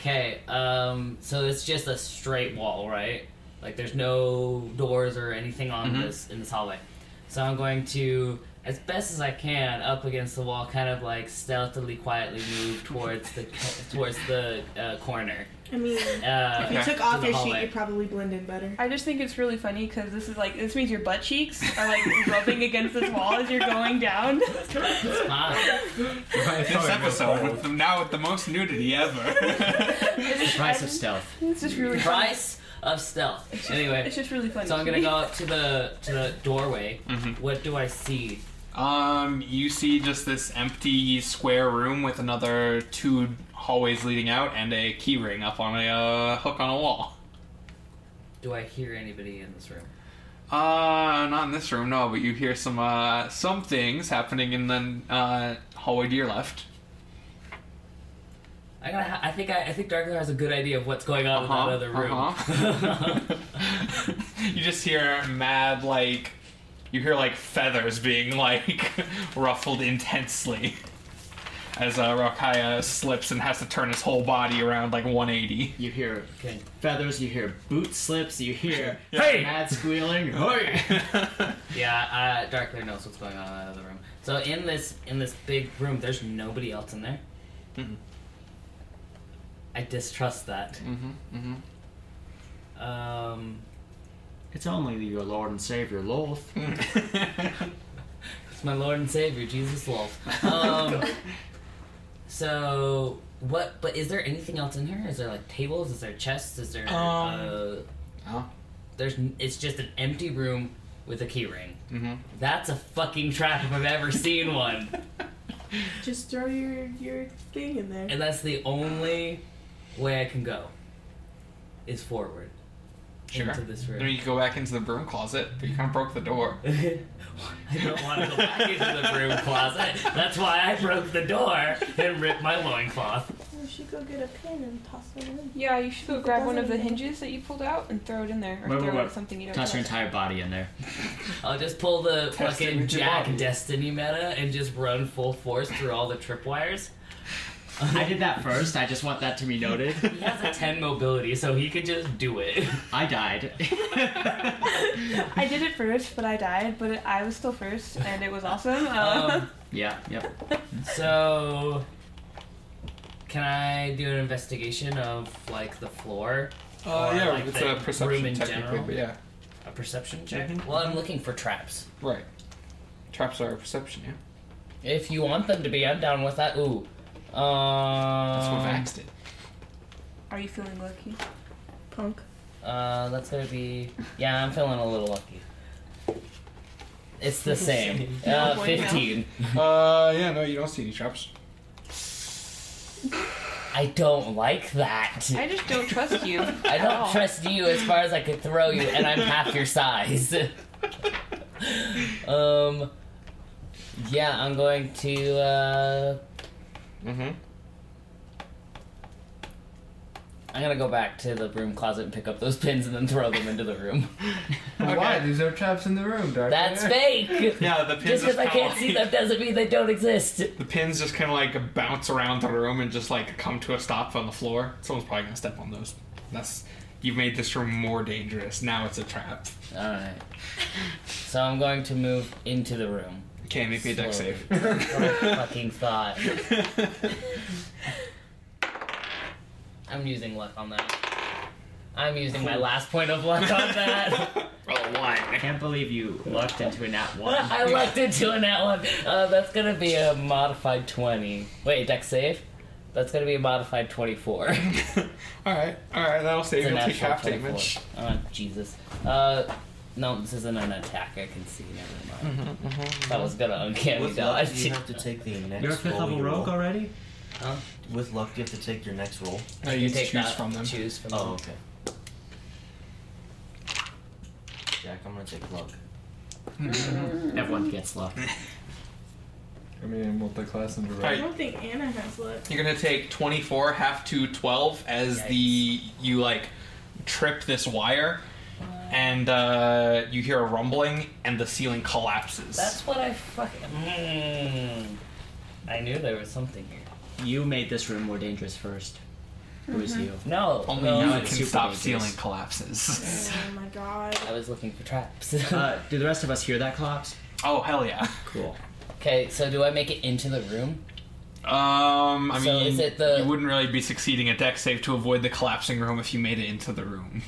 [SPEAKER 10] Okay, um, so it's just a straight wall, right? Like there's no doors or anything on
[SPEAKER 13] Mhm.
[SPEAKER 10] this in this hallway. So I'm going to, as best as I can, up against the wall, kind of like stealthily, quietly move towards the towards the uh, corner.
[SPEAKER 11] I mean,
[SPEAKER 10] Uh,
[SPEAKER 11] if you took
[SPEAKER 10] to
[SPEAKER 11] off
[SPEAKER 10] the
[SPEAKER 11] your sheet,
[SPEAKER 10] hallway.
[SPEAKER 11] you'd probably blend in better.
[SPEAKER 8] I just think it's really funny because this is like this means your butt cheeks are like rubbing against this wall as you're going down.
[SPEAKER 13] this episode with the, now with the most nudity ever.
[SPEAKER 8] The
[SPEAKER 10] price of stealth.
[SPEAKER 8] It's just really
[SPEAKER 10] price of stealth. anyway,
[SPEAKER 8] It's just really funny.
[SPEAKER 10] so I'm
[SPEAKER 8] to
[SPEAKER 10] gonna
[SPEAKER 8] me.
[SPEAKER 10] go up to the to the doorway. What do I see?
[SPEAKER 13] Um, you see just this empty square room with another two hallways leading out and a key ring up on a uh, hook on a wall.
[SPEAKER 10] Do I hear anybody in this room?
[SPEAKER 13] Uh, not in this room, no. But you hear some uh, some things happening in the uh, hallway to your left.
[SPEAKER 10] I gotta. Ha- I think I, I think Darkler has a good idea of what's going on
[SPEAKER 13] Uh-huh,
[SPEAKER 10] in that other room. uh-huh.
[SPEAKER 13] You just hear mad like you hear like feathers being like ruffled intensely as uh, Rakaya slips and has to turn his whole body around like 180.
[SPEAKER 3] You hear feathers, you hear boot slips, you hear
[SPEAKER 13] Yeah.
[SPEAKER 3] hey! mad squealing. Hey!
[SPEAKER 10] yeah, uh, Darkler knows what's going on in that other room. So in this in this big room, there's nobody else in there. I distrust that.
[SPEAKER 13] Mm-hmm. Mm-hmm.
[SPEAKER 10] Um,
[SPEAKER 3] It's only your Lord and Savior Loth.
[SPEAKER 13] mm-hmm.
[SPEAKER 10] it's my Lord and Savior Jesus Wolf. Um, so what? But is there anything else in here? Is there like tables? Is there chests? Is there?
[SPEAKER 13] Um,
[SPEAKER 10] uh, There's. n- It's just an empty room with a key ring.
[SPEAKER 13] Mm-hmm.
[SPEAKER 10] That's a fucking trap if I've ever seen one.
[SPEAKER 11] Just throw your your thing in there.
[SPEAKER 10] And that's the only way I can go. Is forward.
[SPEAKER 13] Sure.
[SPEAKER 10] Into this room.
[SPEAKER 13] I mean, you could go back into the broom closet, but you kind of broke the door.
[SPEAKER 10] I don't want to go back into the broom closet. That's why I broke the door and ripped my loincloth.
[SPEAKER 11] We should go get a pin and toss it in.
[SPEAKER 8] Yeah, you should go grab one of the hinges that you pulled out and throw it in there, or
[SPEAKER 3] Wait,
[SPEAKER 8] throw
[SPEAKER 3] wait,
[SPEAKER 8] it
[SPEAKER 3] wait.
[SPEAKER 8] at something you don't.
[SPEAKER 3] Toss your
[SPEAKER 8] trust.
[SPEAKER 3] entire body in there.
[SPEAKER 10] I'll just pull the
[SPEAKER 3] Test it
[SPEAKER 10] fucking
[SPEAKER 3] with your
[SPEAKER 10] Jack
[SPEAKER 3] body.
[SPEAKER 10] Destiny meta and just run full force through all the tripwires.
[SPEAKER 3] I did that first, I just want that to be noted.
[SPEAKER 10] He has a 10 mobility, so he could just do it.
[SPEAKER 3] I died.
[SPEAKER 8] I did it first, but I died. But I was still first, and it was awesome. Uh,
[SPEAKER 10] Um,
[SPEAKER 3] Yeah, yep.
[SPEAKER 10] so, can I do an investigation of like the floor?
[SPEAKER 13] Uh,
[SPEAKER 10] Or,
[SPEAKER 13] yeah,
[SPEAKER 10] Oh, like,
[SPEAKER 13] it's
[SPEAKER 10] the
[SPEAKER 13] a perception
[SPEAKER 10] room in
[SPEAKER 13] technically,
[SPEAKER 10] general?
[SPEAKER 13] but yeah.
[SPEAKER 10] A perception check.
[SPEAKER 3] Mm-hmm.
[SPEAKER 13] Mhm.
[SPEAKER 10] Well, I'm looking for traps.
[SPEAKER 13] Right. Traps are a perception, yeah.
[SPEAKER 10] If you want them to be, I'm down with that. Ooh. Um,
[SPEAKER 13] That's
[SPEAKER 10] That's
[SPEAKER 13] what Vax did.
[SPEAKER 8] are you feeling lucky?
[SPEAKER 11] Punk.
[SPEAKER 10] Uh, that's gonna be. Yeah, I'm feeling a little lucky. It's the same. Uh,
[SPEAKER 13] No, boy, no.
[SPEAKER 10] 15.
[SPEAKER 13] Uh, yeah, no, you don't see any traps.
[SPEAKER 10] I don't like that.
[SPEAKER 8] I just don't trust you.
[SPEAKER 10] I
[SPEAKER 8] at all.
[SPEAKER 10] don't trust you as far as I could throw you, and I'm half your size. um, Yeah, I'm going to. Uh,
[SPEAKER 7] mm-hmm.
[SPEAKER 10] I'm gonna go back to the broom closet and pick up those pins and then throw them into the room.
[SPEAKER 9] Why? There's no traps in the room, Dark.
[SPEAKER 10] That's fake.
[SPEAKER 7] Yeah, the pins
[SPEAKER 10] Just because
[SPEAKER 7] just
[SPEAKER 10] I
[SPEAKER 7] kinda
[SPEAKER 10] can't see
[SPEAKER 7] like-
[SPEAKER 10] them doesn't mean they don't exist.
[SPEAKER 7] The pins just kind of like bounce around the room and just like come to a stop on the floor. Someone's probably gonna step on those. That's you've made this room more dangerous. Now it's a trap.
[SPEAKER 10] All right. So I'm going to move into the room.
[SPEAKER 7] Okay, make me a deck
[SPEAKER 10] Slowly.
[SPEAKER 7] save.
[SPEAKER 10] fucking thought. I'm using luck on that. I'm using my last point of luck on that.
[SPEAKER 7] Roll a one. I
[SPEAKER 3] can't believe you lucked into a nat one.
[SPEAKER 10] I lucked into a nat one. Uh, that's gonna be a modified 20. Wait, deck save? That's gonna be a modified 24.
[SPEAKER 7] all right, all right, that'll save.
[SPEAKER 10] It's a
[SPEAKER 7] You'll take
[SPEAKER 10] natural
[SPEAKER 7] half
[SPEAKER 10] 24.
[SPEAKER 7] damage.
[SPEAKER 10] Oh, Jesus. Uh, no, this isn't an attack. I can see. Never mind.
[SPEAKER 7] Mm-hmm,
[SPEAKER 10] That was gonna uncanny
[SPEAKER 12] With luck,
[SPEAKER 10] dodge.
[SPEAKER 12] you have to take the next
[SPEAKER 3] You're a fifth
[SPEAKER 12] roll
[SPEAKER 3] level
[SPEAKER 12] you roll.
[SPEAKER 3] rogue already?
[SPEAKER 10] Huh?
[SPEAKER 12] With luck, you have to take your next roll.
[SPEAKER 7] No, you
[SPEAKER 10] take
[SPEAKER 7] choose
[SPEAKER 10] that-
[SPEAKER 7] from them.
[SPEAKER 10] Choose from
[SPEAKER 12] Oh,
[SPEAKER 10] them.
[SPEAKER 12] okay. Jack, I'm gonna take luck.
[SPEAKER 3] Everyone gets luck.
[SPEAKER 9] I mean, multi-class and
[SPEAKER 7] Right.
[SPEAKER 4] I don't think Anna has luck.
[SPEAKER 7] You're gonna take 24 half to 12 as the you like trip this wire, and uh, you hear a rumbling and the ceiling collapses.
[SPEAKER 10] That's what I fucking. Mm. I knew there was something here.
[SPEAKER 3] You made this room more dangerous first. It
[SPEAKER 11] Mm-hmm.
[SPEAKER 3] was you.
[SPEAKER 10] No,
[SPEAKER 7] Only
[SPEAKER 10] no,
[SPEAKER 7] you
[SPEAKER 10] I
[SPEAKER 7] can
[SPEAKER 10] was super
[SPEAKER 7] stop
[SPEAKER 10] dangerous.
[SPEAKER 7] ceiling collapses.
[SPEAKER 4] Oh my god.
[SPEAKER 10] I was looking for traps.
[SPEAKER 3] Uh, do the rest of us hear that collapse?
[SPEAKER 7] oh hell yeah!
[SPEAKER 3] Cool.
[SPEAKER 10] Okay, so do I make it into the room?
[SPEAKER 7] Um, I
[SPEAKER 10] So
[SPEAKER 7] mean,
[SPEAKER 10] is it the-
[SPEAKER 7] you wouldn't really be succeeding a deck save to avoid the collapsing room if you made it into the room.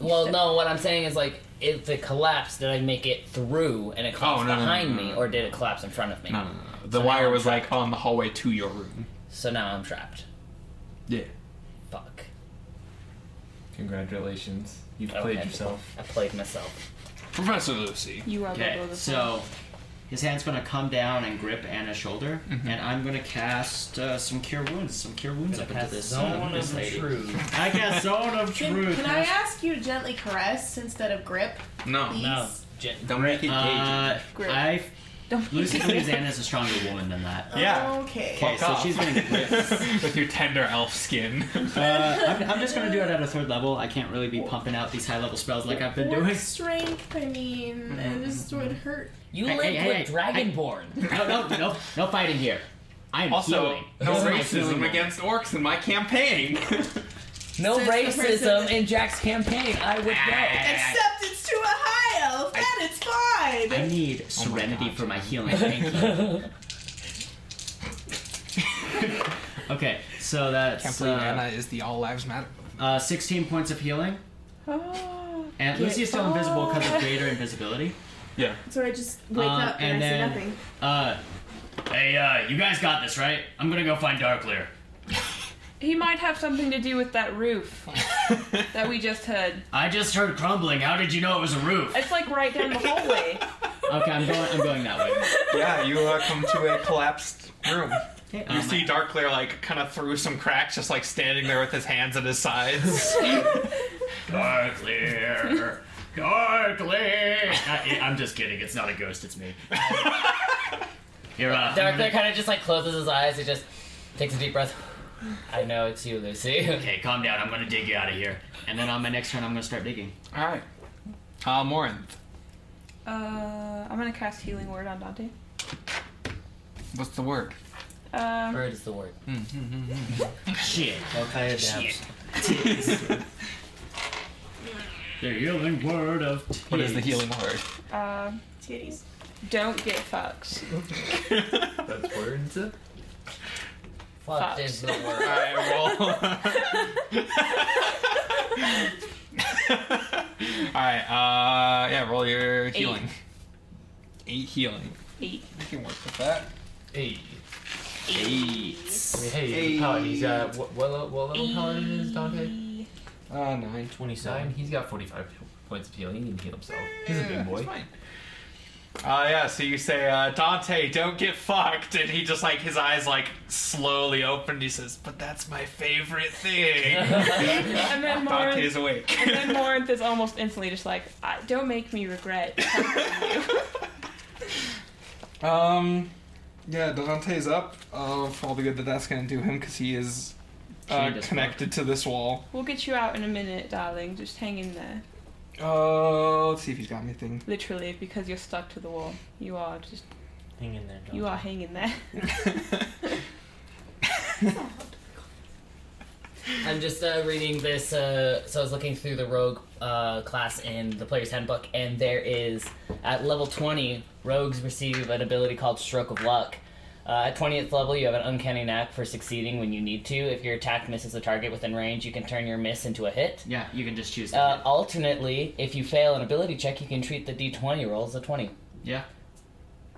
[SPEAKER 10] Well, no. What I'm saying is like, if it collapsed, did I make it through and it collapsed
[SPEAKER 7] Oh, no, no, no,
[SPEAKER 10] behind
[SPEAKER 7] no,
[SPEAKER 10] me,
[SPEAKER 7] no.
[SPEAKER 10] or did it collapse in front of me?
[SPEAKER 7] No, no, no. no. The
[SPEAKER 10] So now
[SPEAKER 7] wire
[SPEAKER 10] I'm
[SPEAKER 7] was like on the hallway to your room.
[SPEAKER 10] So now I'm trapped.
[SPEAKER 7] Yeah.
[SPEAKER 10] Fuck.
[SPEAKER 9] Congratulations, you've
[SPEAKER 10] Okay.
[SPEAKER 9] played yourself.
[SPEAKER 10] I played myself.
[SPEAKER 7] Professor Lucy.
[SPEAKER 8] You are
[SPEAKER 3] Okay,
[SPEAKER 8] below the
[SPEAKER 3] so his hand's gonna come down and grip Anna's shoulder, and I'm gonna cast uh, some cure wounds, some cure wounds
[SPEAKER 10] Mm-hmm. Gonna cast
[SPEAKER 3] up into this,
[SPEAKER 10] Zone
[SPEAKER 3] uh, this
[SPEAKER 10] of
[SPEAKER 3] lady.
[SPEAKER 10] Truth.
[SPEAKER 3] I cast zone of
[SPEAKER 11] Can,
[SPEAKER 3] truth.
[SPEAKER 11] can I ask you to gently caress instead of grip?
[SPEAKER 7] No.
[SPEAKER 11] Please?
[SPEAKER 10] No. Jen-
[SPEAKER 7] Don't make it
[SPEAKER 3] Uh,
[SPEAKER 11] Grip.
[SPEAKER 3] I
[SPEAKER 8] Don't
[SPEAKER 3] Lucy believes Anna's a stronger woman than that.
[SPEAKER 7] Yeah.
[SPEAKER 11] Okay.
[SPEAKER 3] Okay, so she's gonna grip.
[SPEAKER 7] with your tender elf skin.
[SPEAKER 3] Uh, I'm, I'm just gonna do it at a third level. I can't really be pumping out these high level spells like I've been
[SPEAKER 4] Or
[SPEAKER 3] doing.
[SPEAKER 4] strength, I mean. and this would hurt.
[SPEAKER 10] You
[SPEAKER 3] Hey,
[SPEAKER 10] lived
[SPEAKER 3] hey,
[SPEAKER 10] with
[SPEAKER 3] hey,
[SPEAKER 10] Dragonborn.
[SPEAKER 3] No, no, no, no fighting here. I am
[SPEAKER 7] Also,
[SPEAKER 3] healing.
[SPEAKER 7] no
[SPEAKER 3] This is my healing
[SPEAKER 7] racism
[SPEAKER 3] moment.
[SPEAKER 7] against orcs in my campaign.
[SPEAKER 10] No
[SPEAKER 11] Says the person
[SPEAKER 10] racism
[SPEAKER 11] that-
[SPEAKER 10] in Jack's campaign. I would
[SPEAKER 3] Ah,
[SPEAKER 10] know.
[SPEAKER 11] Except it's to a high elf, then it's fine.
[SPEAKER 3] I
[SPEAKER 7] Oh
[SPEAKER 3] need serenity for my healing. Thank
[SPEAKER 7] Uh,
[SPEAKER 3] you. okay, so that's uh,
[SPEAKER 7] is the All Lives Matter.
[SPEAKER 3] uh, 16 points of healing.
[SPEAKER 4] Oh.
[SPEAKER 3] And Lucy is still invisible because of greater invisibility.
[SPEAKER 7] Yeah.
[SPEAKER 4] So I just wake
[SPEAKER 3] Uh,
[SPEAKER 4] up and,
[SPEAKER 3] and
[SPEAKER 4] I
[SPEAKER 3] then-
[SPEAKER 4] see nothing.
[SPEAKER 3] Uh, hey, uh, you guys got this, right? I'm gonna go find Darklear.
[SPEAKER 8] He might have something to do with that roof that we just heard.
[SPEAKER 3] I just heard crumbling. How did you know it was a roof?
[SPEAKER 8] It's like right down the hallway.
[SPEAKER 3] Okay, I'm going. I'm going that way.
[SPEAKER 7] yeah, you uh, come to a collapsed room.
[SPEAKER 3] Okay,
[SPEAKER 7] You
[SPEAKER 3] um,
[SPEAKER 7] see Darklear, like, kind of through some cracks, just, like, standing there with his hands at his sides.
[SPEAKER 3] Darklear. Darklear. I, Uh, I'm just kidding. It's not a ghost. It's me. You're uh,
[SPEAKER 10] Dark Knight kind of just like closes his eyes. He just takes a deep breath. I know it's you, Lucy.
[SPEAKER 3] Okay, calm down. I'm gonna dig you out of here. And then on my next turn, I'm gonna start digging.
[SPEAKER 7] Alright. Uh, Morinth,
[SPEAKER 8] Uh, I'm gonna cast Healing Word on Dante.
[SPEAKER 7] what's the word? Hmm.
[SPEAKER 8] Um,
[SPEAKER 10] Bird is the word.
[SPEAKER 3] Shit.
[SPEAKER 12] Valkyria dabs.
[SPEAKER 3] The healing word of
[SPEAKER 7] What is the healing word?
[SPEAKER 8] uh,
[SPEAKER 4] Titties.
[SPEAKER 8] don't get fucked.
[SPEAKER 9] That's words.
[SPEAKER 10] Fucked
[SPEAKER 8] Fucked.
[SPEAKER 10] is the word.
[SPEAKER 7] Alright, roll. Alright, uh, yeah, roll your healing. Eight healing.
[SPEAKER 8] Eight.
[SPEAKER 7] You can work with that.
[SPEAKER 9] Hey,
[SPEAKER 7] Eight.
[SPEAKER 9] hey,
[SPEAKER 7] Hey.
[SPEAKER 9] hey. paladin. He's uh, got what, what, level, what level paladin is Dante?
[SPEAKER 8] E.
[SPEAKER 7] Uh, nine.
[SPEAKER 9] Nine.
[SPEAKER 12] 27.
[SPEAKER 9] He's got forty-five points of healing. He can heal himself. He's a big boy.
[SPEAKER 7] Uh, yeah, so you say, uh, Dante, don't get fucked. And he just, like, his eyes, like, slowly open. He says, But that's my favorite thing.
[SPEAKER 8] And then
[SPEAKER 7] Dante
[SPEAKER 8] Morinth,
[SPEAKER 7] is awake.
[SPEAKER 8] and then Morinth is almost instantly just like, I, don't make me regret. something you."
[SPEAKER 7] Um, yeah, Davante's up uh, for all the good that that's going to do him because he is uh,
[SPEAKER 3] Chained as fuck.
[SPEAKER 7] connected to this wall.
[SPEAKER 8] We'll get you out in a minute, darling. Just hang in there.
[SPEAKER 7] Uh, let's see if he's got anything.
[SPEAKER 8] Literally, because you're stuck to the wall. You are just.
[SPEAKER 12] Hang in there, dog.
[SPEAKER 8] You are hanging there.
[SPEAKER 10] I'm just uh, reading this. Uh, so I was looking through the rogue uh, class in the player's handbook, and there is at level 20, rogues receive an ability called Stroke of Luck. Uh, at 20th level, you have an uncanny knack for succeeding when you need to. If your attack misses the target within range, you can turn your miss into a hit.
[SPEAKER 3] Yeah, you can just choose. the
[SPEAKER 10] Uh,
[SPEAKER 3] hit.
[SPEAKER 10] alternately, if you fail an ability check, you can treat the d20 roll as a 20.
[SPEAKER 3] Yeah.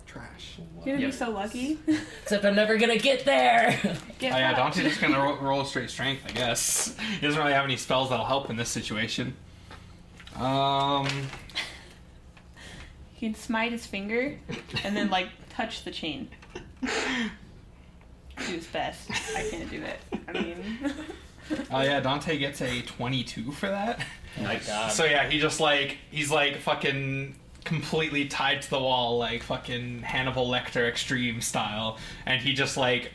[SPEAKER 7] Trash.
[SPEAKER 8] You're gonna
[SPEAKER 10] Yeah.
[SPEAKER 8] be so lucky.
[SPEAKER 10] Except I'm never gonna get there!
[SPEAKER 8] Get
[SPEAKER 7] oh, yeah,
[SPEAKER 8] fucked.
[SPEAKER 7] Dante's just going to roll, roll straight strength, I guess. He doesn't really have any spells that'll help in this situation. Um,
[SPEAKER 8] He'd smite his finger and then like touch the chain. Do his best. I can't do it. I mean,
[SPEAKER 7] oh yeah, Dante gets a 22 for that.
[SPEAKER 10] Nice. God.
[SPEAKER 7] So yeah, he just like he's like fucking completely tied to the wall, like fucking Hannibal Lecter extreme style, and he just like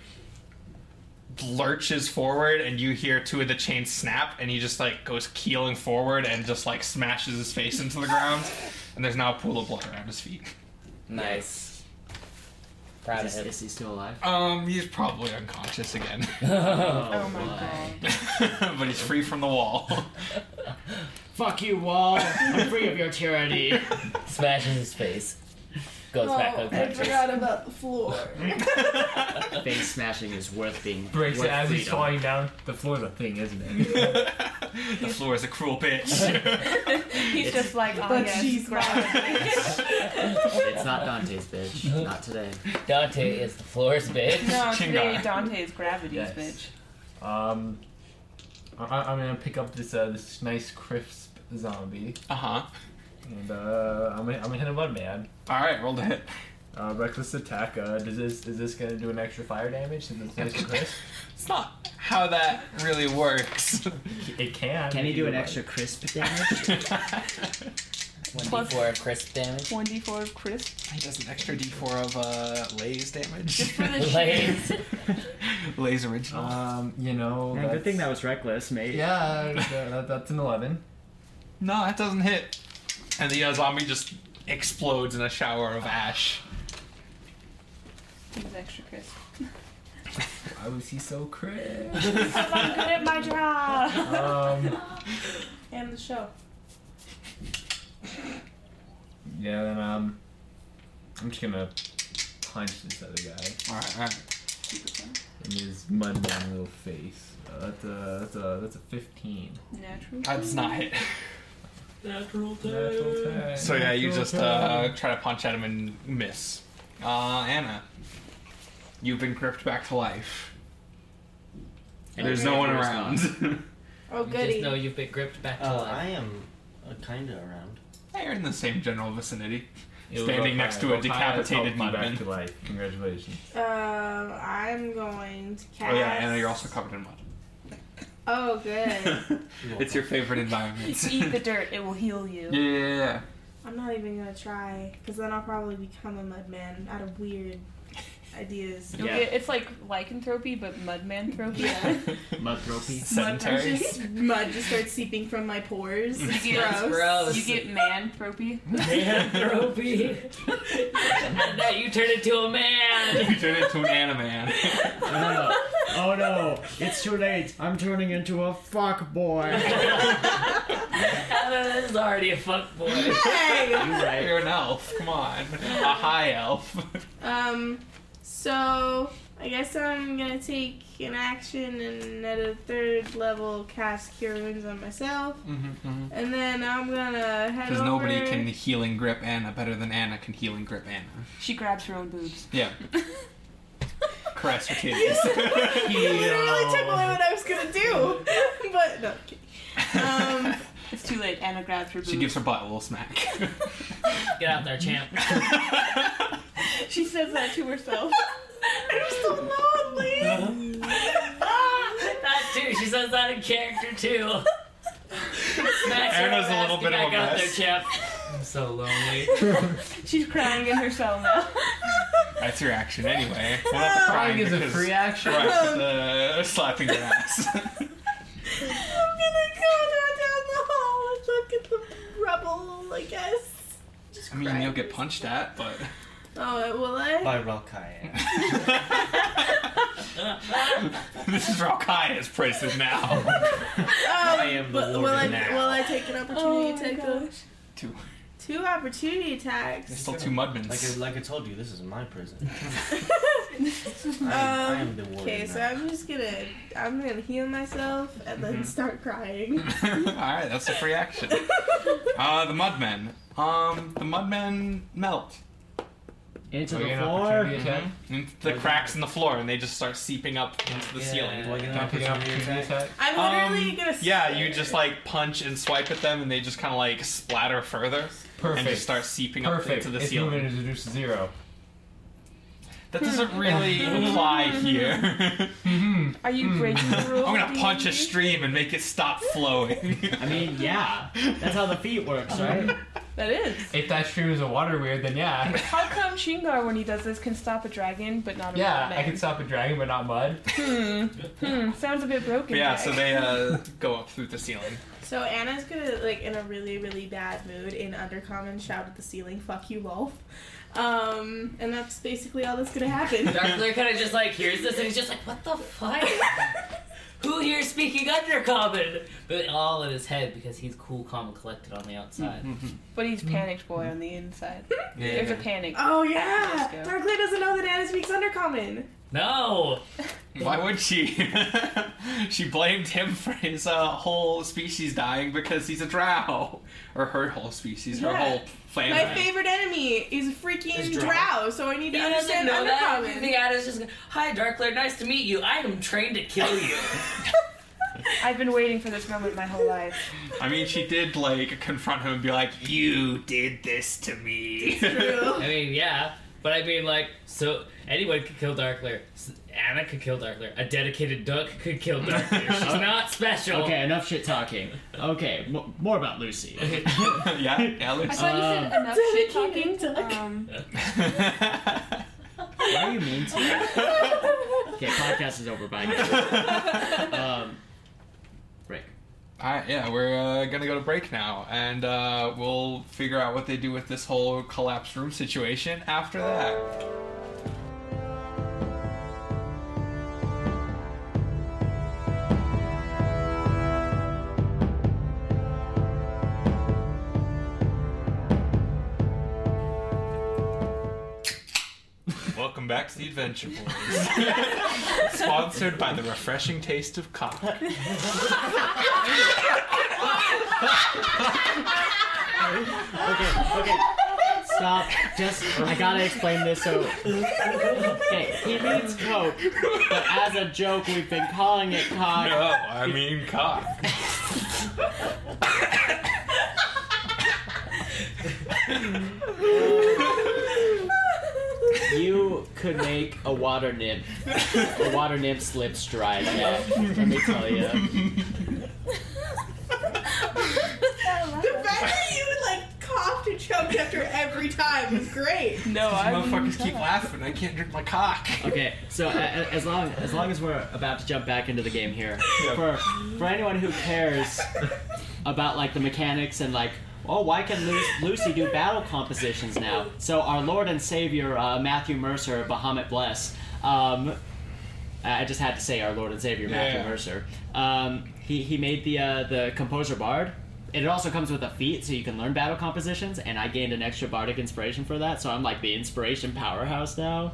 [SPEAKER 7] lurches forward, and you hear two of the chains snap, and he just like goes keeling forward and just like smashes his face into the ground, and there's now a pool of blood around his feet.
[SPEAKER 10] Nice. Proud
[SPEAKER 3] Is,
[SPEAKER 10] of him.
[SPEAKER 3] is he still alive?
[SPEAKER 7] Um, he's probably unconscious again,
[SPEAKER 8] oh my god.
[SPEAKER 7] but he's free from the wall.
[SPEAKER 3] Fuck you, wall. I'm free of your tyranny.
[SPEAKER 10] Smashes his face. Goes back
[SPEAKER 11] Oh, I
[SPEAKER 10] unconscious.
[SPEAKER 11] forgot about the floor.
[SPEAKER 3] Face smashing is worth being.
[SPEAKER 9] Breaks
[SPEAKER 3] worth
[SPEAKER 9] it as he's
[SPEAKER 3] freedom.
[SPEAKER 9] falling down. The floor's a thing, isn't it?
[SPEAKER 7] the floor is a cruel bitch.
[SPEAKER 8] He's just like, oh
[SPEAKER 11] But
[SPEAKER 8] yes,
[SPEAKER 11] she's
[SPEAKER 8] grab it."
[SPEAKER 3] It's not Dante's bitch. Not today.
[SPEAKER 10] Dante is the floor's bitch.
[SPEAKER 8] no,
[SPEAKER 7] King
[SPEAKER 8] today
[SPEAKER 7] Dante.
[SPEAKER 8] Dante is gravity's
[SPEAKER 9] Yes.
[SPEAKER 8] bitch.
[SPEAKER 9] Um, I, I- I'm gonna pick up this uh, this nice crisp zombie,
[SPEAKER 7] uh huh.
[SPEAKER 9] and uh, I'm gonna, I'm gonna hit him one man.
[SPEAKER 7] All right, roll the hit.
[SPEAKER 9] Uh, reckless attack. Uh, does this is this gonna do an extra fire damage since it's nice and crisp?
[SPEAKER 7] It's not how that really works.
[SPEAKER 9] It can.
[SPEAKER 3] Can he
[SPEAKER 9] if
[SPEAKER 3] do
[SPEAKER 9] you
[SPEAKER 3] an
[SPEAKER 9] like.
[SPEAKER 3] extra crisp damage?
[SPEAKER 10] One d4 crisp damage.
[SPEAKER 8] One d four of crisp.
[SPEAKER 7] he does an extra d4 of uh, Lay's damage.
[SPEAKER 8] For the shit.
[SPEAKER 10] Blaze.
[SPEAKER 7] Lay's original.
[SPEAKER 9] Um, you know.
[SPEAKER 3] Man,
[SPEAKER 9] that's-
[SPEAKER 3] good thing that was reckless, mate.
[SPEAKER 9] Yeah, that, that- that's an eleven.
[SPEAKER 7] no, that doesn't hit. And the uh, zombie just explodes in a shower of ash.
[SPEAKER 8] He was extra crisp.
[SPEAKER 9] Why was he so crisp?
[SPEAKER 8] I'm good at my job.
[SPEAKER 9] um,
[SPEAKER 8] And the show.
[SPEAKER 9] yeah, then um, I'm just gonna punch this other guy
[SPEAKER 7] Alright, alright.
[SPEAKER 9] in his mud down little face. Uh, that's a that's a that's a fifteen.
[SPEAKER 8] Natural.
[SPEAKER 7] That does not hit.
[SPEAKER 10] Natural
[SPEAKER 7] So yeah, you just uh, try to punch at him and miss. Uh, Anna, you've been gripped back to life.
[SPEAKER 3] And
[SPEAKER 7] There's
[SPEAKER 3] you're
[SPEAKER 7] no one
[SPEAKER 3] the first
[SPEAKER 7] around.
[SPEAKER 11] Oh,
[SPEAKER 10] You just
[SPEAKER 11] goody.
[SPEAKER 10] know you've been gripped back to
[SPEAKER 12] Uh, I
[SPEAKER 10] life.
[SPEAKER 12] am uh, kinda around.
[SPEAKER 7] They're in the same general vicinity.
[SPEAKER 9] It was
[SPEAKER 7] Standing
[SPEAKER 9] Okaya.
[SPEAKER 7] next to a
[SPEAKER 9] Okaya's
[SPEAKER 7] decapitated
[SPEAKER 9] helped you
[SPEAKER 7] mudman.
[SPEAKER 9] Back to life. Congratulations.
[SPEAKER 11] Um, I'm going to cast.
[SPEAKER 7] Oh yeah, Anna, you're also covered in mud.
[SPEAKER 11] Oh, good.
[SPEAKER 7] it's your favorite environment.
[SPEAKER 8] Just eat the dirt. It will heal you.
[SPEAKER 7] Yeah, yeah, yeah, yeah.
[SPEAKER 11] I'm not even gonna try, because then I'll probably become a mudman out of weird ideas.
[SPEAKER 8] You'll
[SPEAKER 3] Yeah.
[SPEAKER 8] get- it's like lycanthropy, but mudmanthropy. Yeah.
[SPEAKER 3] Mudropy.
[SPEAKER 7] Sedentary.
[SPEAKER 11] Just mud just starts seeping from my pores. It's
[SPEAKER 8] You get-
[SPEAKER 11] gross.
[SPEAKER 10] Gross.
[SPEAKER 8] You get manthropy.
[SPEAKER 10] Misanthropy. and now you turn into a man.
[SPEAKER 7] you turn into an Anna-man.
[SPEAKER 3] Oh no! It's too late. I'm turning into a fuck boy.
[SPEAKER 10] This is already a fuckboy.
[SPEAKER 7] You're an elf. Come on, a high elf.
[SPEAKER 11] Um, so I guess I'm gonna take an action and at a third level cast Cure Wounds on myself,
[SPEAKER 13] Mm-hmm,
[SPEAKER 11] and then I'm gonna head
[SPEAKER 7] Mm. Because
[SPEAKER 11] over.
[SPEAKER 7] nobody can healing grip Anna better than Anna can healing grip Anna.
[SPEAKER 8] She grabs her own boobs.
[SPEAKER 7] Yeah. Caress her titties.
[SPEAKER 11] You literally took away what I was gonna do, but no. Um,
[SPEAKER 8] It's too late. Anna grabs her boobs.
[SPEAKER 7] she gives her butt a little smack.
[SPEAKER 10] Get out there, champ.
[SPEAKER 8] She says that to herself.
[SPEAKER 11] I'm so lonely.
[SPEAKER 8] Ah.
[SPEAKER 10] that too. She says that in character too. Smash her
[SPEAKER 7] Anna's a
[SPEAKER 10] ass,
[SPEAKER 7] little
[SPEAKER 10] get
[SPEAKER 7] bit of
[SPEAKER 10] back
[SPEAKER 7] a
[SPEAKER 10] out
[SPEAKER 7] mess.
[SPEAKER 10] there, champ. I'm so lonely.
[SPEAKER 8] She's crying in her cell now.
[SPEAKER 13] That's your action anyway. Well, that's
[SPEAKER 9] Crying is a
[SPEAKER 13] because-
[SPEAKER 9] free action.
[SPEAKER 13] Right, but, uh, slapping your ass.
[SPEAKER 11] I'm gonna go down the hall and look at the rubble, I guess.
[SPEAKER 13] I mean, you'll get punched at, but
[SPEAKER 11] Oh, will I?
[SPEAKER 12] By Relkaya.
[SPEAKER 13] this is Ralkaya's prices now.
[SPEAKER 11] I
[SPEAKER 13] am the
[SPEAKER 11] Um, will
[SPEAKER 13] warden
[SPEAKER 11] I,
[SPEAKER 13] now.
[SPEAKER 11] Will I take an
[SPEAKER 8] Oh
[SPEAKER 11] opportunity attack? though?
[SPEAKER 13] Two.
[SPEAKER 11] Two opportunity attacks.
[SPEAKER 13] There's still two mudmans.
[SPEAKER 12] Like I, like I told you, this is my prison.
[SPEAKER 11] Um,
[SPEAKER 12] I am the warden
[SPEAKER 11] okay, so
[SPEAKER 12] now.
[SPEAKER 11] I'm just gonna I'm gonna heal myself and then
[SPEAKER 13] Mhm.
[SPEAKER 11] start crying.
[SPEAKER 13] All right, that's a free action. Uh, the mudmen. Um, the mudmen melt. Mm-hmm.
[SPEAKER 3] Into
[SPEAKER 9] Do I get an opportunity attack?
[SPEAKER 13] And the cracks in the floor, and they just start seeping up into the ceiling.
[SPEAKER 9] Do I get an opportunity attack?
[SPEAKER 11] I'm literally gonna.
[SPEAKER 13] Um, Yeah, you just like punch and swipe at them, and they just kind of like splatter further, and
[SPEAKER 9] Perfect.
[SPEAKER 13] just start seeping up
[SPEAKER 9] Perfect.
[SPEAKER 13] into the
[SPEAKER 9] Its
[SPEAKER 13] ceiling.
[SPEAKER 9] movement is reduced to zero.
[SPEAKER 13] That doesn't really apply here.
[SPEAKER 9] Mm-hmm.
[SPEAKER 8] Are you breaking the
[SPEAKER 13] Hmm. I'm
[SPEAKER 8] rules?
[SPEAKER 13] gonna punch a
[SPEAKER 8] D&D?
[SPEAKER 13] stream and make it stop flowing.
[SPEAKER 3] I mean, yeah. That's how the feet works, right?
[SPEAKER 8] That is.
[SPEAKER 9] If that stream is a water weird, then yeah.
[SPEAKER 8] How come Shingar, when he does this, can stop a dragon but not a
[SPEAKER 9] Yeah,
[SPEAKER 8] mudman?
[SPEAKER 9] I can stop a dragon, but not mud.
[SPEAKER 8] Hmm, sounds a bit broken.
[SPEAKER 13] But yeah, so
[SPEAKER 8] Jack.
[SPEAKER 13] they uh, go up through the ceiling.
[SPEAKER 11] So Anna's gonna like in a really really bad mood in undercommon shout at the ceiling, "Fuck you, Wolf," um, and that's basically all that's gonna happen.
[SPEAKER 10] Darkler kind of just like hears this and he's just like, what the fuck? Who here speaking undercommon? But all in his head because he's cool, calm, and collected on the outside.
[SPEAKER 8] But he's panicked boy on the inside. There's a panic.
[SPEAKER 11] Oh
[SPEAKER 8] Let's
[SPEAKER 11] yeah,
[SPEAKER 8] go.
[SPEAKER 11] Darkly doesn't know that Anna speaks undercommon.
[SPEAKER 10] No!
[SPEAKER 13] Why would she? she blamed him for his uh, whole species dying because he's a drow. Or her whole species, her
[SPEAKER 11] Yeah.
[SPEAKER 13] whole family.
[SPEAKER 11] My favorite enemy is a freaking
[SPEAKER 12] Is drow.
[SPEAKER 11] drow. so I need to
[SPEAKER 10] Yeah, I didn't
[SPEAKER 11] understand
[SPEAKER 10] know that. You
[SPEAKER 11] undercommon.
[SPEAKER 10] think Ada's just gonna, hi, Darkler, nice to meet you. I am trained to kill you.
[SPEAKER 8] I've been waiting for this moment my whole life.
[SPEAKER 13] I mean, she did, like, confront him and be like, You did this to me.
[SPEAKER 10] I mean, yeah, but I mean, like, so anyone could kill Darkler. S- Anna could kill Darkler. A dedicated duck could kill Darkler. She's not special.
[SPEAKER 3] Okay, enough shit talking. Okay, m- more about Lucy. Um,
[SPEAKER 13] yeah, yeah,
[SPEAKER 8] I
[SPEAKER 13] Lucy.
[SPEAKER 8] thought you said
[SPEAKER 13] Um,
[SPEAKER 8] enough shit talking.
[SPEAKER 11] Dedicated duck.
[SPEAKER 8] Um,
[SPEAKER 3] What do you mean to? Okay, podcast is over. Bye. guys. Um, break.
[SPEAKER 13] Alright, yeah, we're uh, gonna go to break now, and uh, we'll figure out what they do with this whole collapsed room situation after that. Welcome back to the Adventure Boys. Sponsored by the refreshing taste of cock.
[SPEAKER 3] Okay, okay. Stop. Just, I gotta explain this. So, okay, he means coke, but as a joke, we've been calling it cock.
[SPEAKER 13] No, I mean cock.
[SPEAKER 3] You could make a water nymph. A water nymph slips dry. Jack. Let me tell you.
[SPEAKER 11] The fact that you would like coughed and choked after every time is great.
[SPEAKER 8] no, I'm.
[SPEAKER 13] Motherfuckers keep laughing. I can't drink my cock.
[SPEAKER 3] Okay, so a- a- as long as long as we're about to jump back into the game here,
[SPEAKER 13] Yeah.
[SPEAKER 3] for for anyone who cares about like the mechanics and like, oh, why can Lu- Lucy do battle compositions now? So our Lord and Savior uh, Matthew Mercer, Bahamut bless. Um, I I just had to say our Lord and Savior Matthew
[SPEAKER 13] Yeah.
[SPEAKER 3] Mercer. Um, he he made the uh, the composer bard. And it also comes with a feat, so you can learn battle compositions. And I gained an extra bardic inspiration for that, so I'm like the inspiration powerhouse now.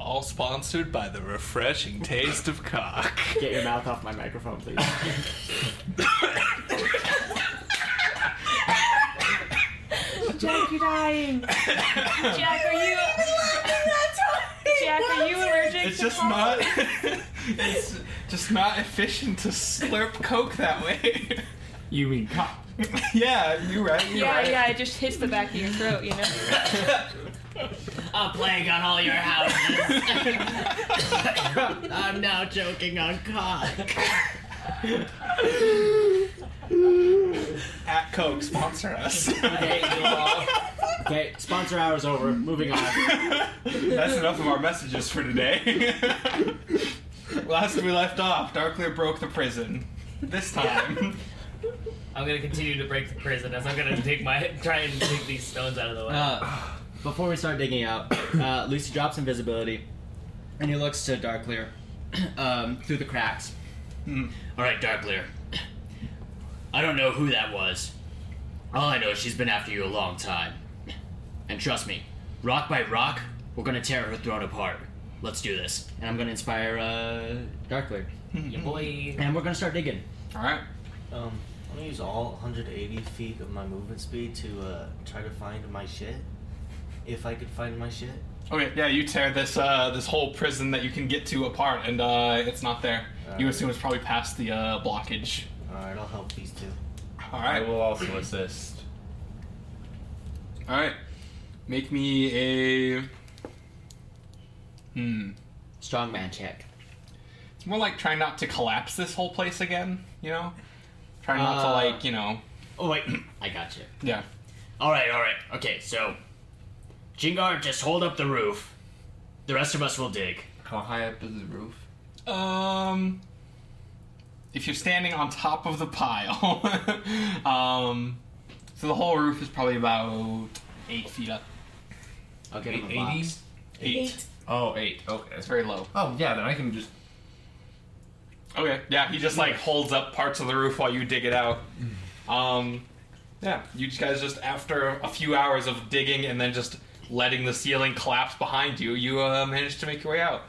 [SPEAKER 13] All sponsored by the refreshing taste of cock.
[SPEAKER 3] Get your mouth off my microphone, please.
[SPEAKER 8] Jack, you're dying. Jack, are you? Jack, are you allergic?
[SPEAKER 13] It's
[SPEAKER 8] to
[SPEAKER 13] just
[SPEAKER 8] coffee?
[SPEAKER 13] not. it's just not efficient to slurp coke that way.
[SPEAKER 9] You mean cock.
[SPEAKER 13] yeah, you right. You
[SPEAKER 8] Yeah,
[SPEAKER 13] right.
[SPEAKER 8] yeah, it just hits the back of your throat, you know?
[SPEAKER 3] A plague on all your houses. I'm now joking on cock.
[SPEAKER 13] At Coke, sponsor us.
[SPEAKER 3] Okay, you all. Okay, sponsor hours over. Moving on.
[SPEAKER 13] That's enough of our messages for today. Last we left off, Darklear broke the prison. This time.
[SPEAKER 10] I'm gonna continue to break the prison as I'm gonna dig my try and dig these stones out of the way.
[SPEAKER 3] Uh, before we start digging out, uh, Lucy drops invisibility, and he looks to Darklear um, through the cracks.
[SPEAKER 13] Hmm.
[SPEAKER 3] All right, Darklear. I don't know who that was. All I know is she's been after you a long time. And trust me, rock by rock, we're gonna tear her throne apart. Let's do this. And I'm gonna inspire uh, Darklear.
[SPEAKER 10] Yeah, boy.
[SPEAKER 3] And we're gonna start digging.
[SPEAKER 13] Hmm. All right.
[SPEAKER 12] Um, I'm gonna use all 180 feet of my movement speed to uh, try to find my shit. If I could find my shit.
[SPEAKER 13] Okay, yeah, you tear this uh, this whole prison that you can get to apart, and uh, it's not there. you
[SPEAKER 12] Alright.
[SPEAKER 13] assume it's probably past the uh, blockage.
[SPEAKER 12] All right, I'll help these two.
[SPEAKER 13] All right.
[SPEAKER 9] I will also assist.
[SPEAKER 13] All right, make me a. Hmm.
[SPEAKER 3] Strongman check.
[SPEAKER 13] It's more like trying not to collapse this whole place again. You know, trying not to
[SPEAKER 3] Uh,
[SPEAKER 13] like you know.
[SPEAKER 3] Oh wait, I got you.
[SPEAKER 13] Yeah.
[SPEAKER 3] All right, all right. Okay, so Jingar, just hold up the roof. The rest of us will dig.
[SPEAKER 9] How high up is the roof?
[SPEAKER 13] Um, if you're standing on top of the pile, um, so the whole roof is probably about eight feet up.
[SPEAKER 3] I'll
[SPEAKER 9] get him a box.
[SPEAKER 13] Eight.
[SPEAKER 11] Eight.
[SPEAKER 9] Oh, eight. Okay.
[SPEAKER 13] It's very low.
[SPEAKER 9] Oh yeah, then I can just.
[SPEAKER 13] Okay. Yeah, he just like holds up parts of the roof while you dig it out. Um, yeah, you guys just after a few hours of digging and then just letting the ceiling collapse behind you, you uh, manage to make your way out.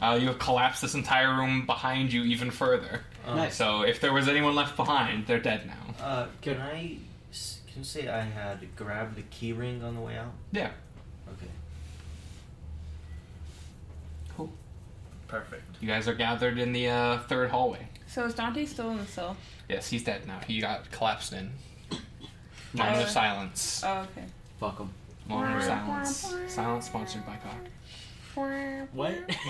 [SPEAKER 13] Uh, you have collapsed this entire room behind you even further.
[SPEAKER 12] Nice.
[SPEAKER 13] So if there was anyone left behind, they're dead now.
[SPEAKER 12] Um, Uh, can I s- can you say I had grabbed the key ring on the way out?
[SPEAKER 13] Yeah.
[SPEAKER 12] Okay.
[SPEAKER 13] Cool.
[SPEAKER 9] Perfect.
[SPEAKER 13] You guys are gathered in the uh, third hallway.
[SPEAKER 8] So is Dante still in the cell?
[SPEAKER 13] Yes, he's dead now. He got collapsed in. Moment of
[SPEAKER 8] Uh,
[SPEAKER 13] silence.
[SPEAKER 8] Oh, okay.
[SPEAKER 3] Fuck him.
[SPEAKER 13] Moment of silence. Silence sponsored by Cock.
[SPEAKER 3] What?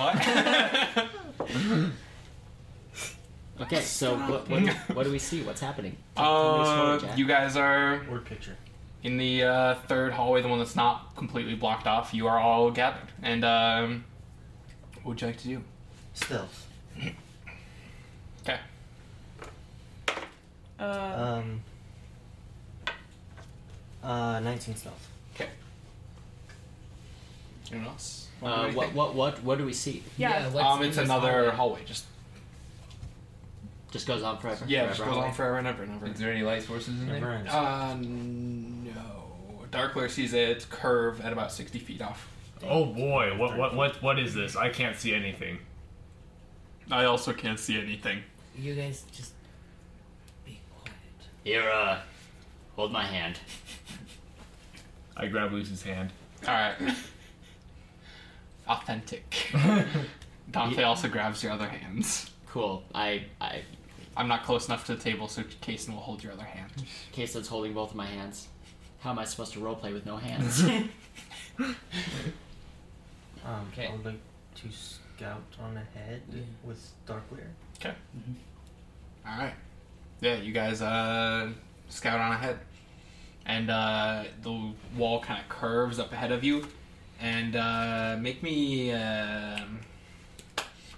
[SPEAKER 13] What?
[SPEAKER 3] Okay, so what, what, do, what do we see? What's happening? Tell me
[SPEAKER 13] Uh,
[SPEAKER 3] slower, Jack.
[SPEAKER 13] you guys are
[SPEAKER 12] Word picture.
[SPEAKER 13] in the uh, third hallway, the one that's not completely blocked off. You are all gathered, and um, what would you like to do?
[SPEAKER 12] Stealth.
[SPEAKER 13] Okay.
[SPEAKER 8] Uh,
[SPEAKER 12] Um. Uh, 19 stealth.
[SPEAKER 13] Okay. Anyone else?
[SPEAKER 3] Uh, what, what, what, what do we see?
[SPEAKER 8] yeah.
[SPEAKER 10] what's
[SPEAKER 13] Um,
[SPEAKER 10] in
[SPEAKER 13] it's
[SPEAKER 10] this
[SPEAKER 13] another hallway.
[SPEAKER 10] hallway?
[SPEAKER 13] Just
[SPEAKER 3] Just goes on forever.
[SPEAKER 13] yeah, it just
[SPEAKER 3] forever.
[SPEAKER 13] goes on forever and ever and ever.
[SPEAKER 9] Is there any light sources in
[SPEAKER 12] Never
[SPEAKER 9] there?
[SPEAKER 12] ends.
[SPEAKER 13] Uh, no. Darkler sees it curve at about sixty feet off.
[SPEAKER 15] Oh boy, what what what what is this? I can't see anything.
[SPEAKER 13] I also can't see anything.
[SPEAKER 10] You guys just be quiet.
[SPEAKER 3] Here, uh, hold my hand.
[SPEAKER 9] I grab Lucy's hand.
[SPEAKER 13] All right. Authentic. Dante also grabs your other hands.
[SPEAKER 3] Cool. I, I,
[SPEAKER 13] I'm not close enough to the table, so Kason will hold your other hand.
[SPEAKER 3] Quesa's holding both of my hands. How am I supposed to roleplay with no hands?
[SPEAKER 12] Um,
[SPEAKER 10] Okay.
[SPEAKER 12] I would like to scout on ahead with Darkwear.
[SPEAKER 13] All right. Yeah, you guys uh, scout on ahead, and uh, the wall kind of curves up ahead of you, and uh, make me. um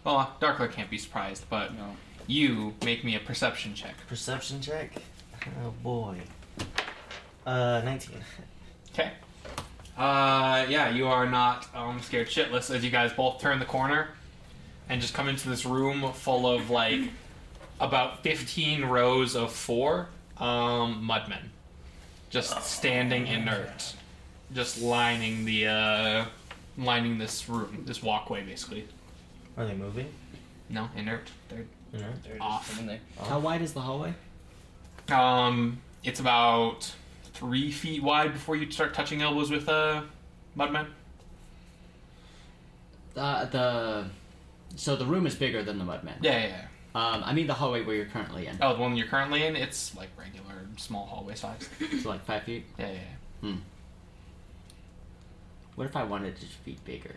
[SPEAKER 13] well, Darkler can't be surprised, but
[SPEAKER 3] No.
[SPEAKER 13] you make me a perception check.
[SPEAKER 12] Perception check. Oh boy. Uh, 19.
[SPEAKER 13] Okay. Uh, yeah, you are not um, scared shitless as you guys both turn the corner and just come into this room full of like about 15 rows of four um, mudmen just standing inert, just lining the uh, lining this room, this walkway basically.
[SPEAKER 12] Are they moving?
[SPEAKER 13] No, inert. They're
[SPEAKER 12] No.
[SPEAKER 10] They're just
[SPEAKER 13] Off.
[SPEAKER 10] sitting there.
[SPEAKER 3] How wide is the hallway?
[SPEAKER 13] Um, it's about three feet wide before you start touching elbows with uh, mudmen.
[SPEAKER 3] Uh, the, so the room is bigger than the Mudman.
[SPEAKER 13] Yeah, yeah, yeah.
[SPEAKER 3] Um, I mean the hallway where you're currently in.
[SPEAKER 13] Oh, the one you're currently in? It's like regular small hallway size.
[SPEAKER 3] So like five feet.
[SPEAKER 13] Yeah, yeah,
[SPEAKER 3] What if I wanted it to be bigger?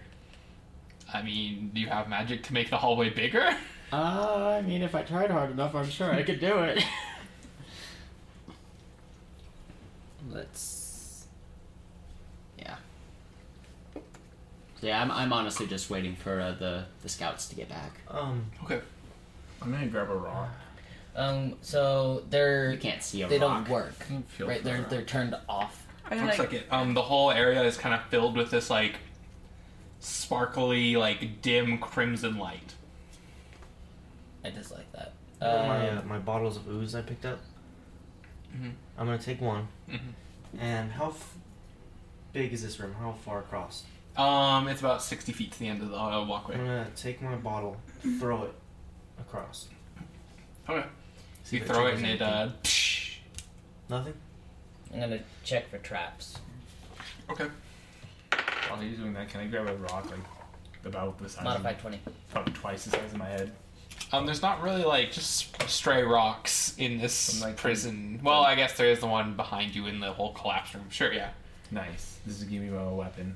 [SPEAKER 13] I mean, do you have magic to make the hallway bigger?
[SPEAKER 3] Uh, I mean, if I tried hard enough, I'm sure I could do it.
[SPEAKER 10] Let's
[SPEAKER 3] Yeah, I'm, I'm honestly just waiting for uh, the the scouts to get back.
[SPEAKER 12] Um.
[SPEAKER 13] Okay.
[SPEAKER 9] I'm gonna grab a rock.
[SPEAKER 10] Um, so they're
[SPEAKER 3] you can't see 'em
[SPEAKER 10] They
[SPEAKER 3] rock.
[SPEAKER 10] don't work.
[SPEAKER 9] feel
[SPEAKER 10] Right?
[SPEAKER 9] for
[SPEAKER 10] They're
[SPEAKER 9] a rock.
[SPEAKER 10] they're turned off.
[SPEAKER 8] Are they
[SPEAKER 13] Looks
[SPEAKER 8] like-
[SPEAKER 13] like it. Um, the whole area is kind of filled with this like sparkly, like dim crimson light.
[SPEAKER 10] I dislike that. Um,
[SPEAKER 12] my, uh, Mm-hmm. my bottles of ooze I picked up.
[SPEAKER 13] Mhm.
[SPEAKER 12] I'm gonna take one.
[SPEAKER 13] Mhm.
[SPEAKER 12] And how f- big is this room? How far across?
[SPEAKER 13] Um, it's about sixty feet to the end of the uh, walkway.
[SPEAKER 12] I'm gonna take my bottle, throw it across.
[SPEAKER 13] Okay. So
[SPEAKER 12] See
[SPEAKER 13] you
[SPEAKER 12] if
[SPEAKER 13] throw it and it
[SPEAKER 12] triggers
[SPEAKER 13] uh.
[SPEAKER 12] anything. Nothing.
[SPEAKER 10] I'm gonna check for traps.
[SPEAKER 13] Okay.
[SPEAKER 9] While you're doing that, can I grab a rock like about the size?
[SPEAKER 10] Modified
[SPEAKER 9] of,
[SPEAKER 10] twenty.
[SPEAKER 9] About twice the size of my head.
[SPEAKER 13] Um, there's not really like just stray rocks in this
[SPEAKER 9] From, like,
[SPEAKER 13] prison. well, I guess there is the one behind you in the whole collapse room. Sure, yeah.
[SPEAKER 9] Nice. This is giving me my weapon.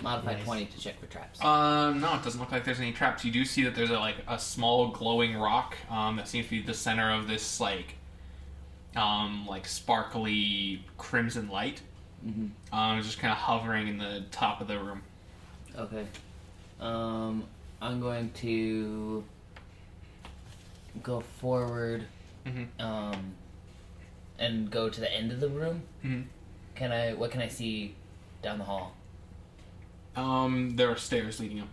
[SPEAKER 10] Modified
[SPEAKER 9] Nice.
[SPEAKER 10] twenty to check for traps.
[SPEAKER 13] Um, no, it doesn't look like there's any traps. You do see that there's a like a small glowing rock um, that seems to be the center of this like um like sparkly crimson light.
[SPEAKER 10] Mhm.
[SPEAKER 13] Um, it's just kind of hovering in the top of the room.
[SPEAKER 10] Okay. Um, I'm going to go forward. Um, and go to the end of the room.
[SPEAKER 13] Mhm.
[SPEAKER 10] Can I? What can I see down the hall?
[SPEAKER 13] Um, there are stairs leading up.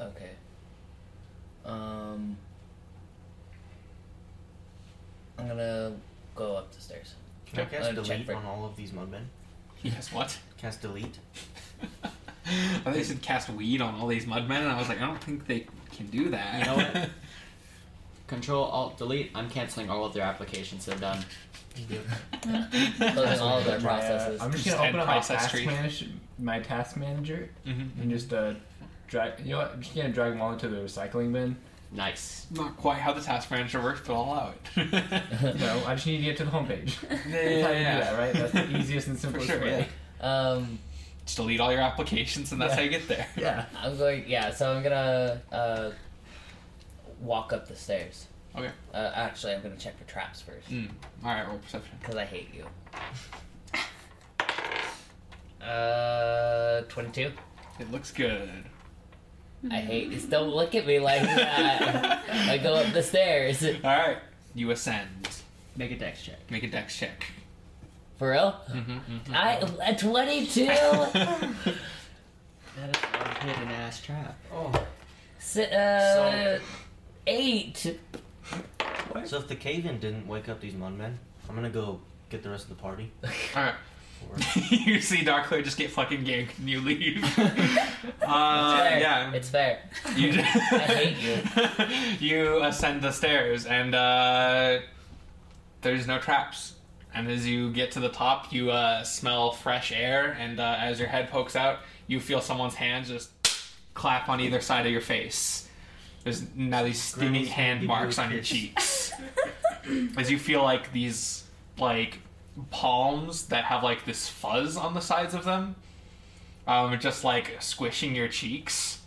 [SPEAKER 10] Okay. Um, I'm gonna go up the stairs.
[SPEAKER 12] Can I
[SPEAKER 10] Okay.
[SPEAKER 12] cast
[SPEAKER 10] Uh, check
[SPEAKER 12] delete
[SPEAKER 10] for-
[SPEAKER 12] on all of these mudmen?
[SPEAKER 13] Yes, what?
[SPEAKER 12] Cast delete.
[SPEAKER 13] I thought you said cast weed on all these mudmen, and I was like, I don't think they can do that.
[SPEAKER 3] You know what? Control Alt Delete. I'm canceling all of their applications. They're done.
[SPEAKER 10] Closing all of their
[SPEAKER 9] My, uh,
[SPEAKER 10] processes.
[SPEAKER 9] I'm just
[SPEAKER 13] Just
[SPEAKER 9] gonna
[SPEAKER 13] end
[SPEAKER 9] open up my
[SPEAKER 13] process
[SPEAKER 9] task,
[SPEAKER 13] tree.
[SPEAKER 9] manage- my task manager
[SPEAKER 13] Mhm.
[SPEAKER 9] and just uh, drag. You know what? I'm just gonna drag them all into the recycling bin.
[SPEAKER 3] Nice.
[SPEAKER 13] Not quite how the task manager works, but I'll allow it.
[SPEAKER 9] No, I just need to get to the homepage.
[SPEAKER 13] yeah,
[SPEAKER 9] That's
[SPEAKER 13] yeah,
[SPEAKER 9] how you
[SPEAKER 13] yeah.
[SPEAKER 9] do that, right? That's the easiest and
[SPEAKER 13] For
[SPEAKER 9] simplest
[SPEAKER 13] sure, yeah.
[SPEAKER 9] way.
[SPEAKER 10] Um,
[SPEAKER 13] Just delete all your applications, and that's
[SPEAKER 9] Yeah.
[SPEAKER 13] how you get there.
[SPEAKER 9] Yeah.
[SPEAKER 10] I'm going. Yeah. So I'm gonna uh, walk up the stairs.
[SPEAKER 13] Okay.
[SPEAKER 10] Uh, actually, I'm gonna check for traps first
[SPEAKER 13] Mm. All right, roll perception.
[SPEAKER 10] because I hate you. Uh, twenty-two.
[SPEAKER 13] It looks good.
[SPEAKER 10] I hate this. Don't look at me like that. I go up the stairs.
[SPEAKER 13] All right, you ascend.
[SPEAKER 3] Make a dex check.
[SPEAKER 13] Make a dex check.
[SPEAKER 10] For real?
[SPEAKER 13] Mm-hmm,
[SPEAKER 10] I a twenty-two.
[SPEAKER 3] That is one hidden ass trap.
[SPEAKER 12] Oh.
[SPEAKER 10] S- uh, eight.
[SPEAKER 12] So if the cave-in didn't wake up these mudmen, I'm gonna go get the rest of the party.
[SPEAKER 13] All right. you see Darkler just get fucking ganked and you leave. uh,
[SPEAKER 10] fair.
[SPEAKER 13] yeah.
[SPEAKER 10] It's fair.
[SPEAKER 13] You ju-
[SPEAKER 10] hate
[SPEAKER 13] you. ascend the stairs, and uh, there's no traps. And as you get to the top, you uh, smell fresh air, and uh, as your head pokes out, you feel someone's hand just clap on either side of your face. There's now these stinging
[SPEAKER 12] Grandma's gonna give
[SPEAKER 13] hand
[SPEAKER 12] you
[SPEAKER 13] marks
[SPEAKER 12] a
[SPEAKER 13] on your
[SPEAKER 12] kiss.
[SPEAKER 13] cheeks. as you feel like these, like, palms that have, like, this fuzz on the sides of them, um, just, like, squishing your cheeks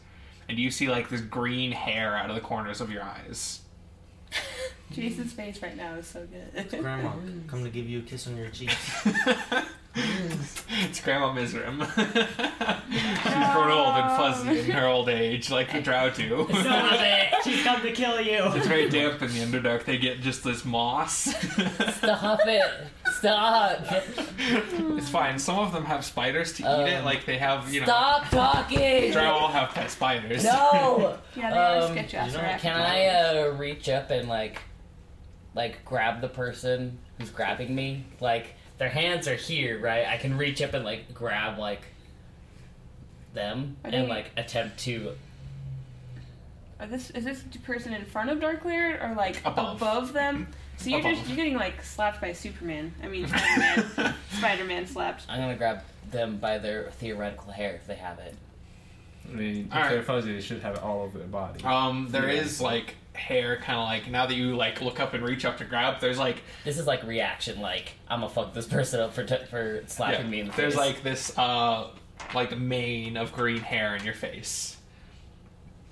[SPEAKER 13] and you see like this green hair out of the corners of your eyes.
[SPEAKER 8] Jason's face right now is so good.
[SPEAKER 12] Grandma, come to give you a kiss on your cheeks.
[SPEAKER 13] it's Grandma Mizrim. She's grown old and fuzzy in her old age, like the Drow do.
[SPEAKER 3] Son of it! She's come to kill you.
[SPEAKER 13] it's very damp in the Underdark. They get just this moss.
[SPEAKER 10] Stop it. Stop.
[SPEAKER 13] it's fine. Some of them have spiders to eat it.
[SPEAKER 10] Um,
[SPEAKER 13] Like they have, you know,
[SPEAKER 10] Stop talking.
[SPEAKER 13] Drow all have pet spiders.
[SPEAKER 10] No.
[SPEAKER 8] Yeah, they always
[SPEAKER 10] Um,
[SPEAKER 8] get you after
[SPEAKER 12] you know,
[SPEAKER 8] that.
[SPEAKER 10] Can I uh, reach up and like, like grab the person who's grabbing me? Like their hands are here, right? I can reach up and like grab like them
[SPEAKER 8] Are
[SPEAKER 10] and
[SPEAKER 8] they-
[SPEAKER 10] like attempt to
[SPEAKER 8] Are this is this person in front of Dark Lair or like
[SPEAKER 13] Above.
[SPEAKER 8] above, them? So you're just
[SPEAKER 13] Above.
[SPEAKER 8] you're getting like slapped by Superman. I mean Spider-Man. Spider-Man slapped.
[SPEAKER 10] I'm gonna grab them by their theoretical hair if they have it.
[SPEAKER 9] I mean, if
[SPEAKER 13] All right.
[SPEAKER 9] they're fuzzy, they should have it all over their body.
[SPEAKER 13] Um, there
[SPEAKER 9] Yeah.
[SPEAKER 13] is like hair, kind of like now that you like look up and reach up to grab. There's like
[SPEAKER 10] This is like reaction, like I'm gonna fuck this person up for t- for slapping
[SPEAKER 13] Yeah.
[SPEAKER 10] me in the
[SPEAKER 13] There's
[SPEAKER 10] face.
[SPEAKER 13] like this uh like mane of green hair in your face.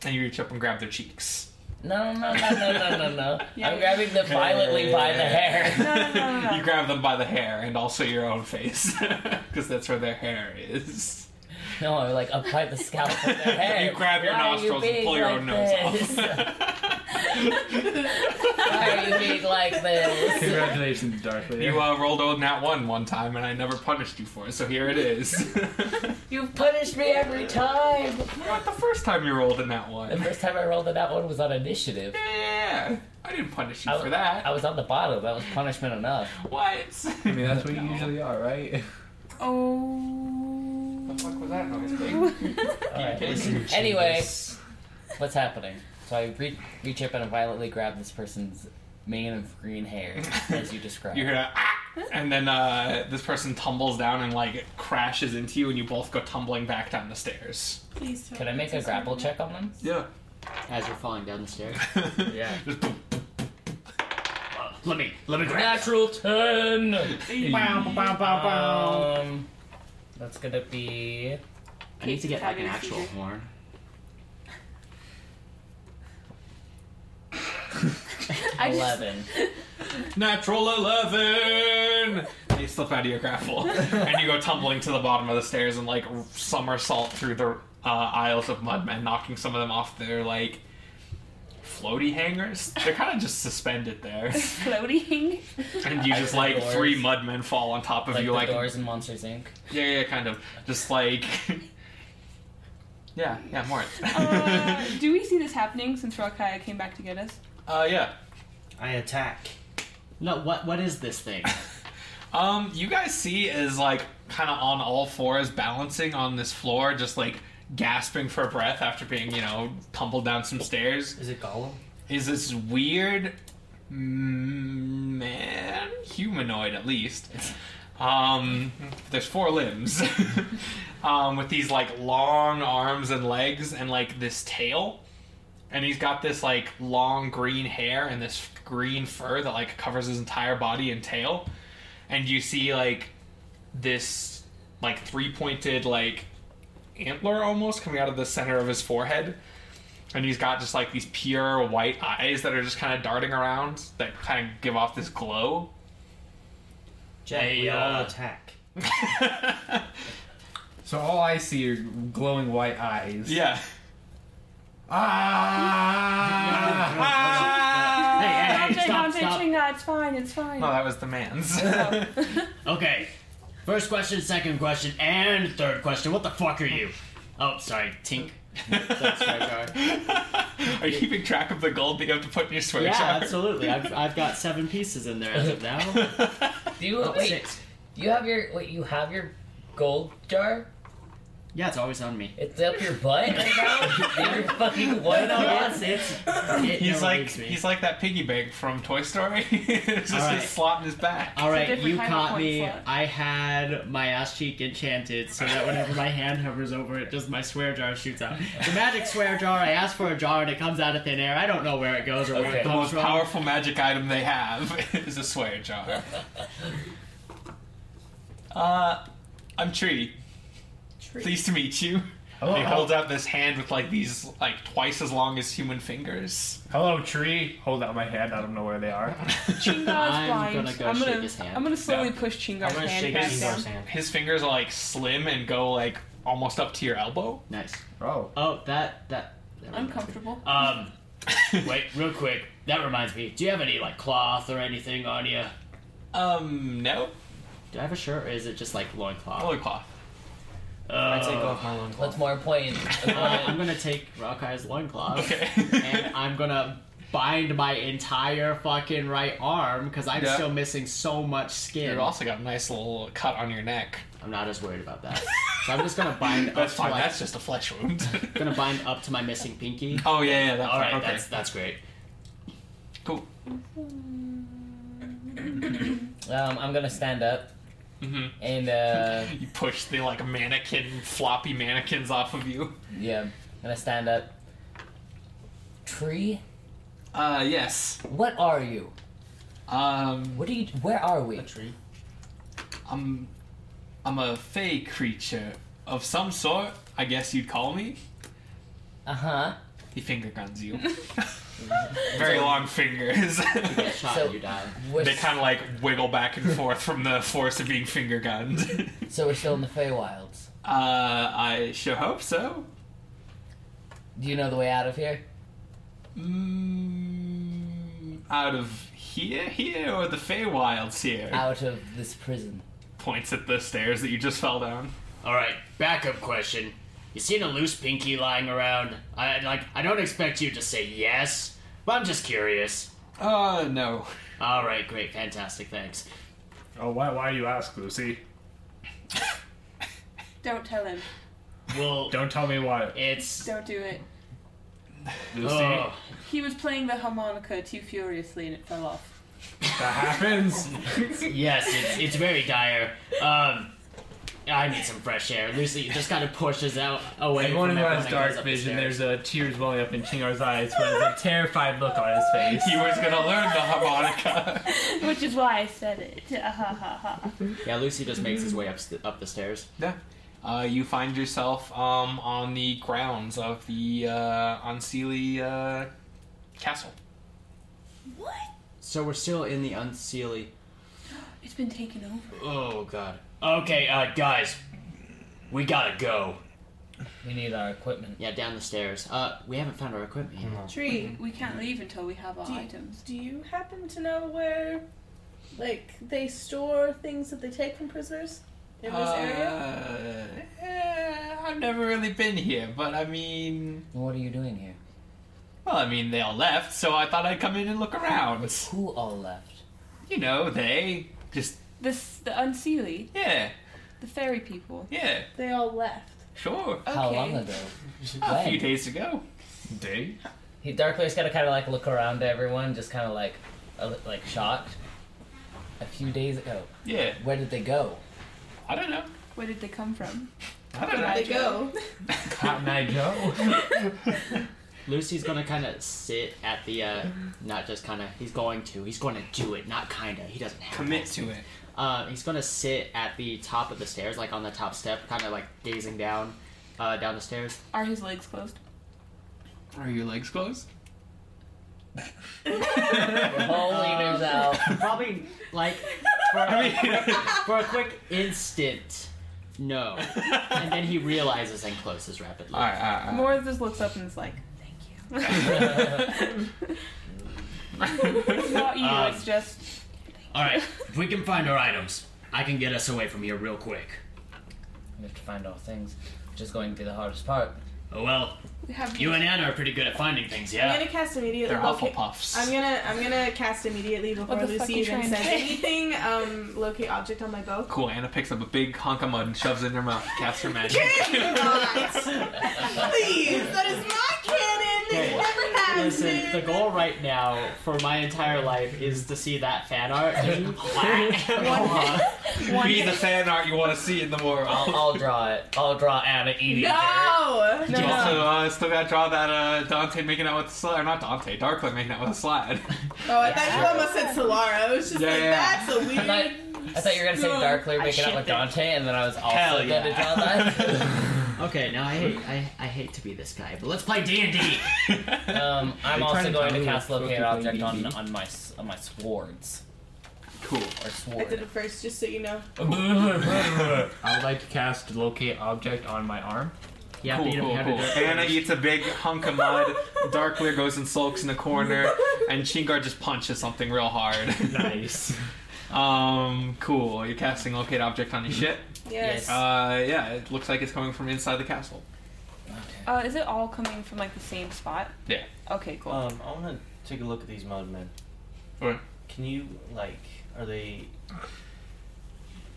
[SPEAKER 13] And you reach up and grab their cheeks.
[SPEAKER 10] no, no, no, no, no, no, no.
[SPEAKER 8] Yeah.
[SPEAKER 10] I'm grabbing them violently by the hair.
[SPEAKER 8] No, no, no, no, no.
[SPEAKER 13] you grab them by the hair and also your own face. Because that's where their hair is.
[SPEAKER 10] No, I like apply the scalp of their head.
[SPEAKER 13] You grab your
[SPEAKER 10] Why are
[SPEAKER 13] nostrils and
[SPEAKER 10] being
[SPEAKER 13] pull your own
[SPEAKER 10] like
[SPEAKER 13] nose
[SPEAKER 10] this? Why are you being like this?
[SPEAKER 13] Congratulations, Darth Vader. You uh, rolled on that one one time, and I never punished you for it, so here it is.
[SPEAKER 10] You've punished me every time.
[SPEAKER 13] Not the first time you rolled in that one.
[SPEAKER 10] The first time I rolled in that one was on initiative.
[SPEAKER 13] Yeah, I didn't punish you
[SPEAKER 10] I,
[SPEAKER 13] for that.
[SPEAKER 10] I was on the bottom. That was punishment enough.
[SPEAKER 13] What?
[SPEAKER 9] I mean, that's what you usually are, right?
[SPEAKER 8] Oh.
[SPEAKER 13] The fuck was that noise? Big?
[SPEAKER 10] All right.
[SPEAKER 13] Listen to
[SPEAKER 10] Anyway, what's happening? So I re- reach up and I violently grab this person's mane of green hair, as you described.
[SPEAKER 13] you hear a, ah, and then uh, this person tumbles down and like crashes into you, and you both go tumbling back down the stairs.
[SPEAKER 11] Please tell
[SPEAKER 10] Can I
[SPEAKER 11] me
[SPEAKER 10] make a
[SPEAKER 11] it's
[SPEAKER 10] grapple
[SPEAKER 11] not-
[SPEAKER 10] check on them?
[SPEAKER 13] Yeah.
[SPEAKER 3] As you're falling down the stairs.
[SPEAKER 10] Yeah.
[SPEAKER 3] Let me, let me grab.
[SPEAKER 10] Natural ten. Um, that's gonna be.
[SPEAKER 3] I need to get like an
[SPEAKER 8] Fabulous
[SPEAKER 3] actual
[SPEAKER 8] feature.
[SPEAKER 3] horn.
[SPEAKER 8] I just-
[SPEAKER 10] Eleven.
[SPEAKER 13] Natural 11! You slip out of your grapple, and you go tumbling to the bottom of the stairs and, like, somersault through the uh, aisles of mudmen, knocking some of them off their, like, floaty hangers. They're kind of just suspended there.
[SPEAKER 8] floating.
[SPEAKER 13] And you
[SPEAKER 10] Like
[SPEAKER 13] just,
[SPEAKER 10] the
[SPEAKER 13] like,
[SPEAKER 10] doors.
[SPEAKER 13] three mudmen fall on top of
[SPEAKER 10] Like
[SPEAKER 13] you,
[SPEAKER 10] the
[SPEAKER 13] like,
[SPEAKER 10] doors in Monsters Inc.
[SPEAKER 13] yeah, yeah, kind of. Just, like, yeah, yeah, more.
[SPEAKER 8] Uh, do we see this happening since Rockaya came back to get us?
[SPEAKER 13] uh, yeah.
[SPEAKER 12] I attack.
[SPEAKER 3] No, what what is this thing?
[SPEAKER 13] Um, you guys see is like kind of on all fours, balancing on this floor, just like gasping for breath after being you know tumbled down some stairs.
[SPEAKER 12] Is it Gollum?
[SPEAKER 13] Is this weird mm, man humanoid at least? Um, there's four limbs, um, with these like long arms and legs and like this tail. And he's got this like long green hair and this green fur that like covers his entire body and tail and you see like this like three pointed like antler almost coming out of the center of his forehead and he's got just like these pure white eyes that are just kind of darting around that kind of give off this glow
[SPEAKER 12] Jack,
[SPEAKER 13] Hey,
[SPEAKER 12] we all
[SPEAKER 13] uh,
[SPEAKER 12] attack.
[SPEAKER 9] So all I see are glowing white eyes.
[SPEAKER 13] yeah
[SPEAKER 9] Ah!
[SPEAKER 3] hey, hey,
[SPEAKER 8] Concentrate,
[SPEAKER 3] hey, stop,
[SPEAKER 8] concentrate,
[SPEAKER 3] stop.
[SPEAKER 8] Shinga, it's fine, it's fine.
[SPEAKER 13] no that was the man's
[SPEAKER 3] Okay. First question, second question, and third question. What the fuck are you? Oh, sorry, Tink. That's right, guy.
[SPEAKER 13] are you keeping track of the gold that you have to put in your swear
[SPEAKER 3] Yeah,
[SPEAKER 13] jar?
[SPEAKER 3] absolutely. I've, I've got seven pieces in there as of now.
[SPEAKER 10] Do you wait?
[SPEAKER 3] Six.
[SPEAKER 10] You have your wait. You have your gold jar.
[SPEAKER 3] Yeah, it's always on me.
[SPEAKER 10] It's up your butt right now. You're fucking what?
[SPEAKER 3] It's, it's, it
[SPEAKER 13] He's
[SPEAKER 3] never
[SPEAKER 13] like
[SPEAKER 3] leaves me.
[SPEAKER 13] he's like that piggy bank from Toy Story. it's just
[SPEAKER 3] Alright.
[SPEAKER 13] his slot in his back.
[SPEAKER 3] All right,
[SPEAKER 8] different
[SPEAKER 3] you
[SPEAKER 8] kind of
[SPEAKER 3] caught
[SPEAKER 8] point
[SPEAKER 3] me.
[SPEAKER 8] slot.
[SPEAKER 3] I had my ass cheek enchanted so that whenever my hand hovers over it, just my swear jar shoots out. It's a magic swear jar. I asked for a jar and it comes out of thin air. I don't know where it goes or where
[SPEAKER 10] Okay.
[SPEAKER 3] it
[SPEAKER 13] The
[SPEAKER 3] comes
[SPEAKER 13] most
[SPEAKER 3] from.
[SPEAKER 13] powerful magic item they have is a swear jar. uh, I'm Tree.
[SPEAKER 11] Tree.
[SPEAKER 13] Pleased to meet you.
[SPEAKER 9] Hello.
[SPEAKER 13] He holds out this hand with like these like twice as long as human fingers.
[SPEAKER 9] Hello, tree. Hold out my hand. I don't know where they are.
[SPEAKER 8] Chingar's
[SPEAKER 3] I'm
[SPEAKER 8] blind.
[SPEAKER 3] gonna go
[SPEAKER 8] I'm,
[SPEAKER 3] shake
[SPEAKER 8] gonna,
[SPEAKER 3] his hand.
[SPEAKER 8] I'm gonna slowly
[SPEAKER 13] Yeah.
[SPEAKER 8] push Chingar's
[SPEAKER 12] I'm gonna
[SPEAKER 8] hand
[SPEAKER 12] shake
[SPEAKER 8] back
[SPEAKER 12] his
[SPEAKER 8] down.
[SPEAKER 12] hand.
[SPEAKER 13] His fingers are like slim and go like almost up to your elbow.
[SPEAKER 3] Nice.
[SPEAKER 9] Oh,
[SPEAKER 3] Oh, that that. that reminds me.
[SPEAKER 8] Uncomfortable.
[SPEAKER 3] Um, wait, real quick. That reminds me. Do you have any like cloth or anything on you?
[SPEAKER 13] Um, no.
[SPEAKER 3] Do I have a shirt, or is it just like loincloth?
[SPEAKER 13] Loincloth.
[SPEAKER 3] Uh,
[SPEAKER 12] I take off my loincloth.
[SPEAKER 10] What's more important? Um,
[SPEAKER 3] I'm gonna take Rockeye's loincloth.
[SPEAKER 13] Okay.
[SPEAKER 3] and I'm gonna bind my entire fucking right arm because I'm
[SPEAKER 13] Yeah.
[SPEAKER 3] still missing so much skin.
[SPEAKER 13] You've also got a nice little cut on your neck.
[SPEAKER 3] I'm not as worried about that. So I'm just gonna bind up
[SPEAKER 13] That's
[SPEAKER 3] to
[SPEAKER 13] fine.
[SPEAKER 3] like,
[SPEAKER 13] That's just a flesh wound.
[SPEAKER 3] gonna bind up to my missing pinky.
[SPEAKER 13] oh yeah, yeah. That's
[SPEAKER 3] All right,
[SPEAKER 13] fine. Okay.
[SPEAKER 3] that's that's great.
[SPEAKER 13] Cool.
[SPEAKER 10] um, I'm gonna stand up
[SPEAKER 13] hmm
[SPEAKER 10] and uh,
[SPEAKER 13] You push the like mannequin, floppy mannequins off of you.
[SPEAKER 10] yeah, I'm gonna stand up. Tree,
[SPEAKER 13] Uh, yes.
[SPEAKER 10] what are you?
[SPEAKER 13] Um,
[SPEAKER 10] What are you? Where are we?
[SPEAKER 3] tree.
[SPEAKER 13] I'm, I'm a fey creature of some sort. I guess you'd call me.
[SPEAKER 10] Uh huh.
[SPEAKER 13] He finger guns you. Very long fingers.
[SPEAKER 3] Get shot
[SPEAKER 10] So-
[SPEAKER 3] and you die.
[SPEAKER 10] We're
[SPEAKER 13] they
[SPEAKER 10] s-
[SPEAKER 13] kind of like wiggle back and forth from the force of being finger gunned.
[SPEAKER 10] so we're still in the Feywilds.
[SPEAKER 13] Uh, I sure hope so.
[SPEAKER 10] Do you know the way out of here?
[SPEAKER 13] Mm, out of here, here, or the Feywilds here?
[SPEAKER 10] Out of this prison.
[SPEAKER 13] Points at the stairs that you just fell down.
[SPEAKER 3] All right, backup question. You seen a loose pinky lying around? I like. I don't expect you to say yes, but I'm just curious.
[SPEAKER 13] Uh, no.
[SPEAKER 3] All right, great, fantastic, thanks.
[SPEAKER 16] Oh, why? Why you ask, Lucy?
[SPEAKER 8] Don't tell him.
[SPEAKER 3] Well,
[SPEAKER 16] don't tell me why.
[SPEAKER 3] It's oh,
[SPEAKER 8] Don't do it.
[SPEAKER 16] Lucy.
[SPEAKER 8] He was playing the harmonica too furiously and it fell off.
[SPEAKER 16] That happens.
[SPEAKER 3] yes, it's, it's very dire. Um, I need some fresh air. Lucy just kind of pushes out away.
[SPEAKER 9] Everyone
[SPEAKER 3] from
[SPEAKER 9] who
[SPEAKER 3] everyone that
[SPEAKER 9] has
[SPEAKER 3] goes
[SPEAKER 9] dark
[SPEAKER 3] up the
[SPEAKER 9] vision,
[SPEAKER 3] stairs.
[SPEAKER 9] there's a tears welling up in Chingar's eyes, but there's a terrified look on his face.
[SPEAKER 13] He was gonna learn the harmonica.
[SPEAKER 8] Which is why I said it. Ah, ha, ha, ha.
[SPEAKER 3] Yeah, Lucy just makes his way up st- up the stairs.
[SPEAKER 13] Yeah. Uh, you find yourself um, on the grounds of the uh, Anseeli uh, castle.
[SPEAKER 8] What?
[SPEAKER 3] So we're still in the unseelie.
[SPEAKER 8] It's been taken over.
[SPEAKER 3] Oh god. Okay, uh, guys, we gotta go.
[SPEAKER 10] We need our equipment.
[SPEAKER 3] Yeah, down the stairs. Uh, we haven't found our equipment yet.
[SPEAKER 11] Tree,
[SPEAKER 8] We can't leave until we have our
[SPEAKER 11] Do you-
[SPEAKER 8] items.
[SPEAKER 11] do you happen to know where, like, they store things that they take from prisoners in this area?
[SPEAKER 13] Uh, eh, I've never really been here, but I mean,
[SPEAKER 10] What are you doing here?
[SPEAKER 13] well, I mean, they all left, so I thought I'd come in and look around.
[SPEAKER 10] Who all left?
[SPEAKER 13] You know, they just
[SPEAKER 8] This the Unseelie,
[SPEAKER 13] yeah,
[SPEAKER 8] the fairy people.
[SPEAKER 13] yeah,
[SPEAKER 11] They all left.
[SPEAKER 13] sure.
[SPEAKER 10] How
[SPEAKER 8] Okay.
[SPEAKER 10] long ago?
[SPEAKER 13] A few
[SPEAKER 10] When?
[SPEAKER 13] days ago.
[SPEAKER 16] Day.
[SPEAKER 10] He, Darklay's gotta kind of like look around to everyone, just kind of like, a li- like shocked. A few days ago.
[SPEAKER 13] Yeah,
[SPEAKER 10] Where did they go?
[SPEAKER 13] I don't know.
[SPEAKER 8] Where did they come from?
[SPEAKER 13] I don't know.
[SPEAKER 11] They go.
[SPEAKER 9] Cotton Eye Joe.
[SPEAKER 3] Lucy's gonna kind of sit at the, uh, not just kind of. He's going to. He's going to do it. Not kind of. He doesn't have
[SPEAKER 13] Commit to it.
[SPEAKER 3] Uh, he's gonna sit at the top of the stairs, like on the top step, kind of like gazing down, uh, down the stairs.
[SPEAKER 8] Are his legs closed?
[SPEAKER 13] Are your legs closed?
[SPEAKER 10] Whole leaders out.
[SPEAKER 3] Um, Probably like for, for a quick instant, no. And then he realizes and closes rapidly.
[SPEAKER 13] All right, all right. all right.
[SPEAKER 8] More just looks up and is like, thank you. it's not you,
[SPEAKER 3] Um,
[SPEAKER 8] it's just
[SPEAKER 3] All right, if we can find our items, I can get us away from here real quick.
[SPEAKER 10] We have to find all things. Which is going to be the hardest part.
[SPEAKER 3] Oh well,
[SPEAKER 8] we have
[SPEAKER 3] you and Anna are pretty good at finding things,
[SPEAKER 11] I'm
[SPEAKER 3] yeah.
[SPEAKER 11] gonna cast immediately.
[SPEAKER 13] They're awful
[SPEAKER 11] loca-
[SPEAKER 13] puffs.
[SPEAKER 11] I'm gonna I'm gonna cast immediately before
[SPEAKER 8] the fuck
[SPEAKER 11] Lucy
[SPEAKER 8] you
[SPEAKER 11] even
[SPEAKER 8] trying to
[SPEAKER 11] says
[SPEAKER 8] say?
[SPEAKER 11] anything. Um, locate object on my bow.
[SPEAKER 13] Cool. Anna picks up a big hunk of mud and shoves it in her mouth. Casts her magic.
[SPEAKER 11] Please, that is not canon. This
[SPEAKER 3] Okay.
[SPEAKER 11] never happens.
[SPEAKER 3] Listen, the goal right now for my entire life is to see that fan art. Just whack.
[SPEAKER 13] Be the fan art you want to see in the world.
[SPEAKER 10] I'll, I'll draw it. I'll draw Anna eating dirt.
[SPEAKER 11] No, no,
[SPEAKER 13] You
[SPEAKER 11] no.
[SPEAKER 13] also uh, still gotta draw that uh, Dante making out with the slide. Or not Dante, Darkling making out with a slide.
[SPEAKER 11] Oh, I thought you almost said Solara. I was just
[SPEAKER 13] Yeah,
[SPEAKER 11] like,
[SPEAKER 13] yeah.
[SPEAKER 11] that's a weird.
[SPEAKER 10] I thought, I thought you were gonna say
[SPEAKER 11] No.
[SPEAKER 10] Darkler
[SPEAKER 3] I
[SPEAKER 10] making out
[SPEAKER 3] shit
[SPEAKER 10] with
[SPEAKER 3] that.
[SPEAKER 10] Dante, and then I was also
[SPEAKER 13] Hell
[SPEAKER 10] gonna
[SPEAKER 13] yeah.
[SPEAKER 10] draw that.
[SPEAKER 3] Okay, now I hate I, I hate to be this guy, but let's play D and D.
[SPEAKER 10] um, I'm
[SPEAKER 9] Are you
[SPEAKER 10] also
[SPEAKER 9] trying to
[SPEAKER 10] going
[SPEAKER 9] tell
[SPEAKER 10] to
[SPEAKER 9] me
[SPEAKER 10] cast
[SPEAKER 9] we're supposed
[SPEAKER 10] locate
[SPEAKER 9] to play
[SPEAKER 10] object on
[SPEAKER 9] D&D?
[SPEAKER 10] on my s- on my swords
[SPEAKER 13] cool.
[SPEAKER 10] or
[SPEAKER 11] I did
[SPEAKER 10] sword.
[SPEAKER 11] it first, just so you know.
[SPEAKER 9] I would like to cast locate object on my arm.
[SPEAKER 3] Yeah,
[SPEAKER 13] Cool,
[SPEAKER 3] beat him.
[SPEAKER 13] cool,
[SPEAKER 3] how to
[SPEAKER 13] cool.
[SPEAKER 3] do it.
[SPEAKER 13] Anna eats a big hunk of mud. Darkler goes and sulks in a corner, and Shingar just punches something real hard.
[SPEAKER 9] Nice.
[SPEAKER 13] Um, cool. You're casting locate object on your ship.
[SPEAKER 11] Yes.
[SPEAKER 10] Yes.
[SPEAKER 13] Uh, yeah, it looks like it's coming from inside the castle.
[SPEAKER 8] Uh, is it all coming from like the same spot?
[SPEAKER 13] Yeah.
[SPEAKER 8] Okay, cool.
[SPEAKER 12] Um, I want to take a look at these mud men.
[SPEAKER 13] Alright.
[SPEAKER 12] Can you like? Are they?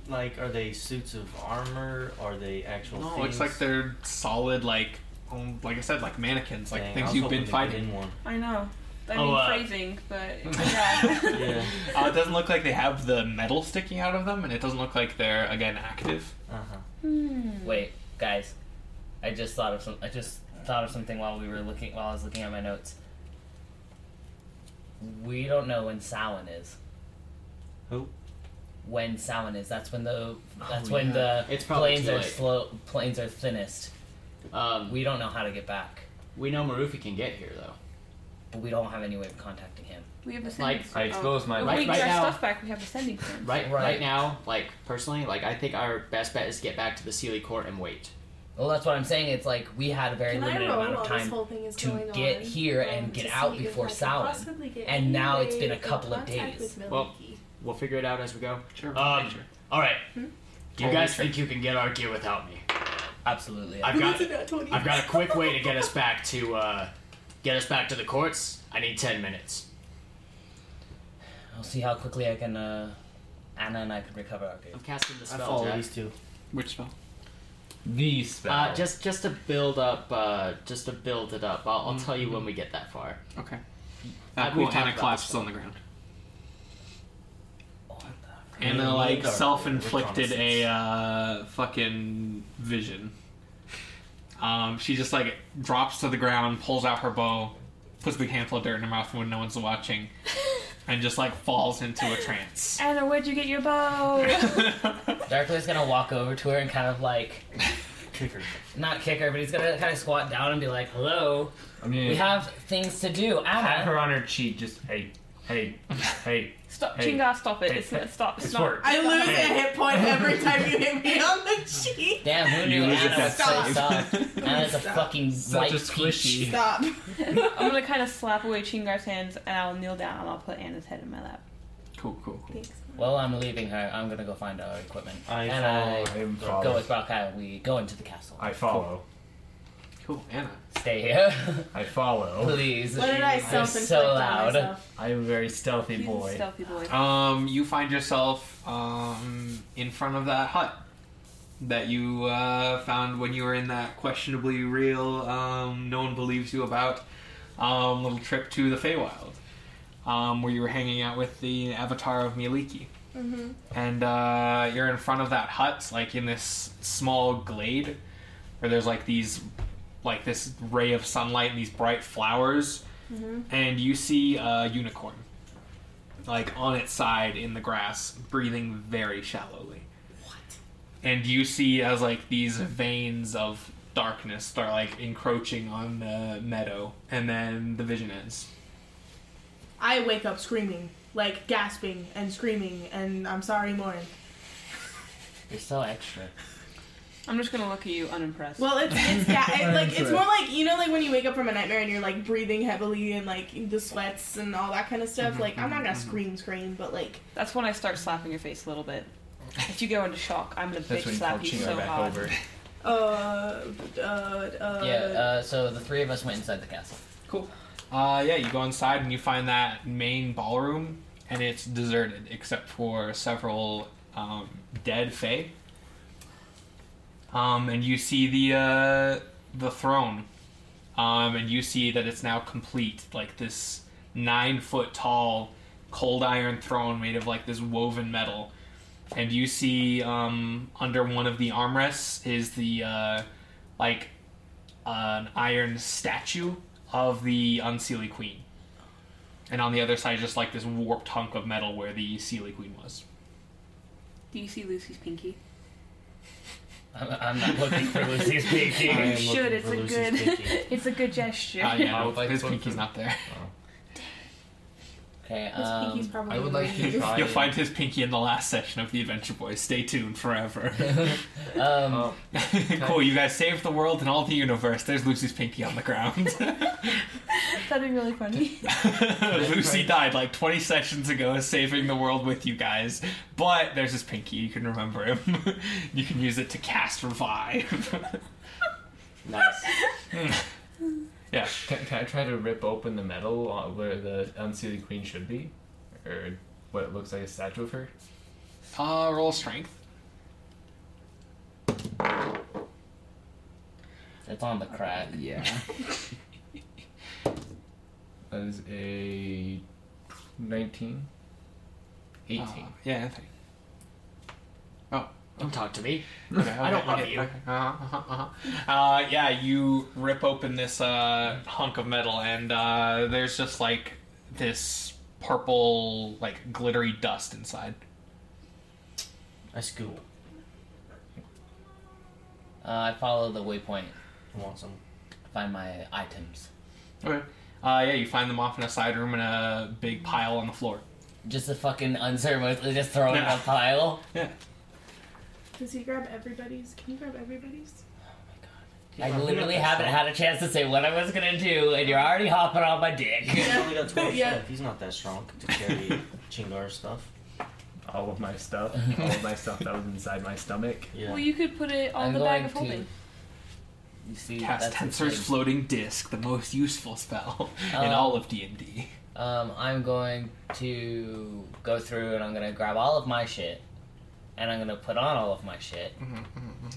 [SPEAKER 12] Like, are they suits of armor? Are they actual?
[SPEAKER 13] No, it
[SPEAKER 12] things?
[SPEAKER 13] looks like they're solid, like, um, like I said, like mannequins, like
[SPEAKER 12] Dang, I
[SPEAKER 13] things
[SPEAKER 12] was
[SPEAKER 13] you've
[SPEAKER 12] hoping
[SPEAKER 13] been
[SPEAKER 12] to get
[SPEAKER 13] fighting.
[SPEAKER 12] in one.
[SPEAKER 8] I know. I
[SPEAKER 3] Oh,
[SPEAKER 8] mean
[SPEAKER 3] uh,
[SPEAKER 8] phrasing, but yeah.
[SPEAKER 12] Yeah.
[SPEAKER 13] Uh, it doesn't look like they have the metal sticking out of them, and it doesn't look like they're again active.
[SPEAKER 12] Uh huh.
[SPEAKER 8] Hmm.
[SPEAKER 10] Wait, guys, I just thought of some. I just thought of something while we were looking while I was looking at my notes. We don't know when Samhain is.
[SPEAKER 12] Who?
[SPEAKER 10] When Samhain is? That's when the that's
[SPEAKER 9] Oh,
[SPEAKER 10] when the
[SPEAKER 9] yeah.
[SPEAKER 3] It's probably
[SPEAKER 10] planes
[SPEAKER 3] too
[SPEAKER 10] are
[SPEAKER 3] late.
[SPEAKER 10] slow. Planes are thinnest.
[SPEAKER 3] Um, we
[SPEAKER 10] We don't know how to get back,
[SPEAKER 3] we know Marufi can get here though.
[SPEAKER 10] but we don't have any way of contacting him.
[SPEAKER 8] We have the
[SPEAKER 3] Like-
[SPEAKER 8] sending.
[SPEAKER 3] I exposed my-
[SPEAKER 8] If we
[SPEAKER 3] Right-
[SPEAKER 8] get
[SPEAKER 3] right
[SPEAKER 8] our
[SPEAKER 3] now-
[SPEAKER 8] stuff back. We have the sending. Pins.
[SPEAKER 3] Right, right, now, like personally, like I think our best bet is to get back to the Sealy Court and wait.
[SPEAKER 10] Well, that's what I'm saying. It's like we had a very
[SPEAKER 11] Can I
[SPEAKER 10] limited
[SPEAKER 11] roll
[SPEAKER 10] amount of
[SPEAKER 11] while this
[SPEAKER 10] time
[SPEAKER 11] whole thing is
[SPEAKER 10] to
[SPEAKER 11] going
[SPEAKER 10] get
[SPEAKER 11] on,
[SPEAKER 10] here and
[SPEAKER 11] um,
[SPEAKER 10] get
[SPEAKER 11] to
[SPEAKER 10] out
[SPEAKER 11] see if
[SPEAKER 10] before
[SPEAKER 11] I can
[SPEAKER 10] Samhain.
[SPEAKER 11] possibly get
[SPEAKER 10] And now
[SPEAKER 11] any
[SPEAKER 10] it's been
[SPEAKER 11] way
[SPEAKER 10] a
[SPEAKER 11] in
[SPEAKER 10] couple of
[SPEAKER 11] contact
[SPEAKER 10] days.
[SPEAKER 11] with Mel-
[SPEAKER 3] Well, we'll figure it out as we go. Sure. Um, All right. Do you
[SPEAKER 10] Holy
[SPEAKER 3] guys think you can get our gear without me?
[SPEAKER 10] Absolutely.
[SPEAKER 3] I've got.
[SPEAKER 11] That's a nat 20.
[SPEAKER 3] I've got a quick way to get us back to uh, get us back to the courts. I need ten minutes.
[SPEAKER 10] I'll see how quickly I can. Uh, Anna and I can recover our gear.
[SPEAKER 3] I'm casting the spell,
[SPEAKER 12] follow
[SPEAKER 3] Jack.
[SPEAKER 12] these two.
[SPEAKER 13] Which spell?
[SPEAKER 7] The spell.
[SPEAKER 3] Uh, just just to build up, uh, just to build it up. I'll, I'll tell you when we get that far.
[SPEAKER 13] Okay.
[SPEAKER 3] Uh,
[SPEAKER 13] Uh,
[SPEAKER 3] we've
[SPEAKER 13] cool.
[SPEAKER 3] talked
[SPEAKER 13] Anna
[SPEAKER 3] about
[SPEAKER 13] collapses on the ground.
[SPEAKER 7] We're
[SPEAKER 13] Anna like
[SPEAKER 7] dark.
[SPEAKER 13] self-inflicted
[SPEAKER 7] We're
[SPEAKER 13] a uh, fucking vision. Um, she just like drops to the ground, pulls out her bow, puts a big handful of dirt in her mouth when no one's watching, and just like falls into a trance.
[SPEAKER 6] Anna, where'd you get your bow?
[SPEAKER 10] Darkly's gonna walk over to her and kind of like
[SPEAKER 12] kick her.
[SPEAKER 10] Not kick her, but he's gonna kind of squat down and be like, "Hello,
[SPEAKER 9] I mean,
[SPEAKER 10] we have things to do."
[SPEAKER 2] Pat
[SPEAKER 10] Anna,
[SPEAKER 2] her on her cheek. Just hey, hey, hey.
[SPEAKER 8] Stop,
[SPEAKER 2] Hey.
[SPEAKER 8] Chinga, stop it.
[SPEAKER 2] Hey,
[SPEAKER 8] it's
[SPEAKER 2] hey,
[SPEAKER 8] not, stop. It's,
[SPEAKER 2] it's
[SPEAKER 8] not.
[SPEAKER 2] work.
[SPEAKER 4] I lose a
[SPEAKER 2] Hey.
[SPEAKER 4] hit point every time you hit me on the cheek.
[SPEAKER 10] damn, who
[SPEAKER 9] You
[SPEAKER 10] knew
[SPEAKER 9] lose it
[SPEAKER 10] Anna was
[SPEAKER 9] that
[SPEAKER 10] so
[SPEAKER 9] save.
[SPEAKER 10] soft? Anna's a fucking
[SPEAKER 9] Such
[SPEAKER 10] white
[SPEAKER 9] a
[SPEAKER 10] peach.
[SPEAKER 9] squishy.
[SPEAKER 4] Stop.
[SPEAKER 8] I'm gonna kind of slap away Chingar's hands and I'll kneel down and I'll put Anna's head in my lap.
[SPEAKER 13] Cool, cool, cool.
[SPEAKER 4] Thanks.
[SPEAKER 10] Well, I'm leaving her. I'm gonna go find our equipment,
[SPEAKER 12] I
[SPEAKER 10] and I
[SPEAKER 12] follow him,
[SPEAKER 10] go
[SPEAKER 12] follow.
[SPEAKER 10] with Brokai. We go into the castle.
[SPEAKER 2] I follow.
[SPEAKER 13] Cool, Anna.
[SPEAKER 10] Stay here,
[SPEAKER 2] I
[SPEAKER 9] Oh.
[SPEAKER 2] follow.
[SPEAKER 10] please.
[SPEAKER 4] What did I
[SPEAKER 10] You're
[SPEAKER 4] self-inflict
[SPEAKER 10] so
[SPEAKER 4] on
[SPEAKER 10] loud.
[SPEAKER 4] myself?
[SPEAKER 2] I am a very stealthy
[SPEAKER 8] He's a
[SPEAKER 2] boy.
[SPEAKER 8] stealthy boy.
[SPEAKER 13] Um, you find yourself um, in front of that hut that you uh, found when you were in that questionably real, um, no one believes you about um, little trip to the Feywild, um, where you were hanging out with the avatar of Miliki.
[SPEAKER 4] Mhm.
[SPEAKER 13] And uh, you're in front of that hut, like in this small glade, where there's like these, like this ray of sunlight and these bright flowers,
[SPEAKER 4] Mhm.
[SPEAKER 13] and you see a unicorn like on its side in the grass, breathing very shallowly. And you see as like these veins of darkness start like encroaching on the meadow, and then the vision ends.
[SPEAKER 4] I wake up screaming, like gasping and screaming, and I'm sorry, Morin.
[SPEAKER 10] You're so extra.
[SPEAKER 8] I'm just gonna look at you unimpressed.
[SPEAKER 4] Well, it's it's ga- it, like it's more like you know like when you wake up from a nightmare and you're like breathing heavily and like the sweats and all that kind of stuff.
[SPEAKER 13] Mhm,
[SPEAKER 4] like I'm not gonna
[SPEAKER 13] mhm, mhm.
[SPEAKER 4] scream scream, but like
[SPEAKER 8] That's when I start slapping your face a little bit. If you go into shock, I'm gonna
[SPEAKER 2] That's
[SPEAKER 8] bitch
[SPEAKER 2] when you
[SPEAKER 8] slap
[SPEAKER 2] call
[SPEAKER 8] you
[SPEAKER 2] Chingar
[SPEAKER 8] so
[SPEAKER 2] back
[SPEAKER 8] hard.
[SPEAKER 2] over.
[SPEAKER 4] uh uh uh.
[SPEAKER 10] Yeah. Uh, so the three of us went inside the castle.
[SPEAKER 13] Cool. Uh, yeah, you go inside and you find that main ballroom, and it's deserted except for several um, dead fae. Um, and you see the uh, the throne, um, and you see that it's now complete. Like this nine foot tall cold iron throne made of like this woven metal, and you see um, under one of the armrests is the uh, like an iron statue of the unseelie queen. And on the other side, just like this warped hunk of metal where the Seelie Queen was.
[SPEAKER 8] Do you see Lucy's pinky?
[SPEAKER 10] I'm, I'm not looking for Lucy's pinky.
[SPEAKER 12] I am
[SPEAKER 8] You should.
[SPEAKER 12] looking
[SPEAKER 8] It's
[SPEAKER 12] for
[SPEAKER 8] a
[SPEAKER 12] Lucy's
[SPEAKER 8] good.
[SPEAKER 12] pinky.
[SPEAKER 8] it's a good gesture.
[SPEAKER 13] Uh, yeah,
[SPEAKER 1] I
[SPEAKER 13] no,
[SPEAKER 1] would like
[SPEAKER 13] his
[SPEAKER 1] to look
[SPEAKER 13] pinky's
[SPEAKER 1] for-
[SPEAKER 13] not there.
[SPEAKER 10] Okay.
[SPEAKER 4] His
[SPEAKER 10] Um,
[SPEAKER 4] pinky's probably.
[SPEAKER 1] I would like to
[SPEAKER 4] green.
[SPEAKER 1] try.
[SPEAKER 13] You'll find his pinky in the last session of the Adventure Boys. Stay tuned forever.
[SPEAKER 10] um,
[SPEAKER 1] Um,
[SPEAKER 13] cool, you guys saved the world and all the universe. There's Lucy's pinky on the ground.
[SPEAKER 8] That'd be really funny.
[SPEAKER 13] Lucy died like 20 sessions ago, saving the world with you guys. But there's his pinky. You can remember him. you can use it to cast revive.
[SPEAKER 3] Nice.
[SPEAKER 13] yeah.
[SPEAKER 9] Can, can I try to rip open the metal uh, where the unseated queen should be, or what it looks like a statue of her?
[SPEAKER 13] Uh, roll strength.
[SPEAKER 10] it's on the crack.
[SPEAKER 9] Yeah. that is a nineteen. Eighteen.
[SPEAKER 13] Uh, yeah, Anthony. Oh.
[SPEAKER 3] Don't talk to me.
[SPEAKER 13] Okay, okay,
[SPEAKER 3] I don't love
[SPEAKER 13] okay,
[SPEAKER 3] you.
[SPEAKER 13] okay. Uh, uh, uh, uh, yeah, you rip open this uh, hunk of metal, and uh, there's just like this purple, like glittery dust inside.
[SPEAKER 12] I scoop.
[SPEAKER 10] Uh, I follow the waypoint.
[SPEAKER 12] I want some.
[SPEAKER 10] Find my items.
[SPEAKER 13] Okay. Uh, yeah, you find them off in a side room in a big pile on the floor.
[SPEAKER 10] Just a fucking unceremoniously just throwing a pile.
[SPEAKER 13] Yeah.
[SPEAKER 11] Does he grab everybody's? Can you grab everybody's?
[SPEAKER 10] I literally haven't had a chance to say what I was gonna do, and you're already hopping on my dick.
[SPEAKER 12] He's only got 12
[SPEAKER 10] Yeah.
[SPEAKER 12] stuff. He's not that strong to carry Chingar's stuff.
[SPEAKER 9] All of my stuff, all of my stuff that was inside my stomach. Yeah.
[SPEAKER 8] Well, you could put it on
[SPEAKER 9] I'm
[SPEAKER 8] the bag
[SPEAKER 9] going
[SPEAKER 8] of
[SPEAKER 9] to-
[SPEAKER 8] holding.
[SPEAKER 10] You see,
[SPEAKER 13] Cast
[SPEAKER 10] that's the
[SPEAKER 13] Tensor's
[SPEAKER 10] thing.
[SPEAKER 13] floating disc, the most useful spell in
[SPEAKER 10] Um,
[SPEAKER 13] all of D and D.
[SPEAKER 10] Um, I'm going to go through and I'm gonna grab all of my shit, and I'm gonna put on all of my shit,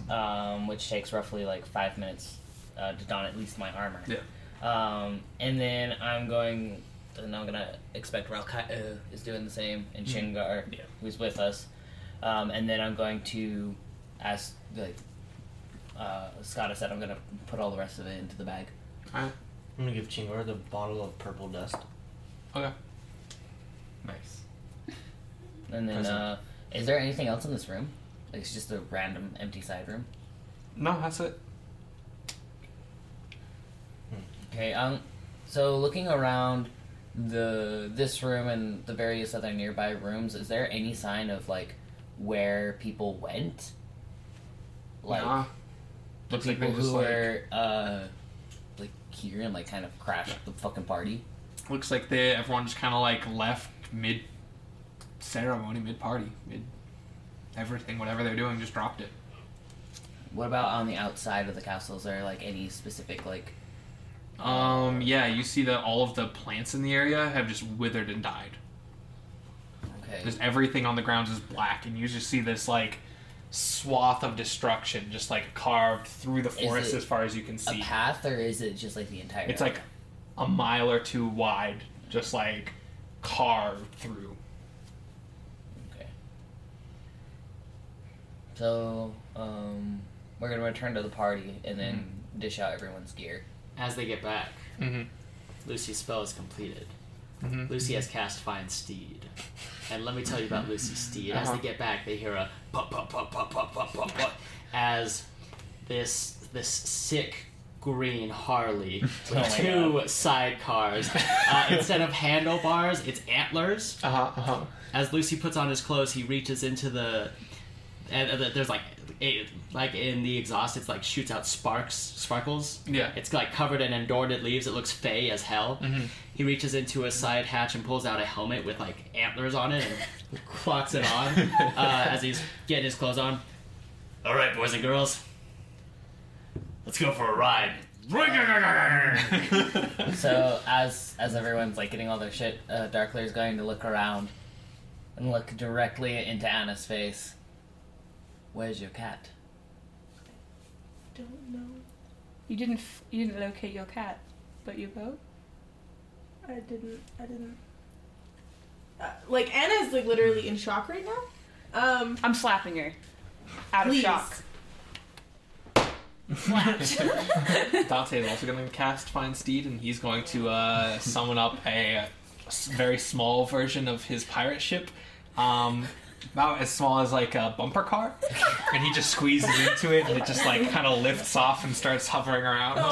[SPEAKER 10] um, which takes roughly like five minutes uh, to don at least my armor.
[SPEAKER 13] Yeah.
[SPEAKER 10] Um, and then I'm going, and I'm gonna expect Ralkai uh, is doing the same, and
[SPEAKER 13] Mhm.
[SPEAKER 10] Shingar, who's with us, um, and then I'm going to, as like uh, Scott said, I'm gonna put all the rest of it into the bag.
[SPEAKER 12] I'm gonna give Chingar the bottle of purple dust.
[SPEAKER 13] Okay.
[SPEAKER 9] Nice.
[SPEAKER 10] And then,
[SPEAKER 12] Present.
[SPEAKER 10] uh, is there anything else in this room? Like, it's just a random empty side room.
[SPEAKER 13] No, that's it.
[SPEAKER 10] Okay. Um. So looking around the this room and the various other nearby rooms, is there any sign of like where people went? Like
[SPEAKER 13] Nah.
[SPEAKER 10] the
[SPEAKER 13] Looks like
[SPEAKER 10] people
[SPEAKER 13] they just,
[SPEAKER 10] who
[SPEAKER 13] like-
[SPEAKER 10] were uh like here and like kind of crashed the fucking party.
[SPEAKER 13] Looks like they everyone just kind of like left mid ceremony, mid party, mid everything, whatever they're doing, just dropped it.
[SPEAKER 10] What about on the outside of the castle? Is there like any specific like?
[SPEAKER 13] Um, yeah, you see that all of the plants in the area have just withered and died.
[SPEAKER 10] Okay.
[SPEAKER 13] Just everything on the ground is black, and you just see this like swath of destruction just like carved through the
[SPEAKER 10] Is
[SPEAKER 13] forest
[SPEAKER 10] it
[SPEAKER 13] as far as you can
[SPEAKER 10] A
[SPEAKER 13] see.
[SPEAKER 10] path, or is it just like the entire?
[SPEAKER 13] It's like a mile or two wide, just like carved through.
[SPEAKER 10] So, um, we're gonna return to the party and then dish out everyone's gear.
[SPEAKER 3] As they get back,
[SPEAKER 10] Mm-hmm.
[SPEAKER 13] Mhm.
[SPEAKER 3] Lucy's spell is completed.
[SPEAKER 13] Mhm.
[SPEAKER 3] Lucy has cast Find Steed. And let me tell you about Lucy's steed. As
[SPEAKER 13] Uh-huh.
[SPEAKER 3] they get back, they hear a pop, pop, pop, pop, pop, pop, pop, pop, as this this sick green Harley
[SPEAKER 10] Oh my
[SPEAKER 3] with two sidecars. Uh, instead of handlebars, it's antlers.
[SPEAKER 13] Uh-huh, uh-huh.
[SPEAKER 3] As Lucy puts on his clothes, he reaches into the and uh, there's like it, like in the exhaust it's like shoots out sparks sparkles
[SPEAKER 13] yeah
[SPEAKER 3] it's like covered in endorted leaves it looks fey as hell he reaches into a side hatch and pulls out a helmet with like antlers on it and clocks it on uh, as he's getting his clothes on all right boys and girls let's go for a ride
[SPEAKER 10] so as as everyone's like getting all their shit, uh, Darkler is going to look around and look directly into Anna's face. Where's your cat?
[SPEAKER 11] Don't know.
[SPEAKER 8] You didn't. F- you didn't locate your cat, but you vote.
[SPEAKER 11] I didn't. I didn't. Uh, like Anna's like literally in shock right now. Um,
[SPEAKER 8] I'm slapping her. Out of
[SPEAKER 11] Please.
[SPEAKER 8] shock.
[SPEAKER 13] Dante is also going to cast Find Steed, and he's going to uh, summon up a s- very small version of his pirate ship, um, about as small as like a bumper car, and he just squeezes into it, and it just like kind of lifts off and starts hovering around.
[SPEAKER 8] Oh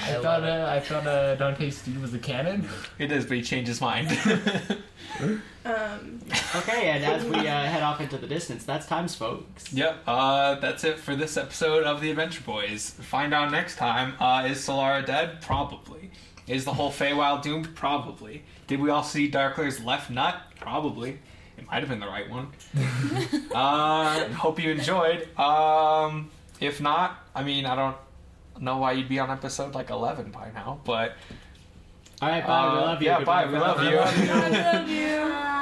[SPEAKER 9] I thought uh, I thought uh, Dante Steed was a cannon.
[SPEAKER 13] It is, but he changed his mind.
[SPEAKER 11] um,
[SPEAKER 3] okay and as we uh, head off into the distance that's times folks
[SPEAKER 13] Yep, uh, that's it for this episode of The Adventure Boys. Find out next time. Uh, is Solara dead? Probably. Is the whole Feywild doomed? Probably. Did we all see Darkler's left nut? Probably. It might have been the right one. uh, hope you enjoyed. Um, if not, I mean, I don't know why you'd be on episode like 11 by now, but.
[SPEAKER 3] All right, bye. we
[SPEAKER 13] Uh,
[SPEAKER 3] love you.
[SPEAKER 13] yeah,
[SPEAKER 3] Goodbye.
[SPEAKER 13] bye. We love you.
[SPEAKER 3] love you.
[SPEAKER 11] love you.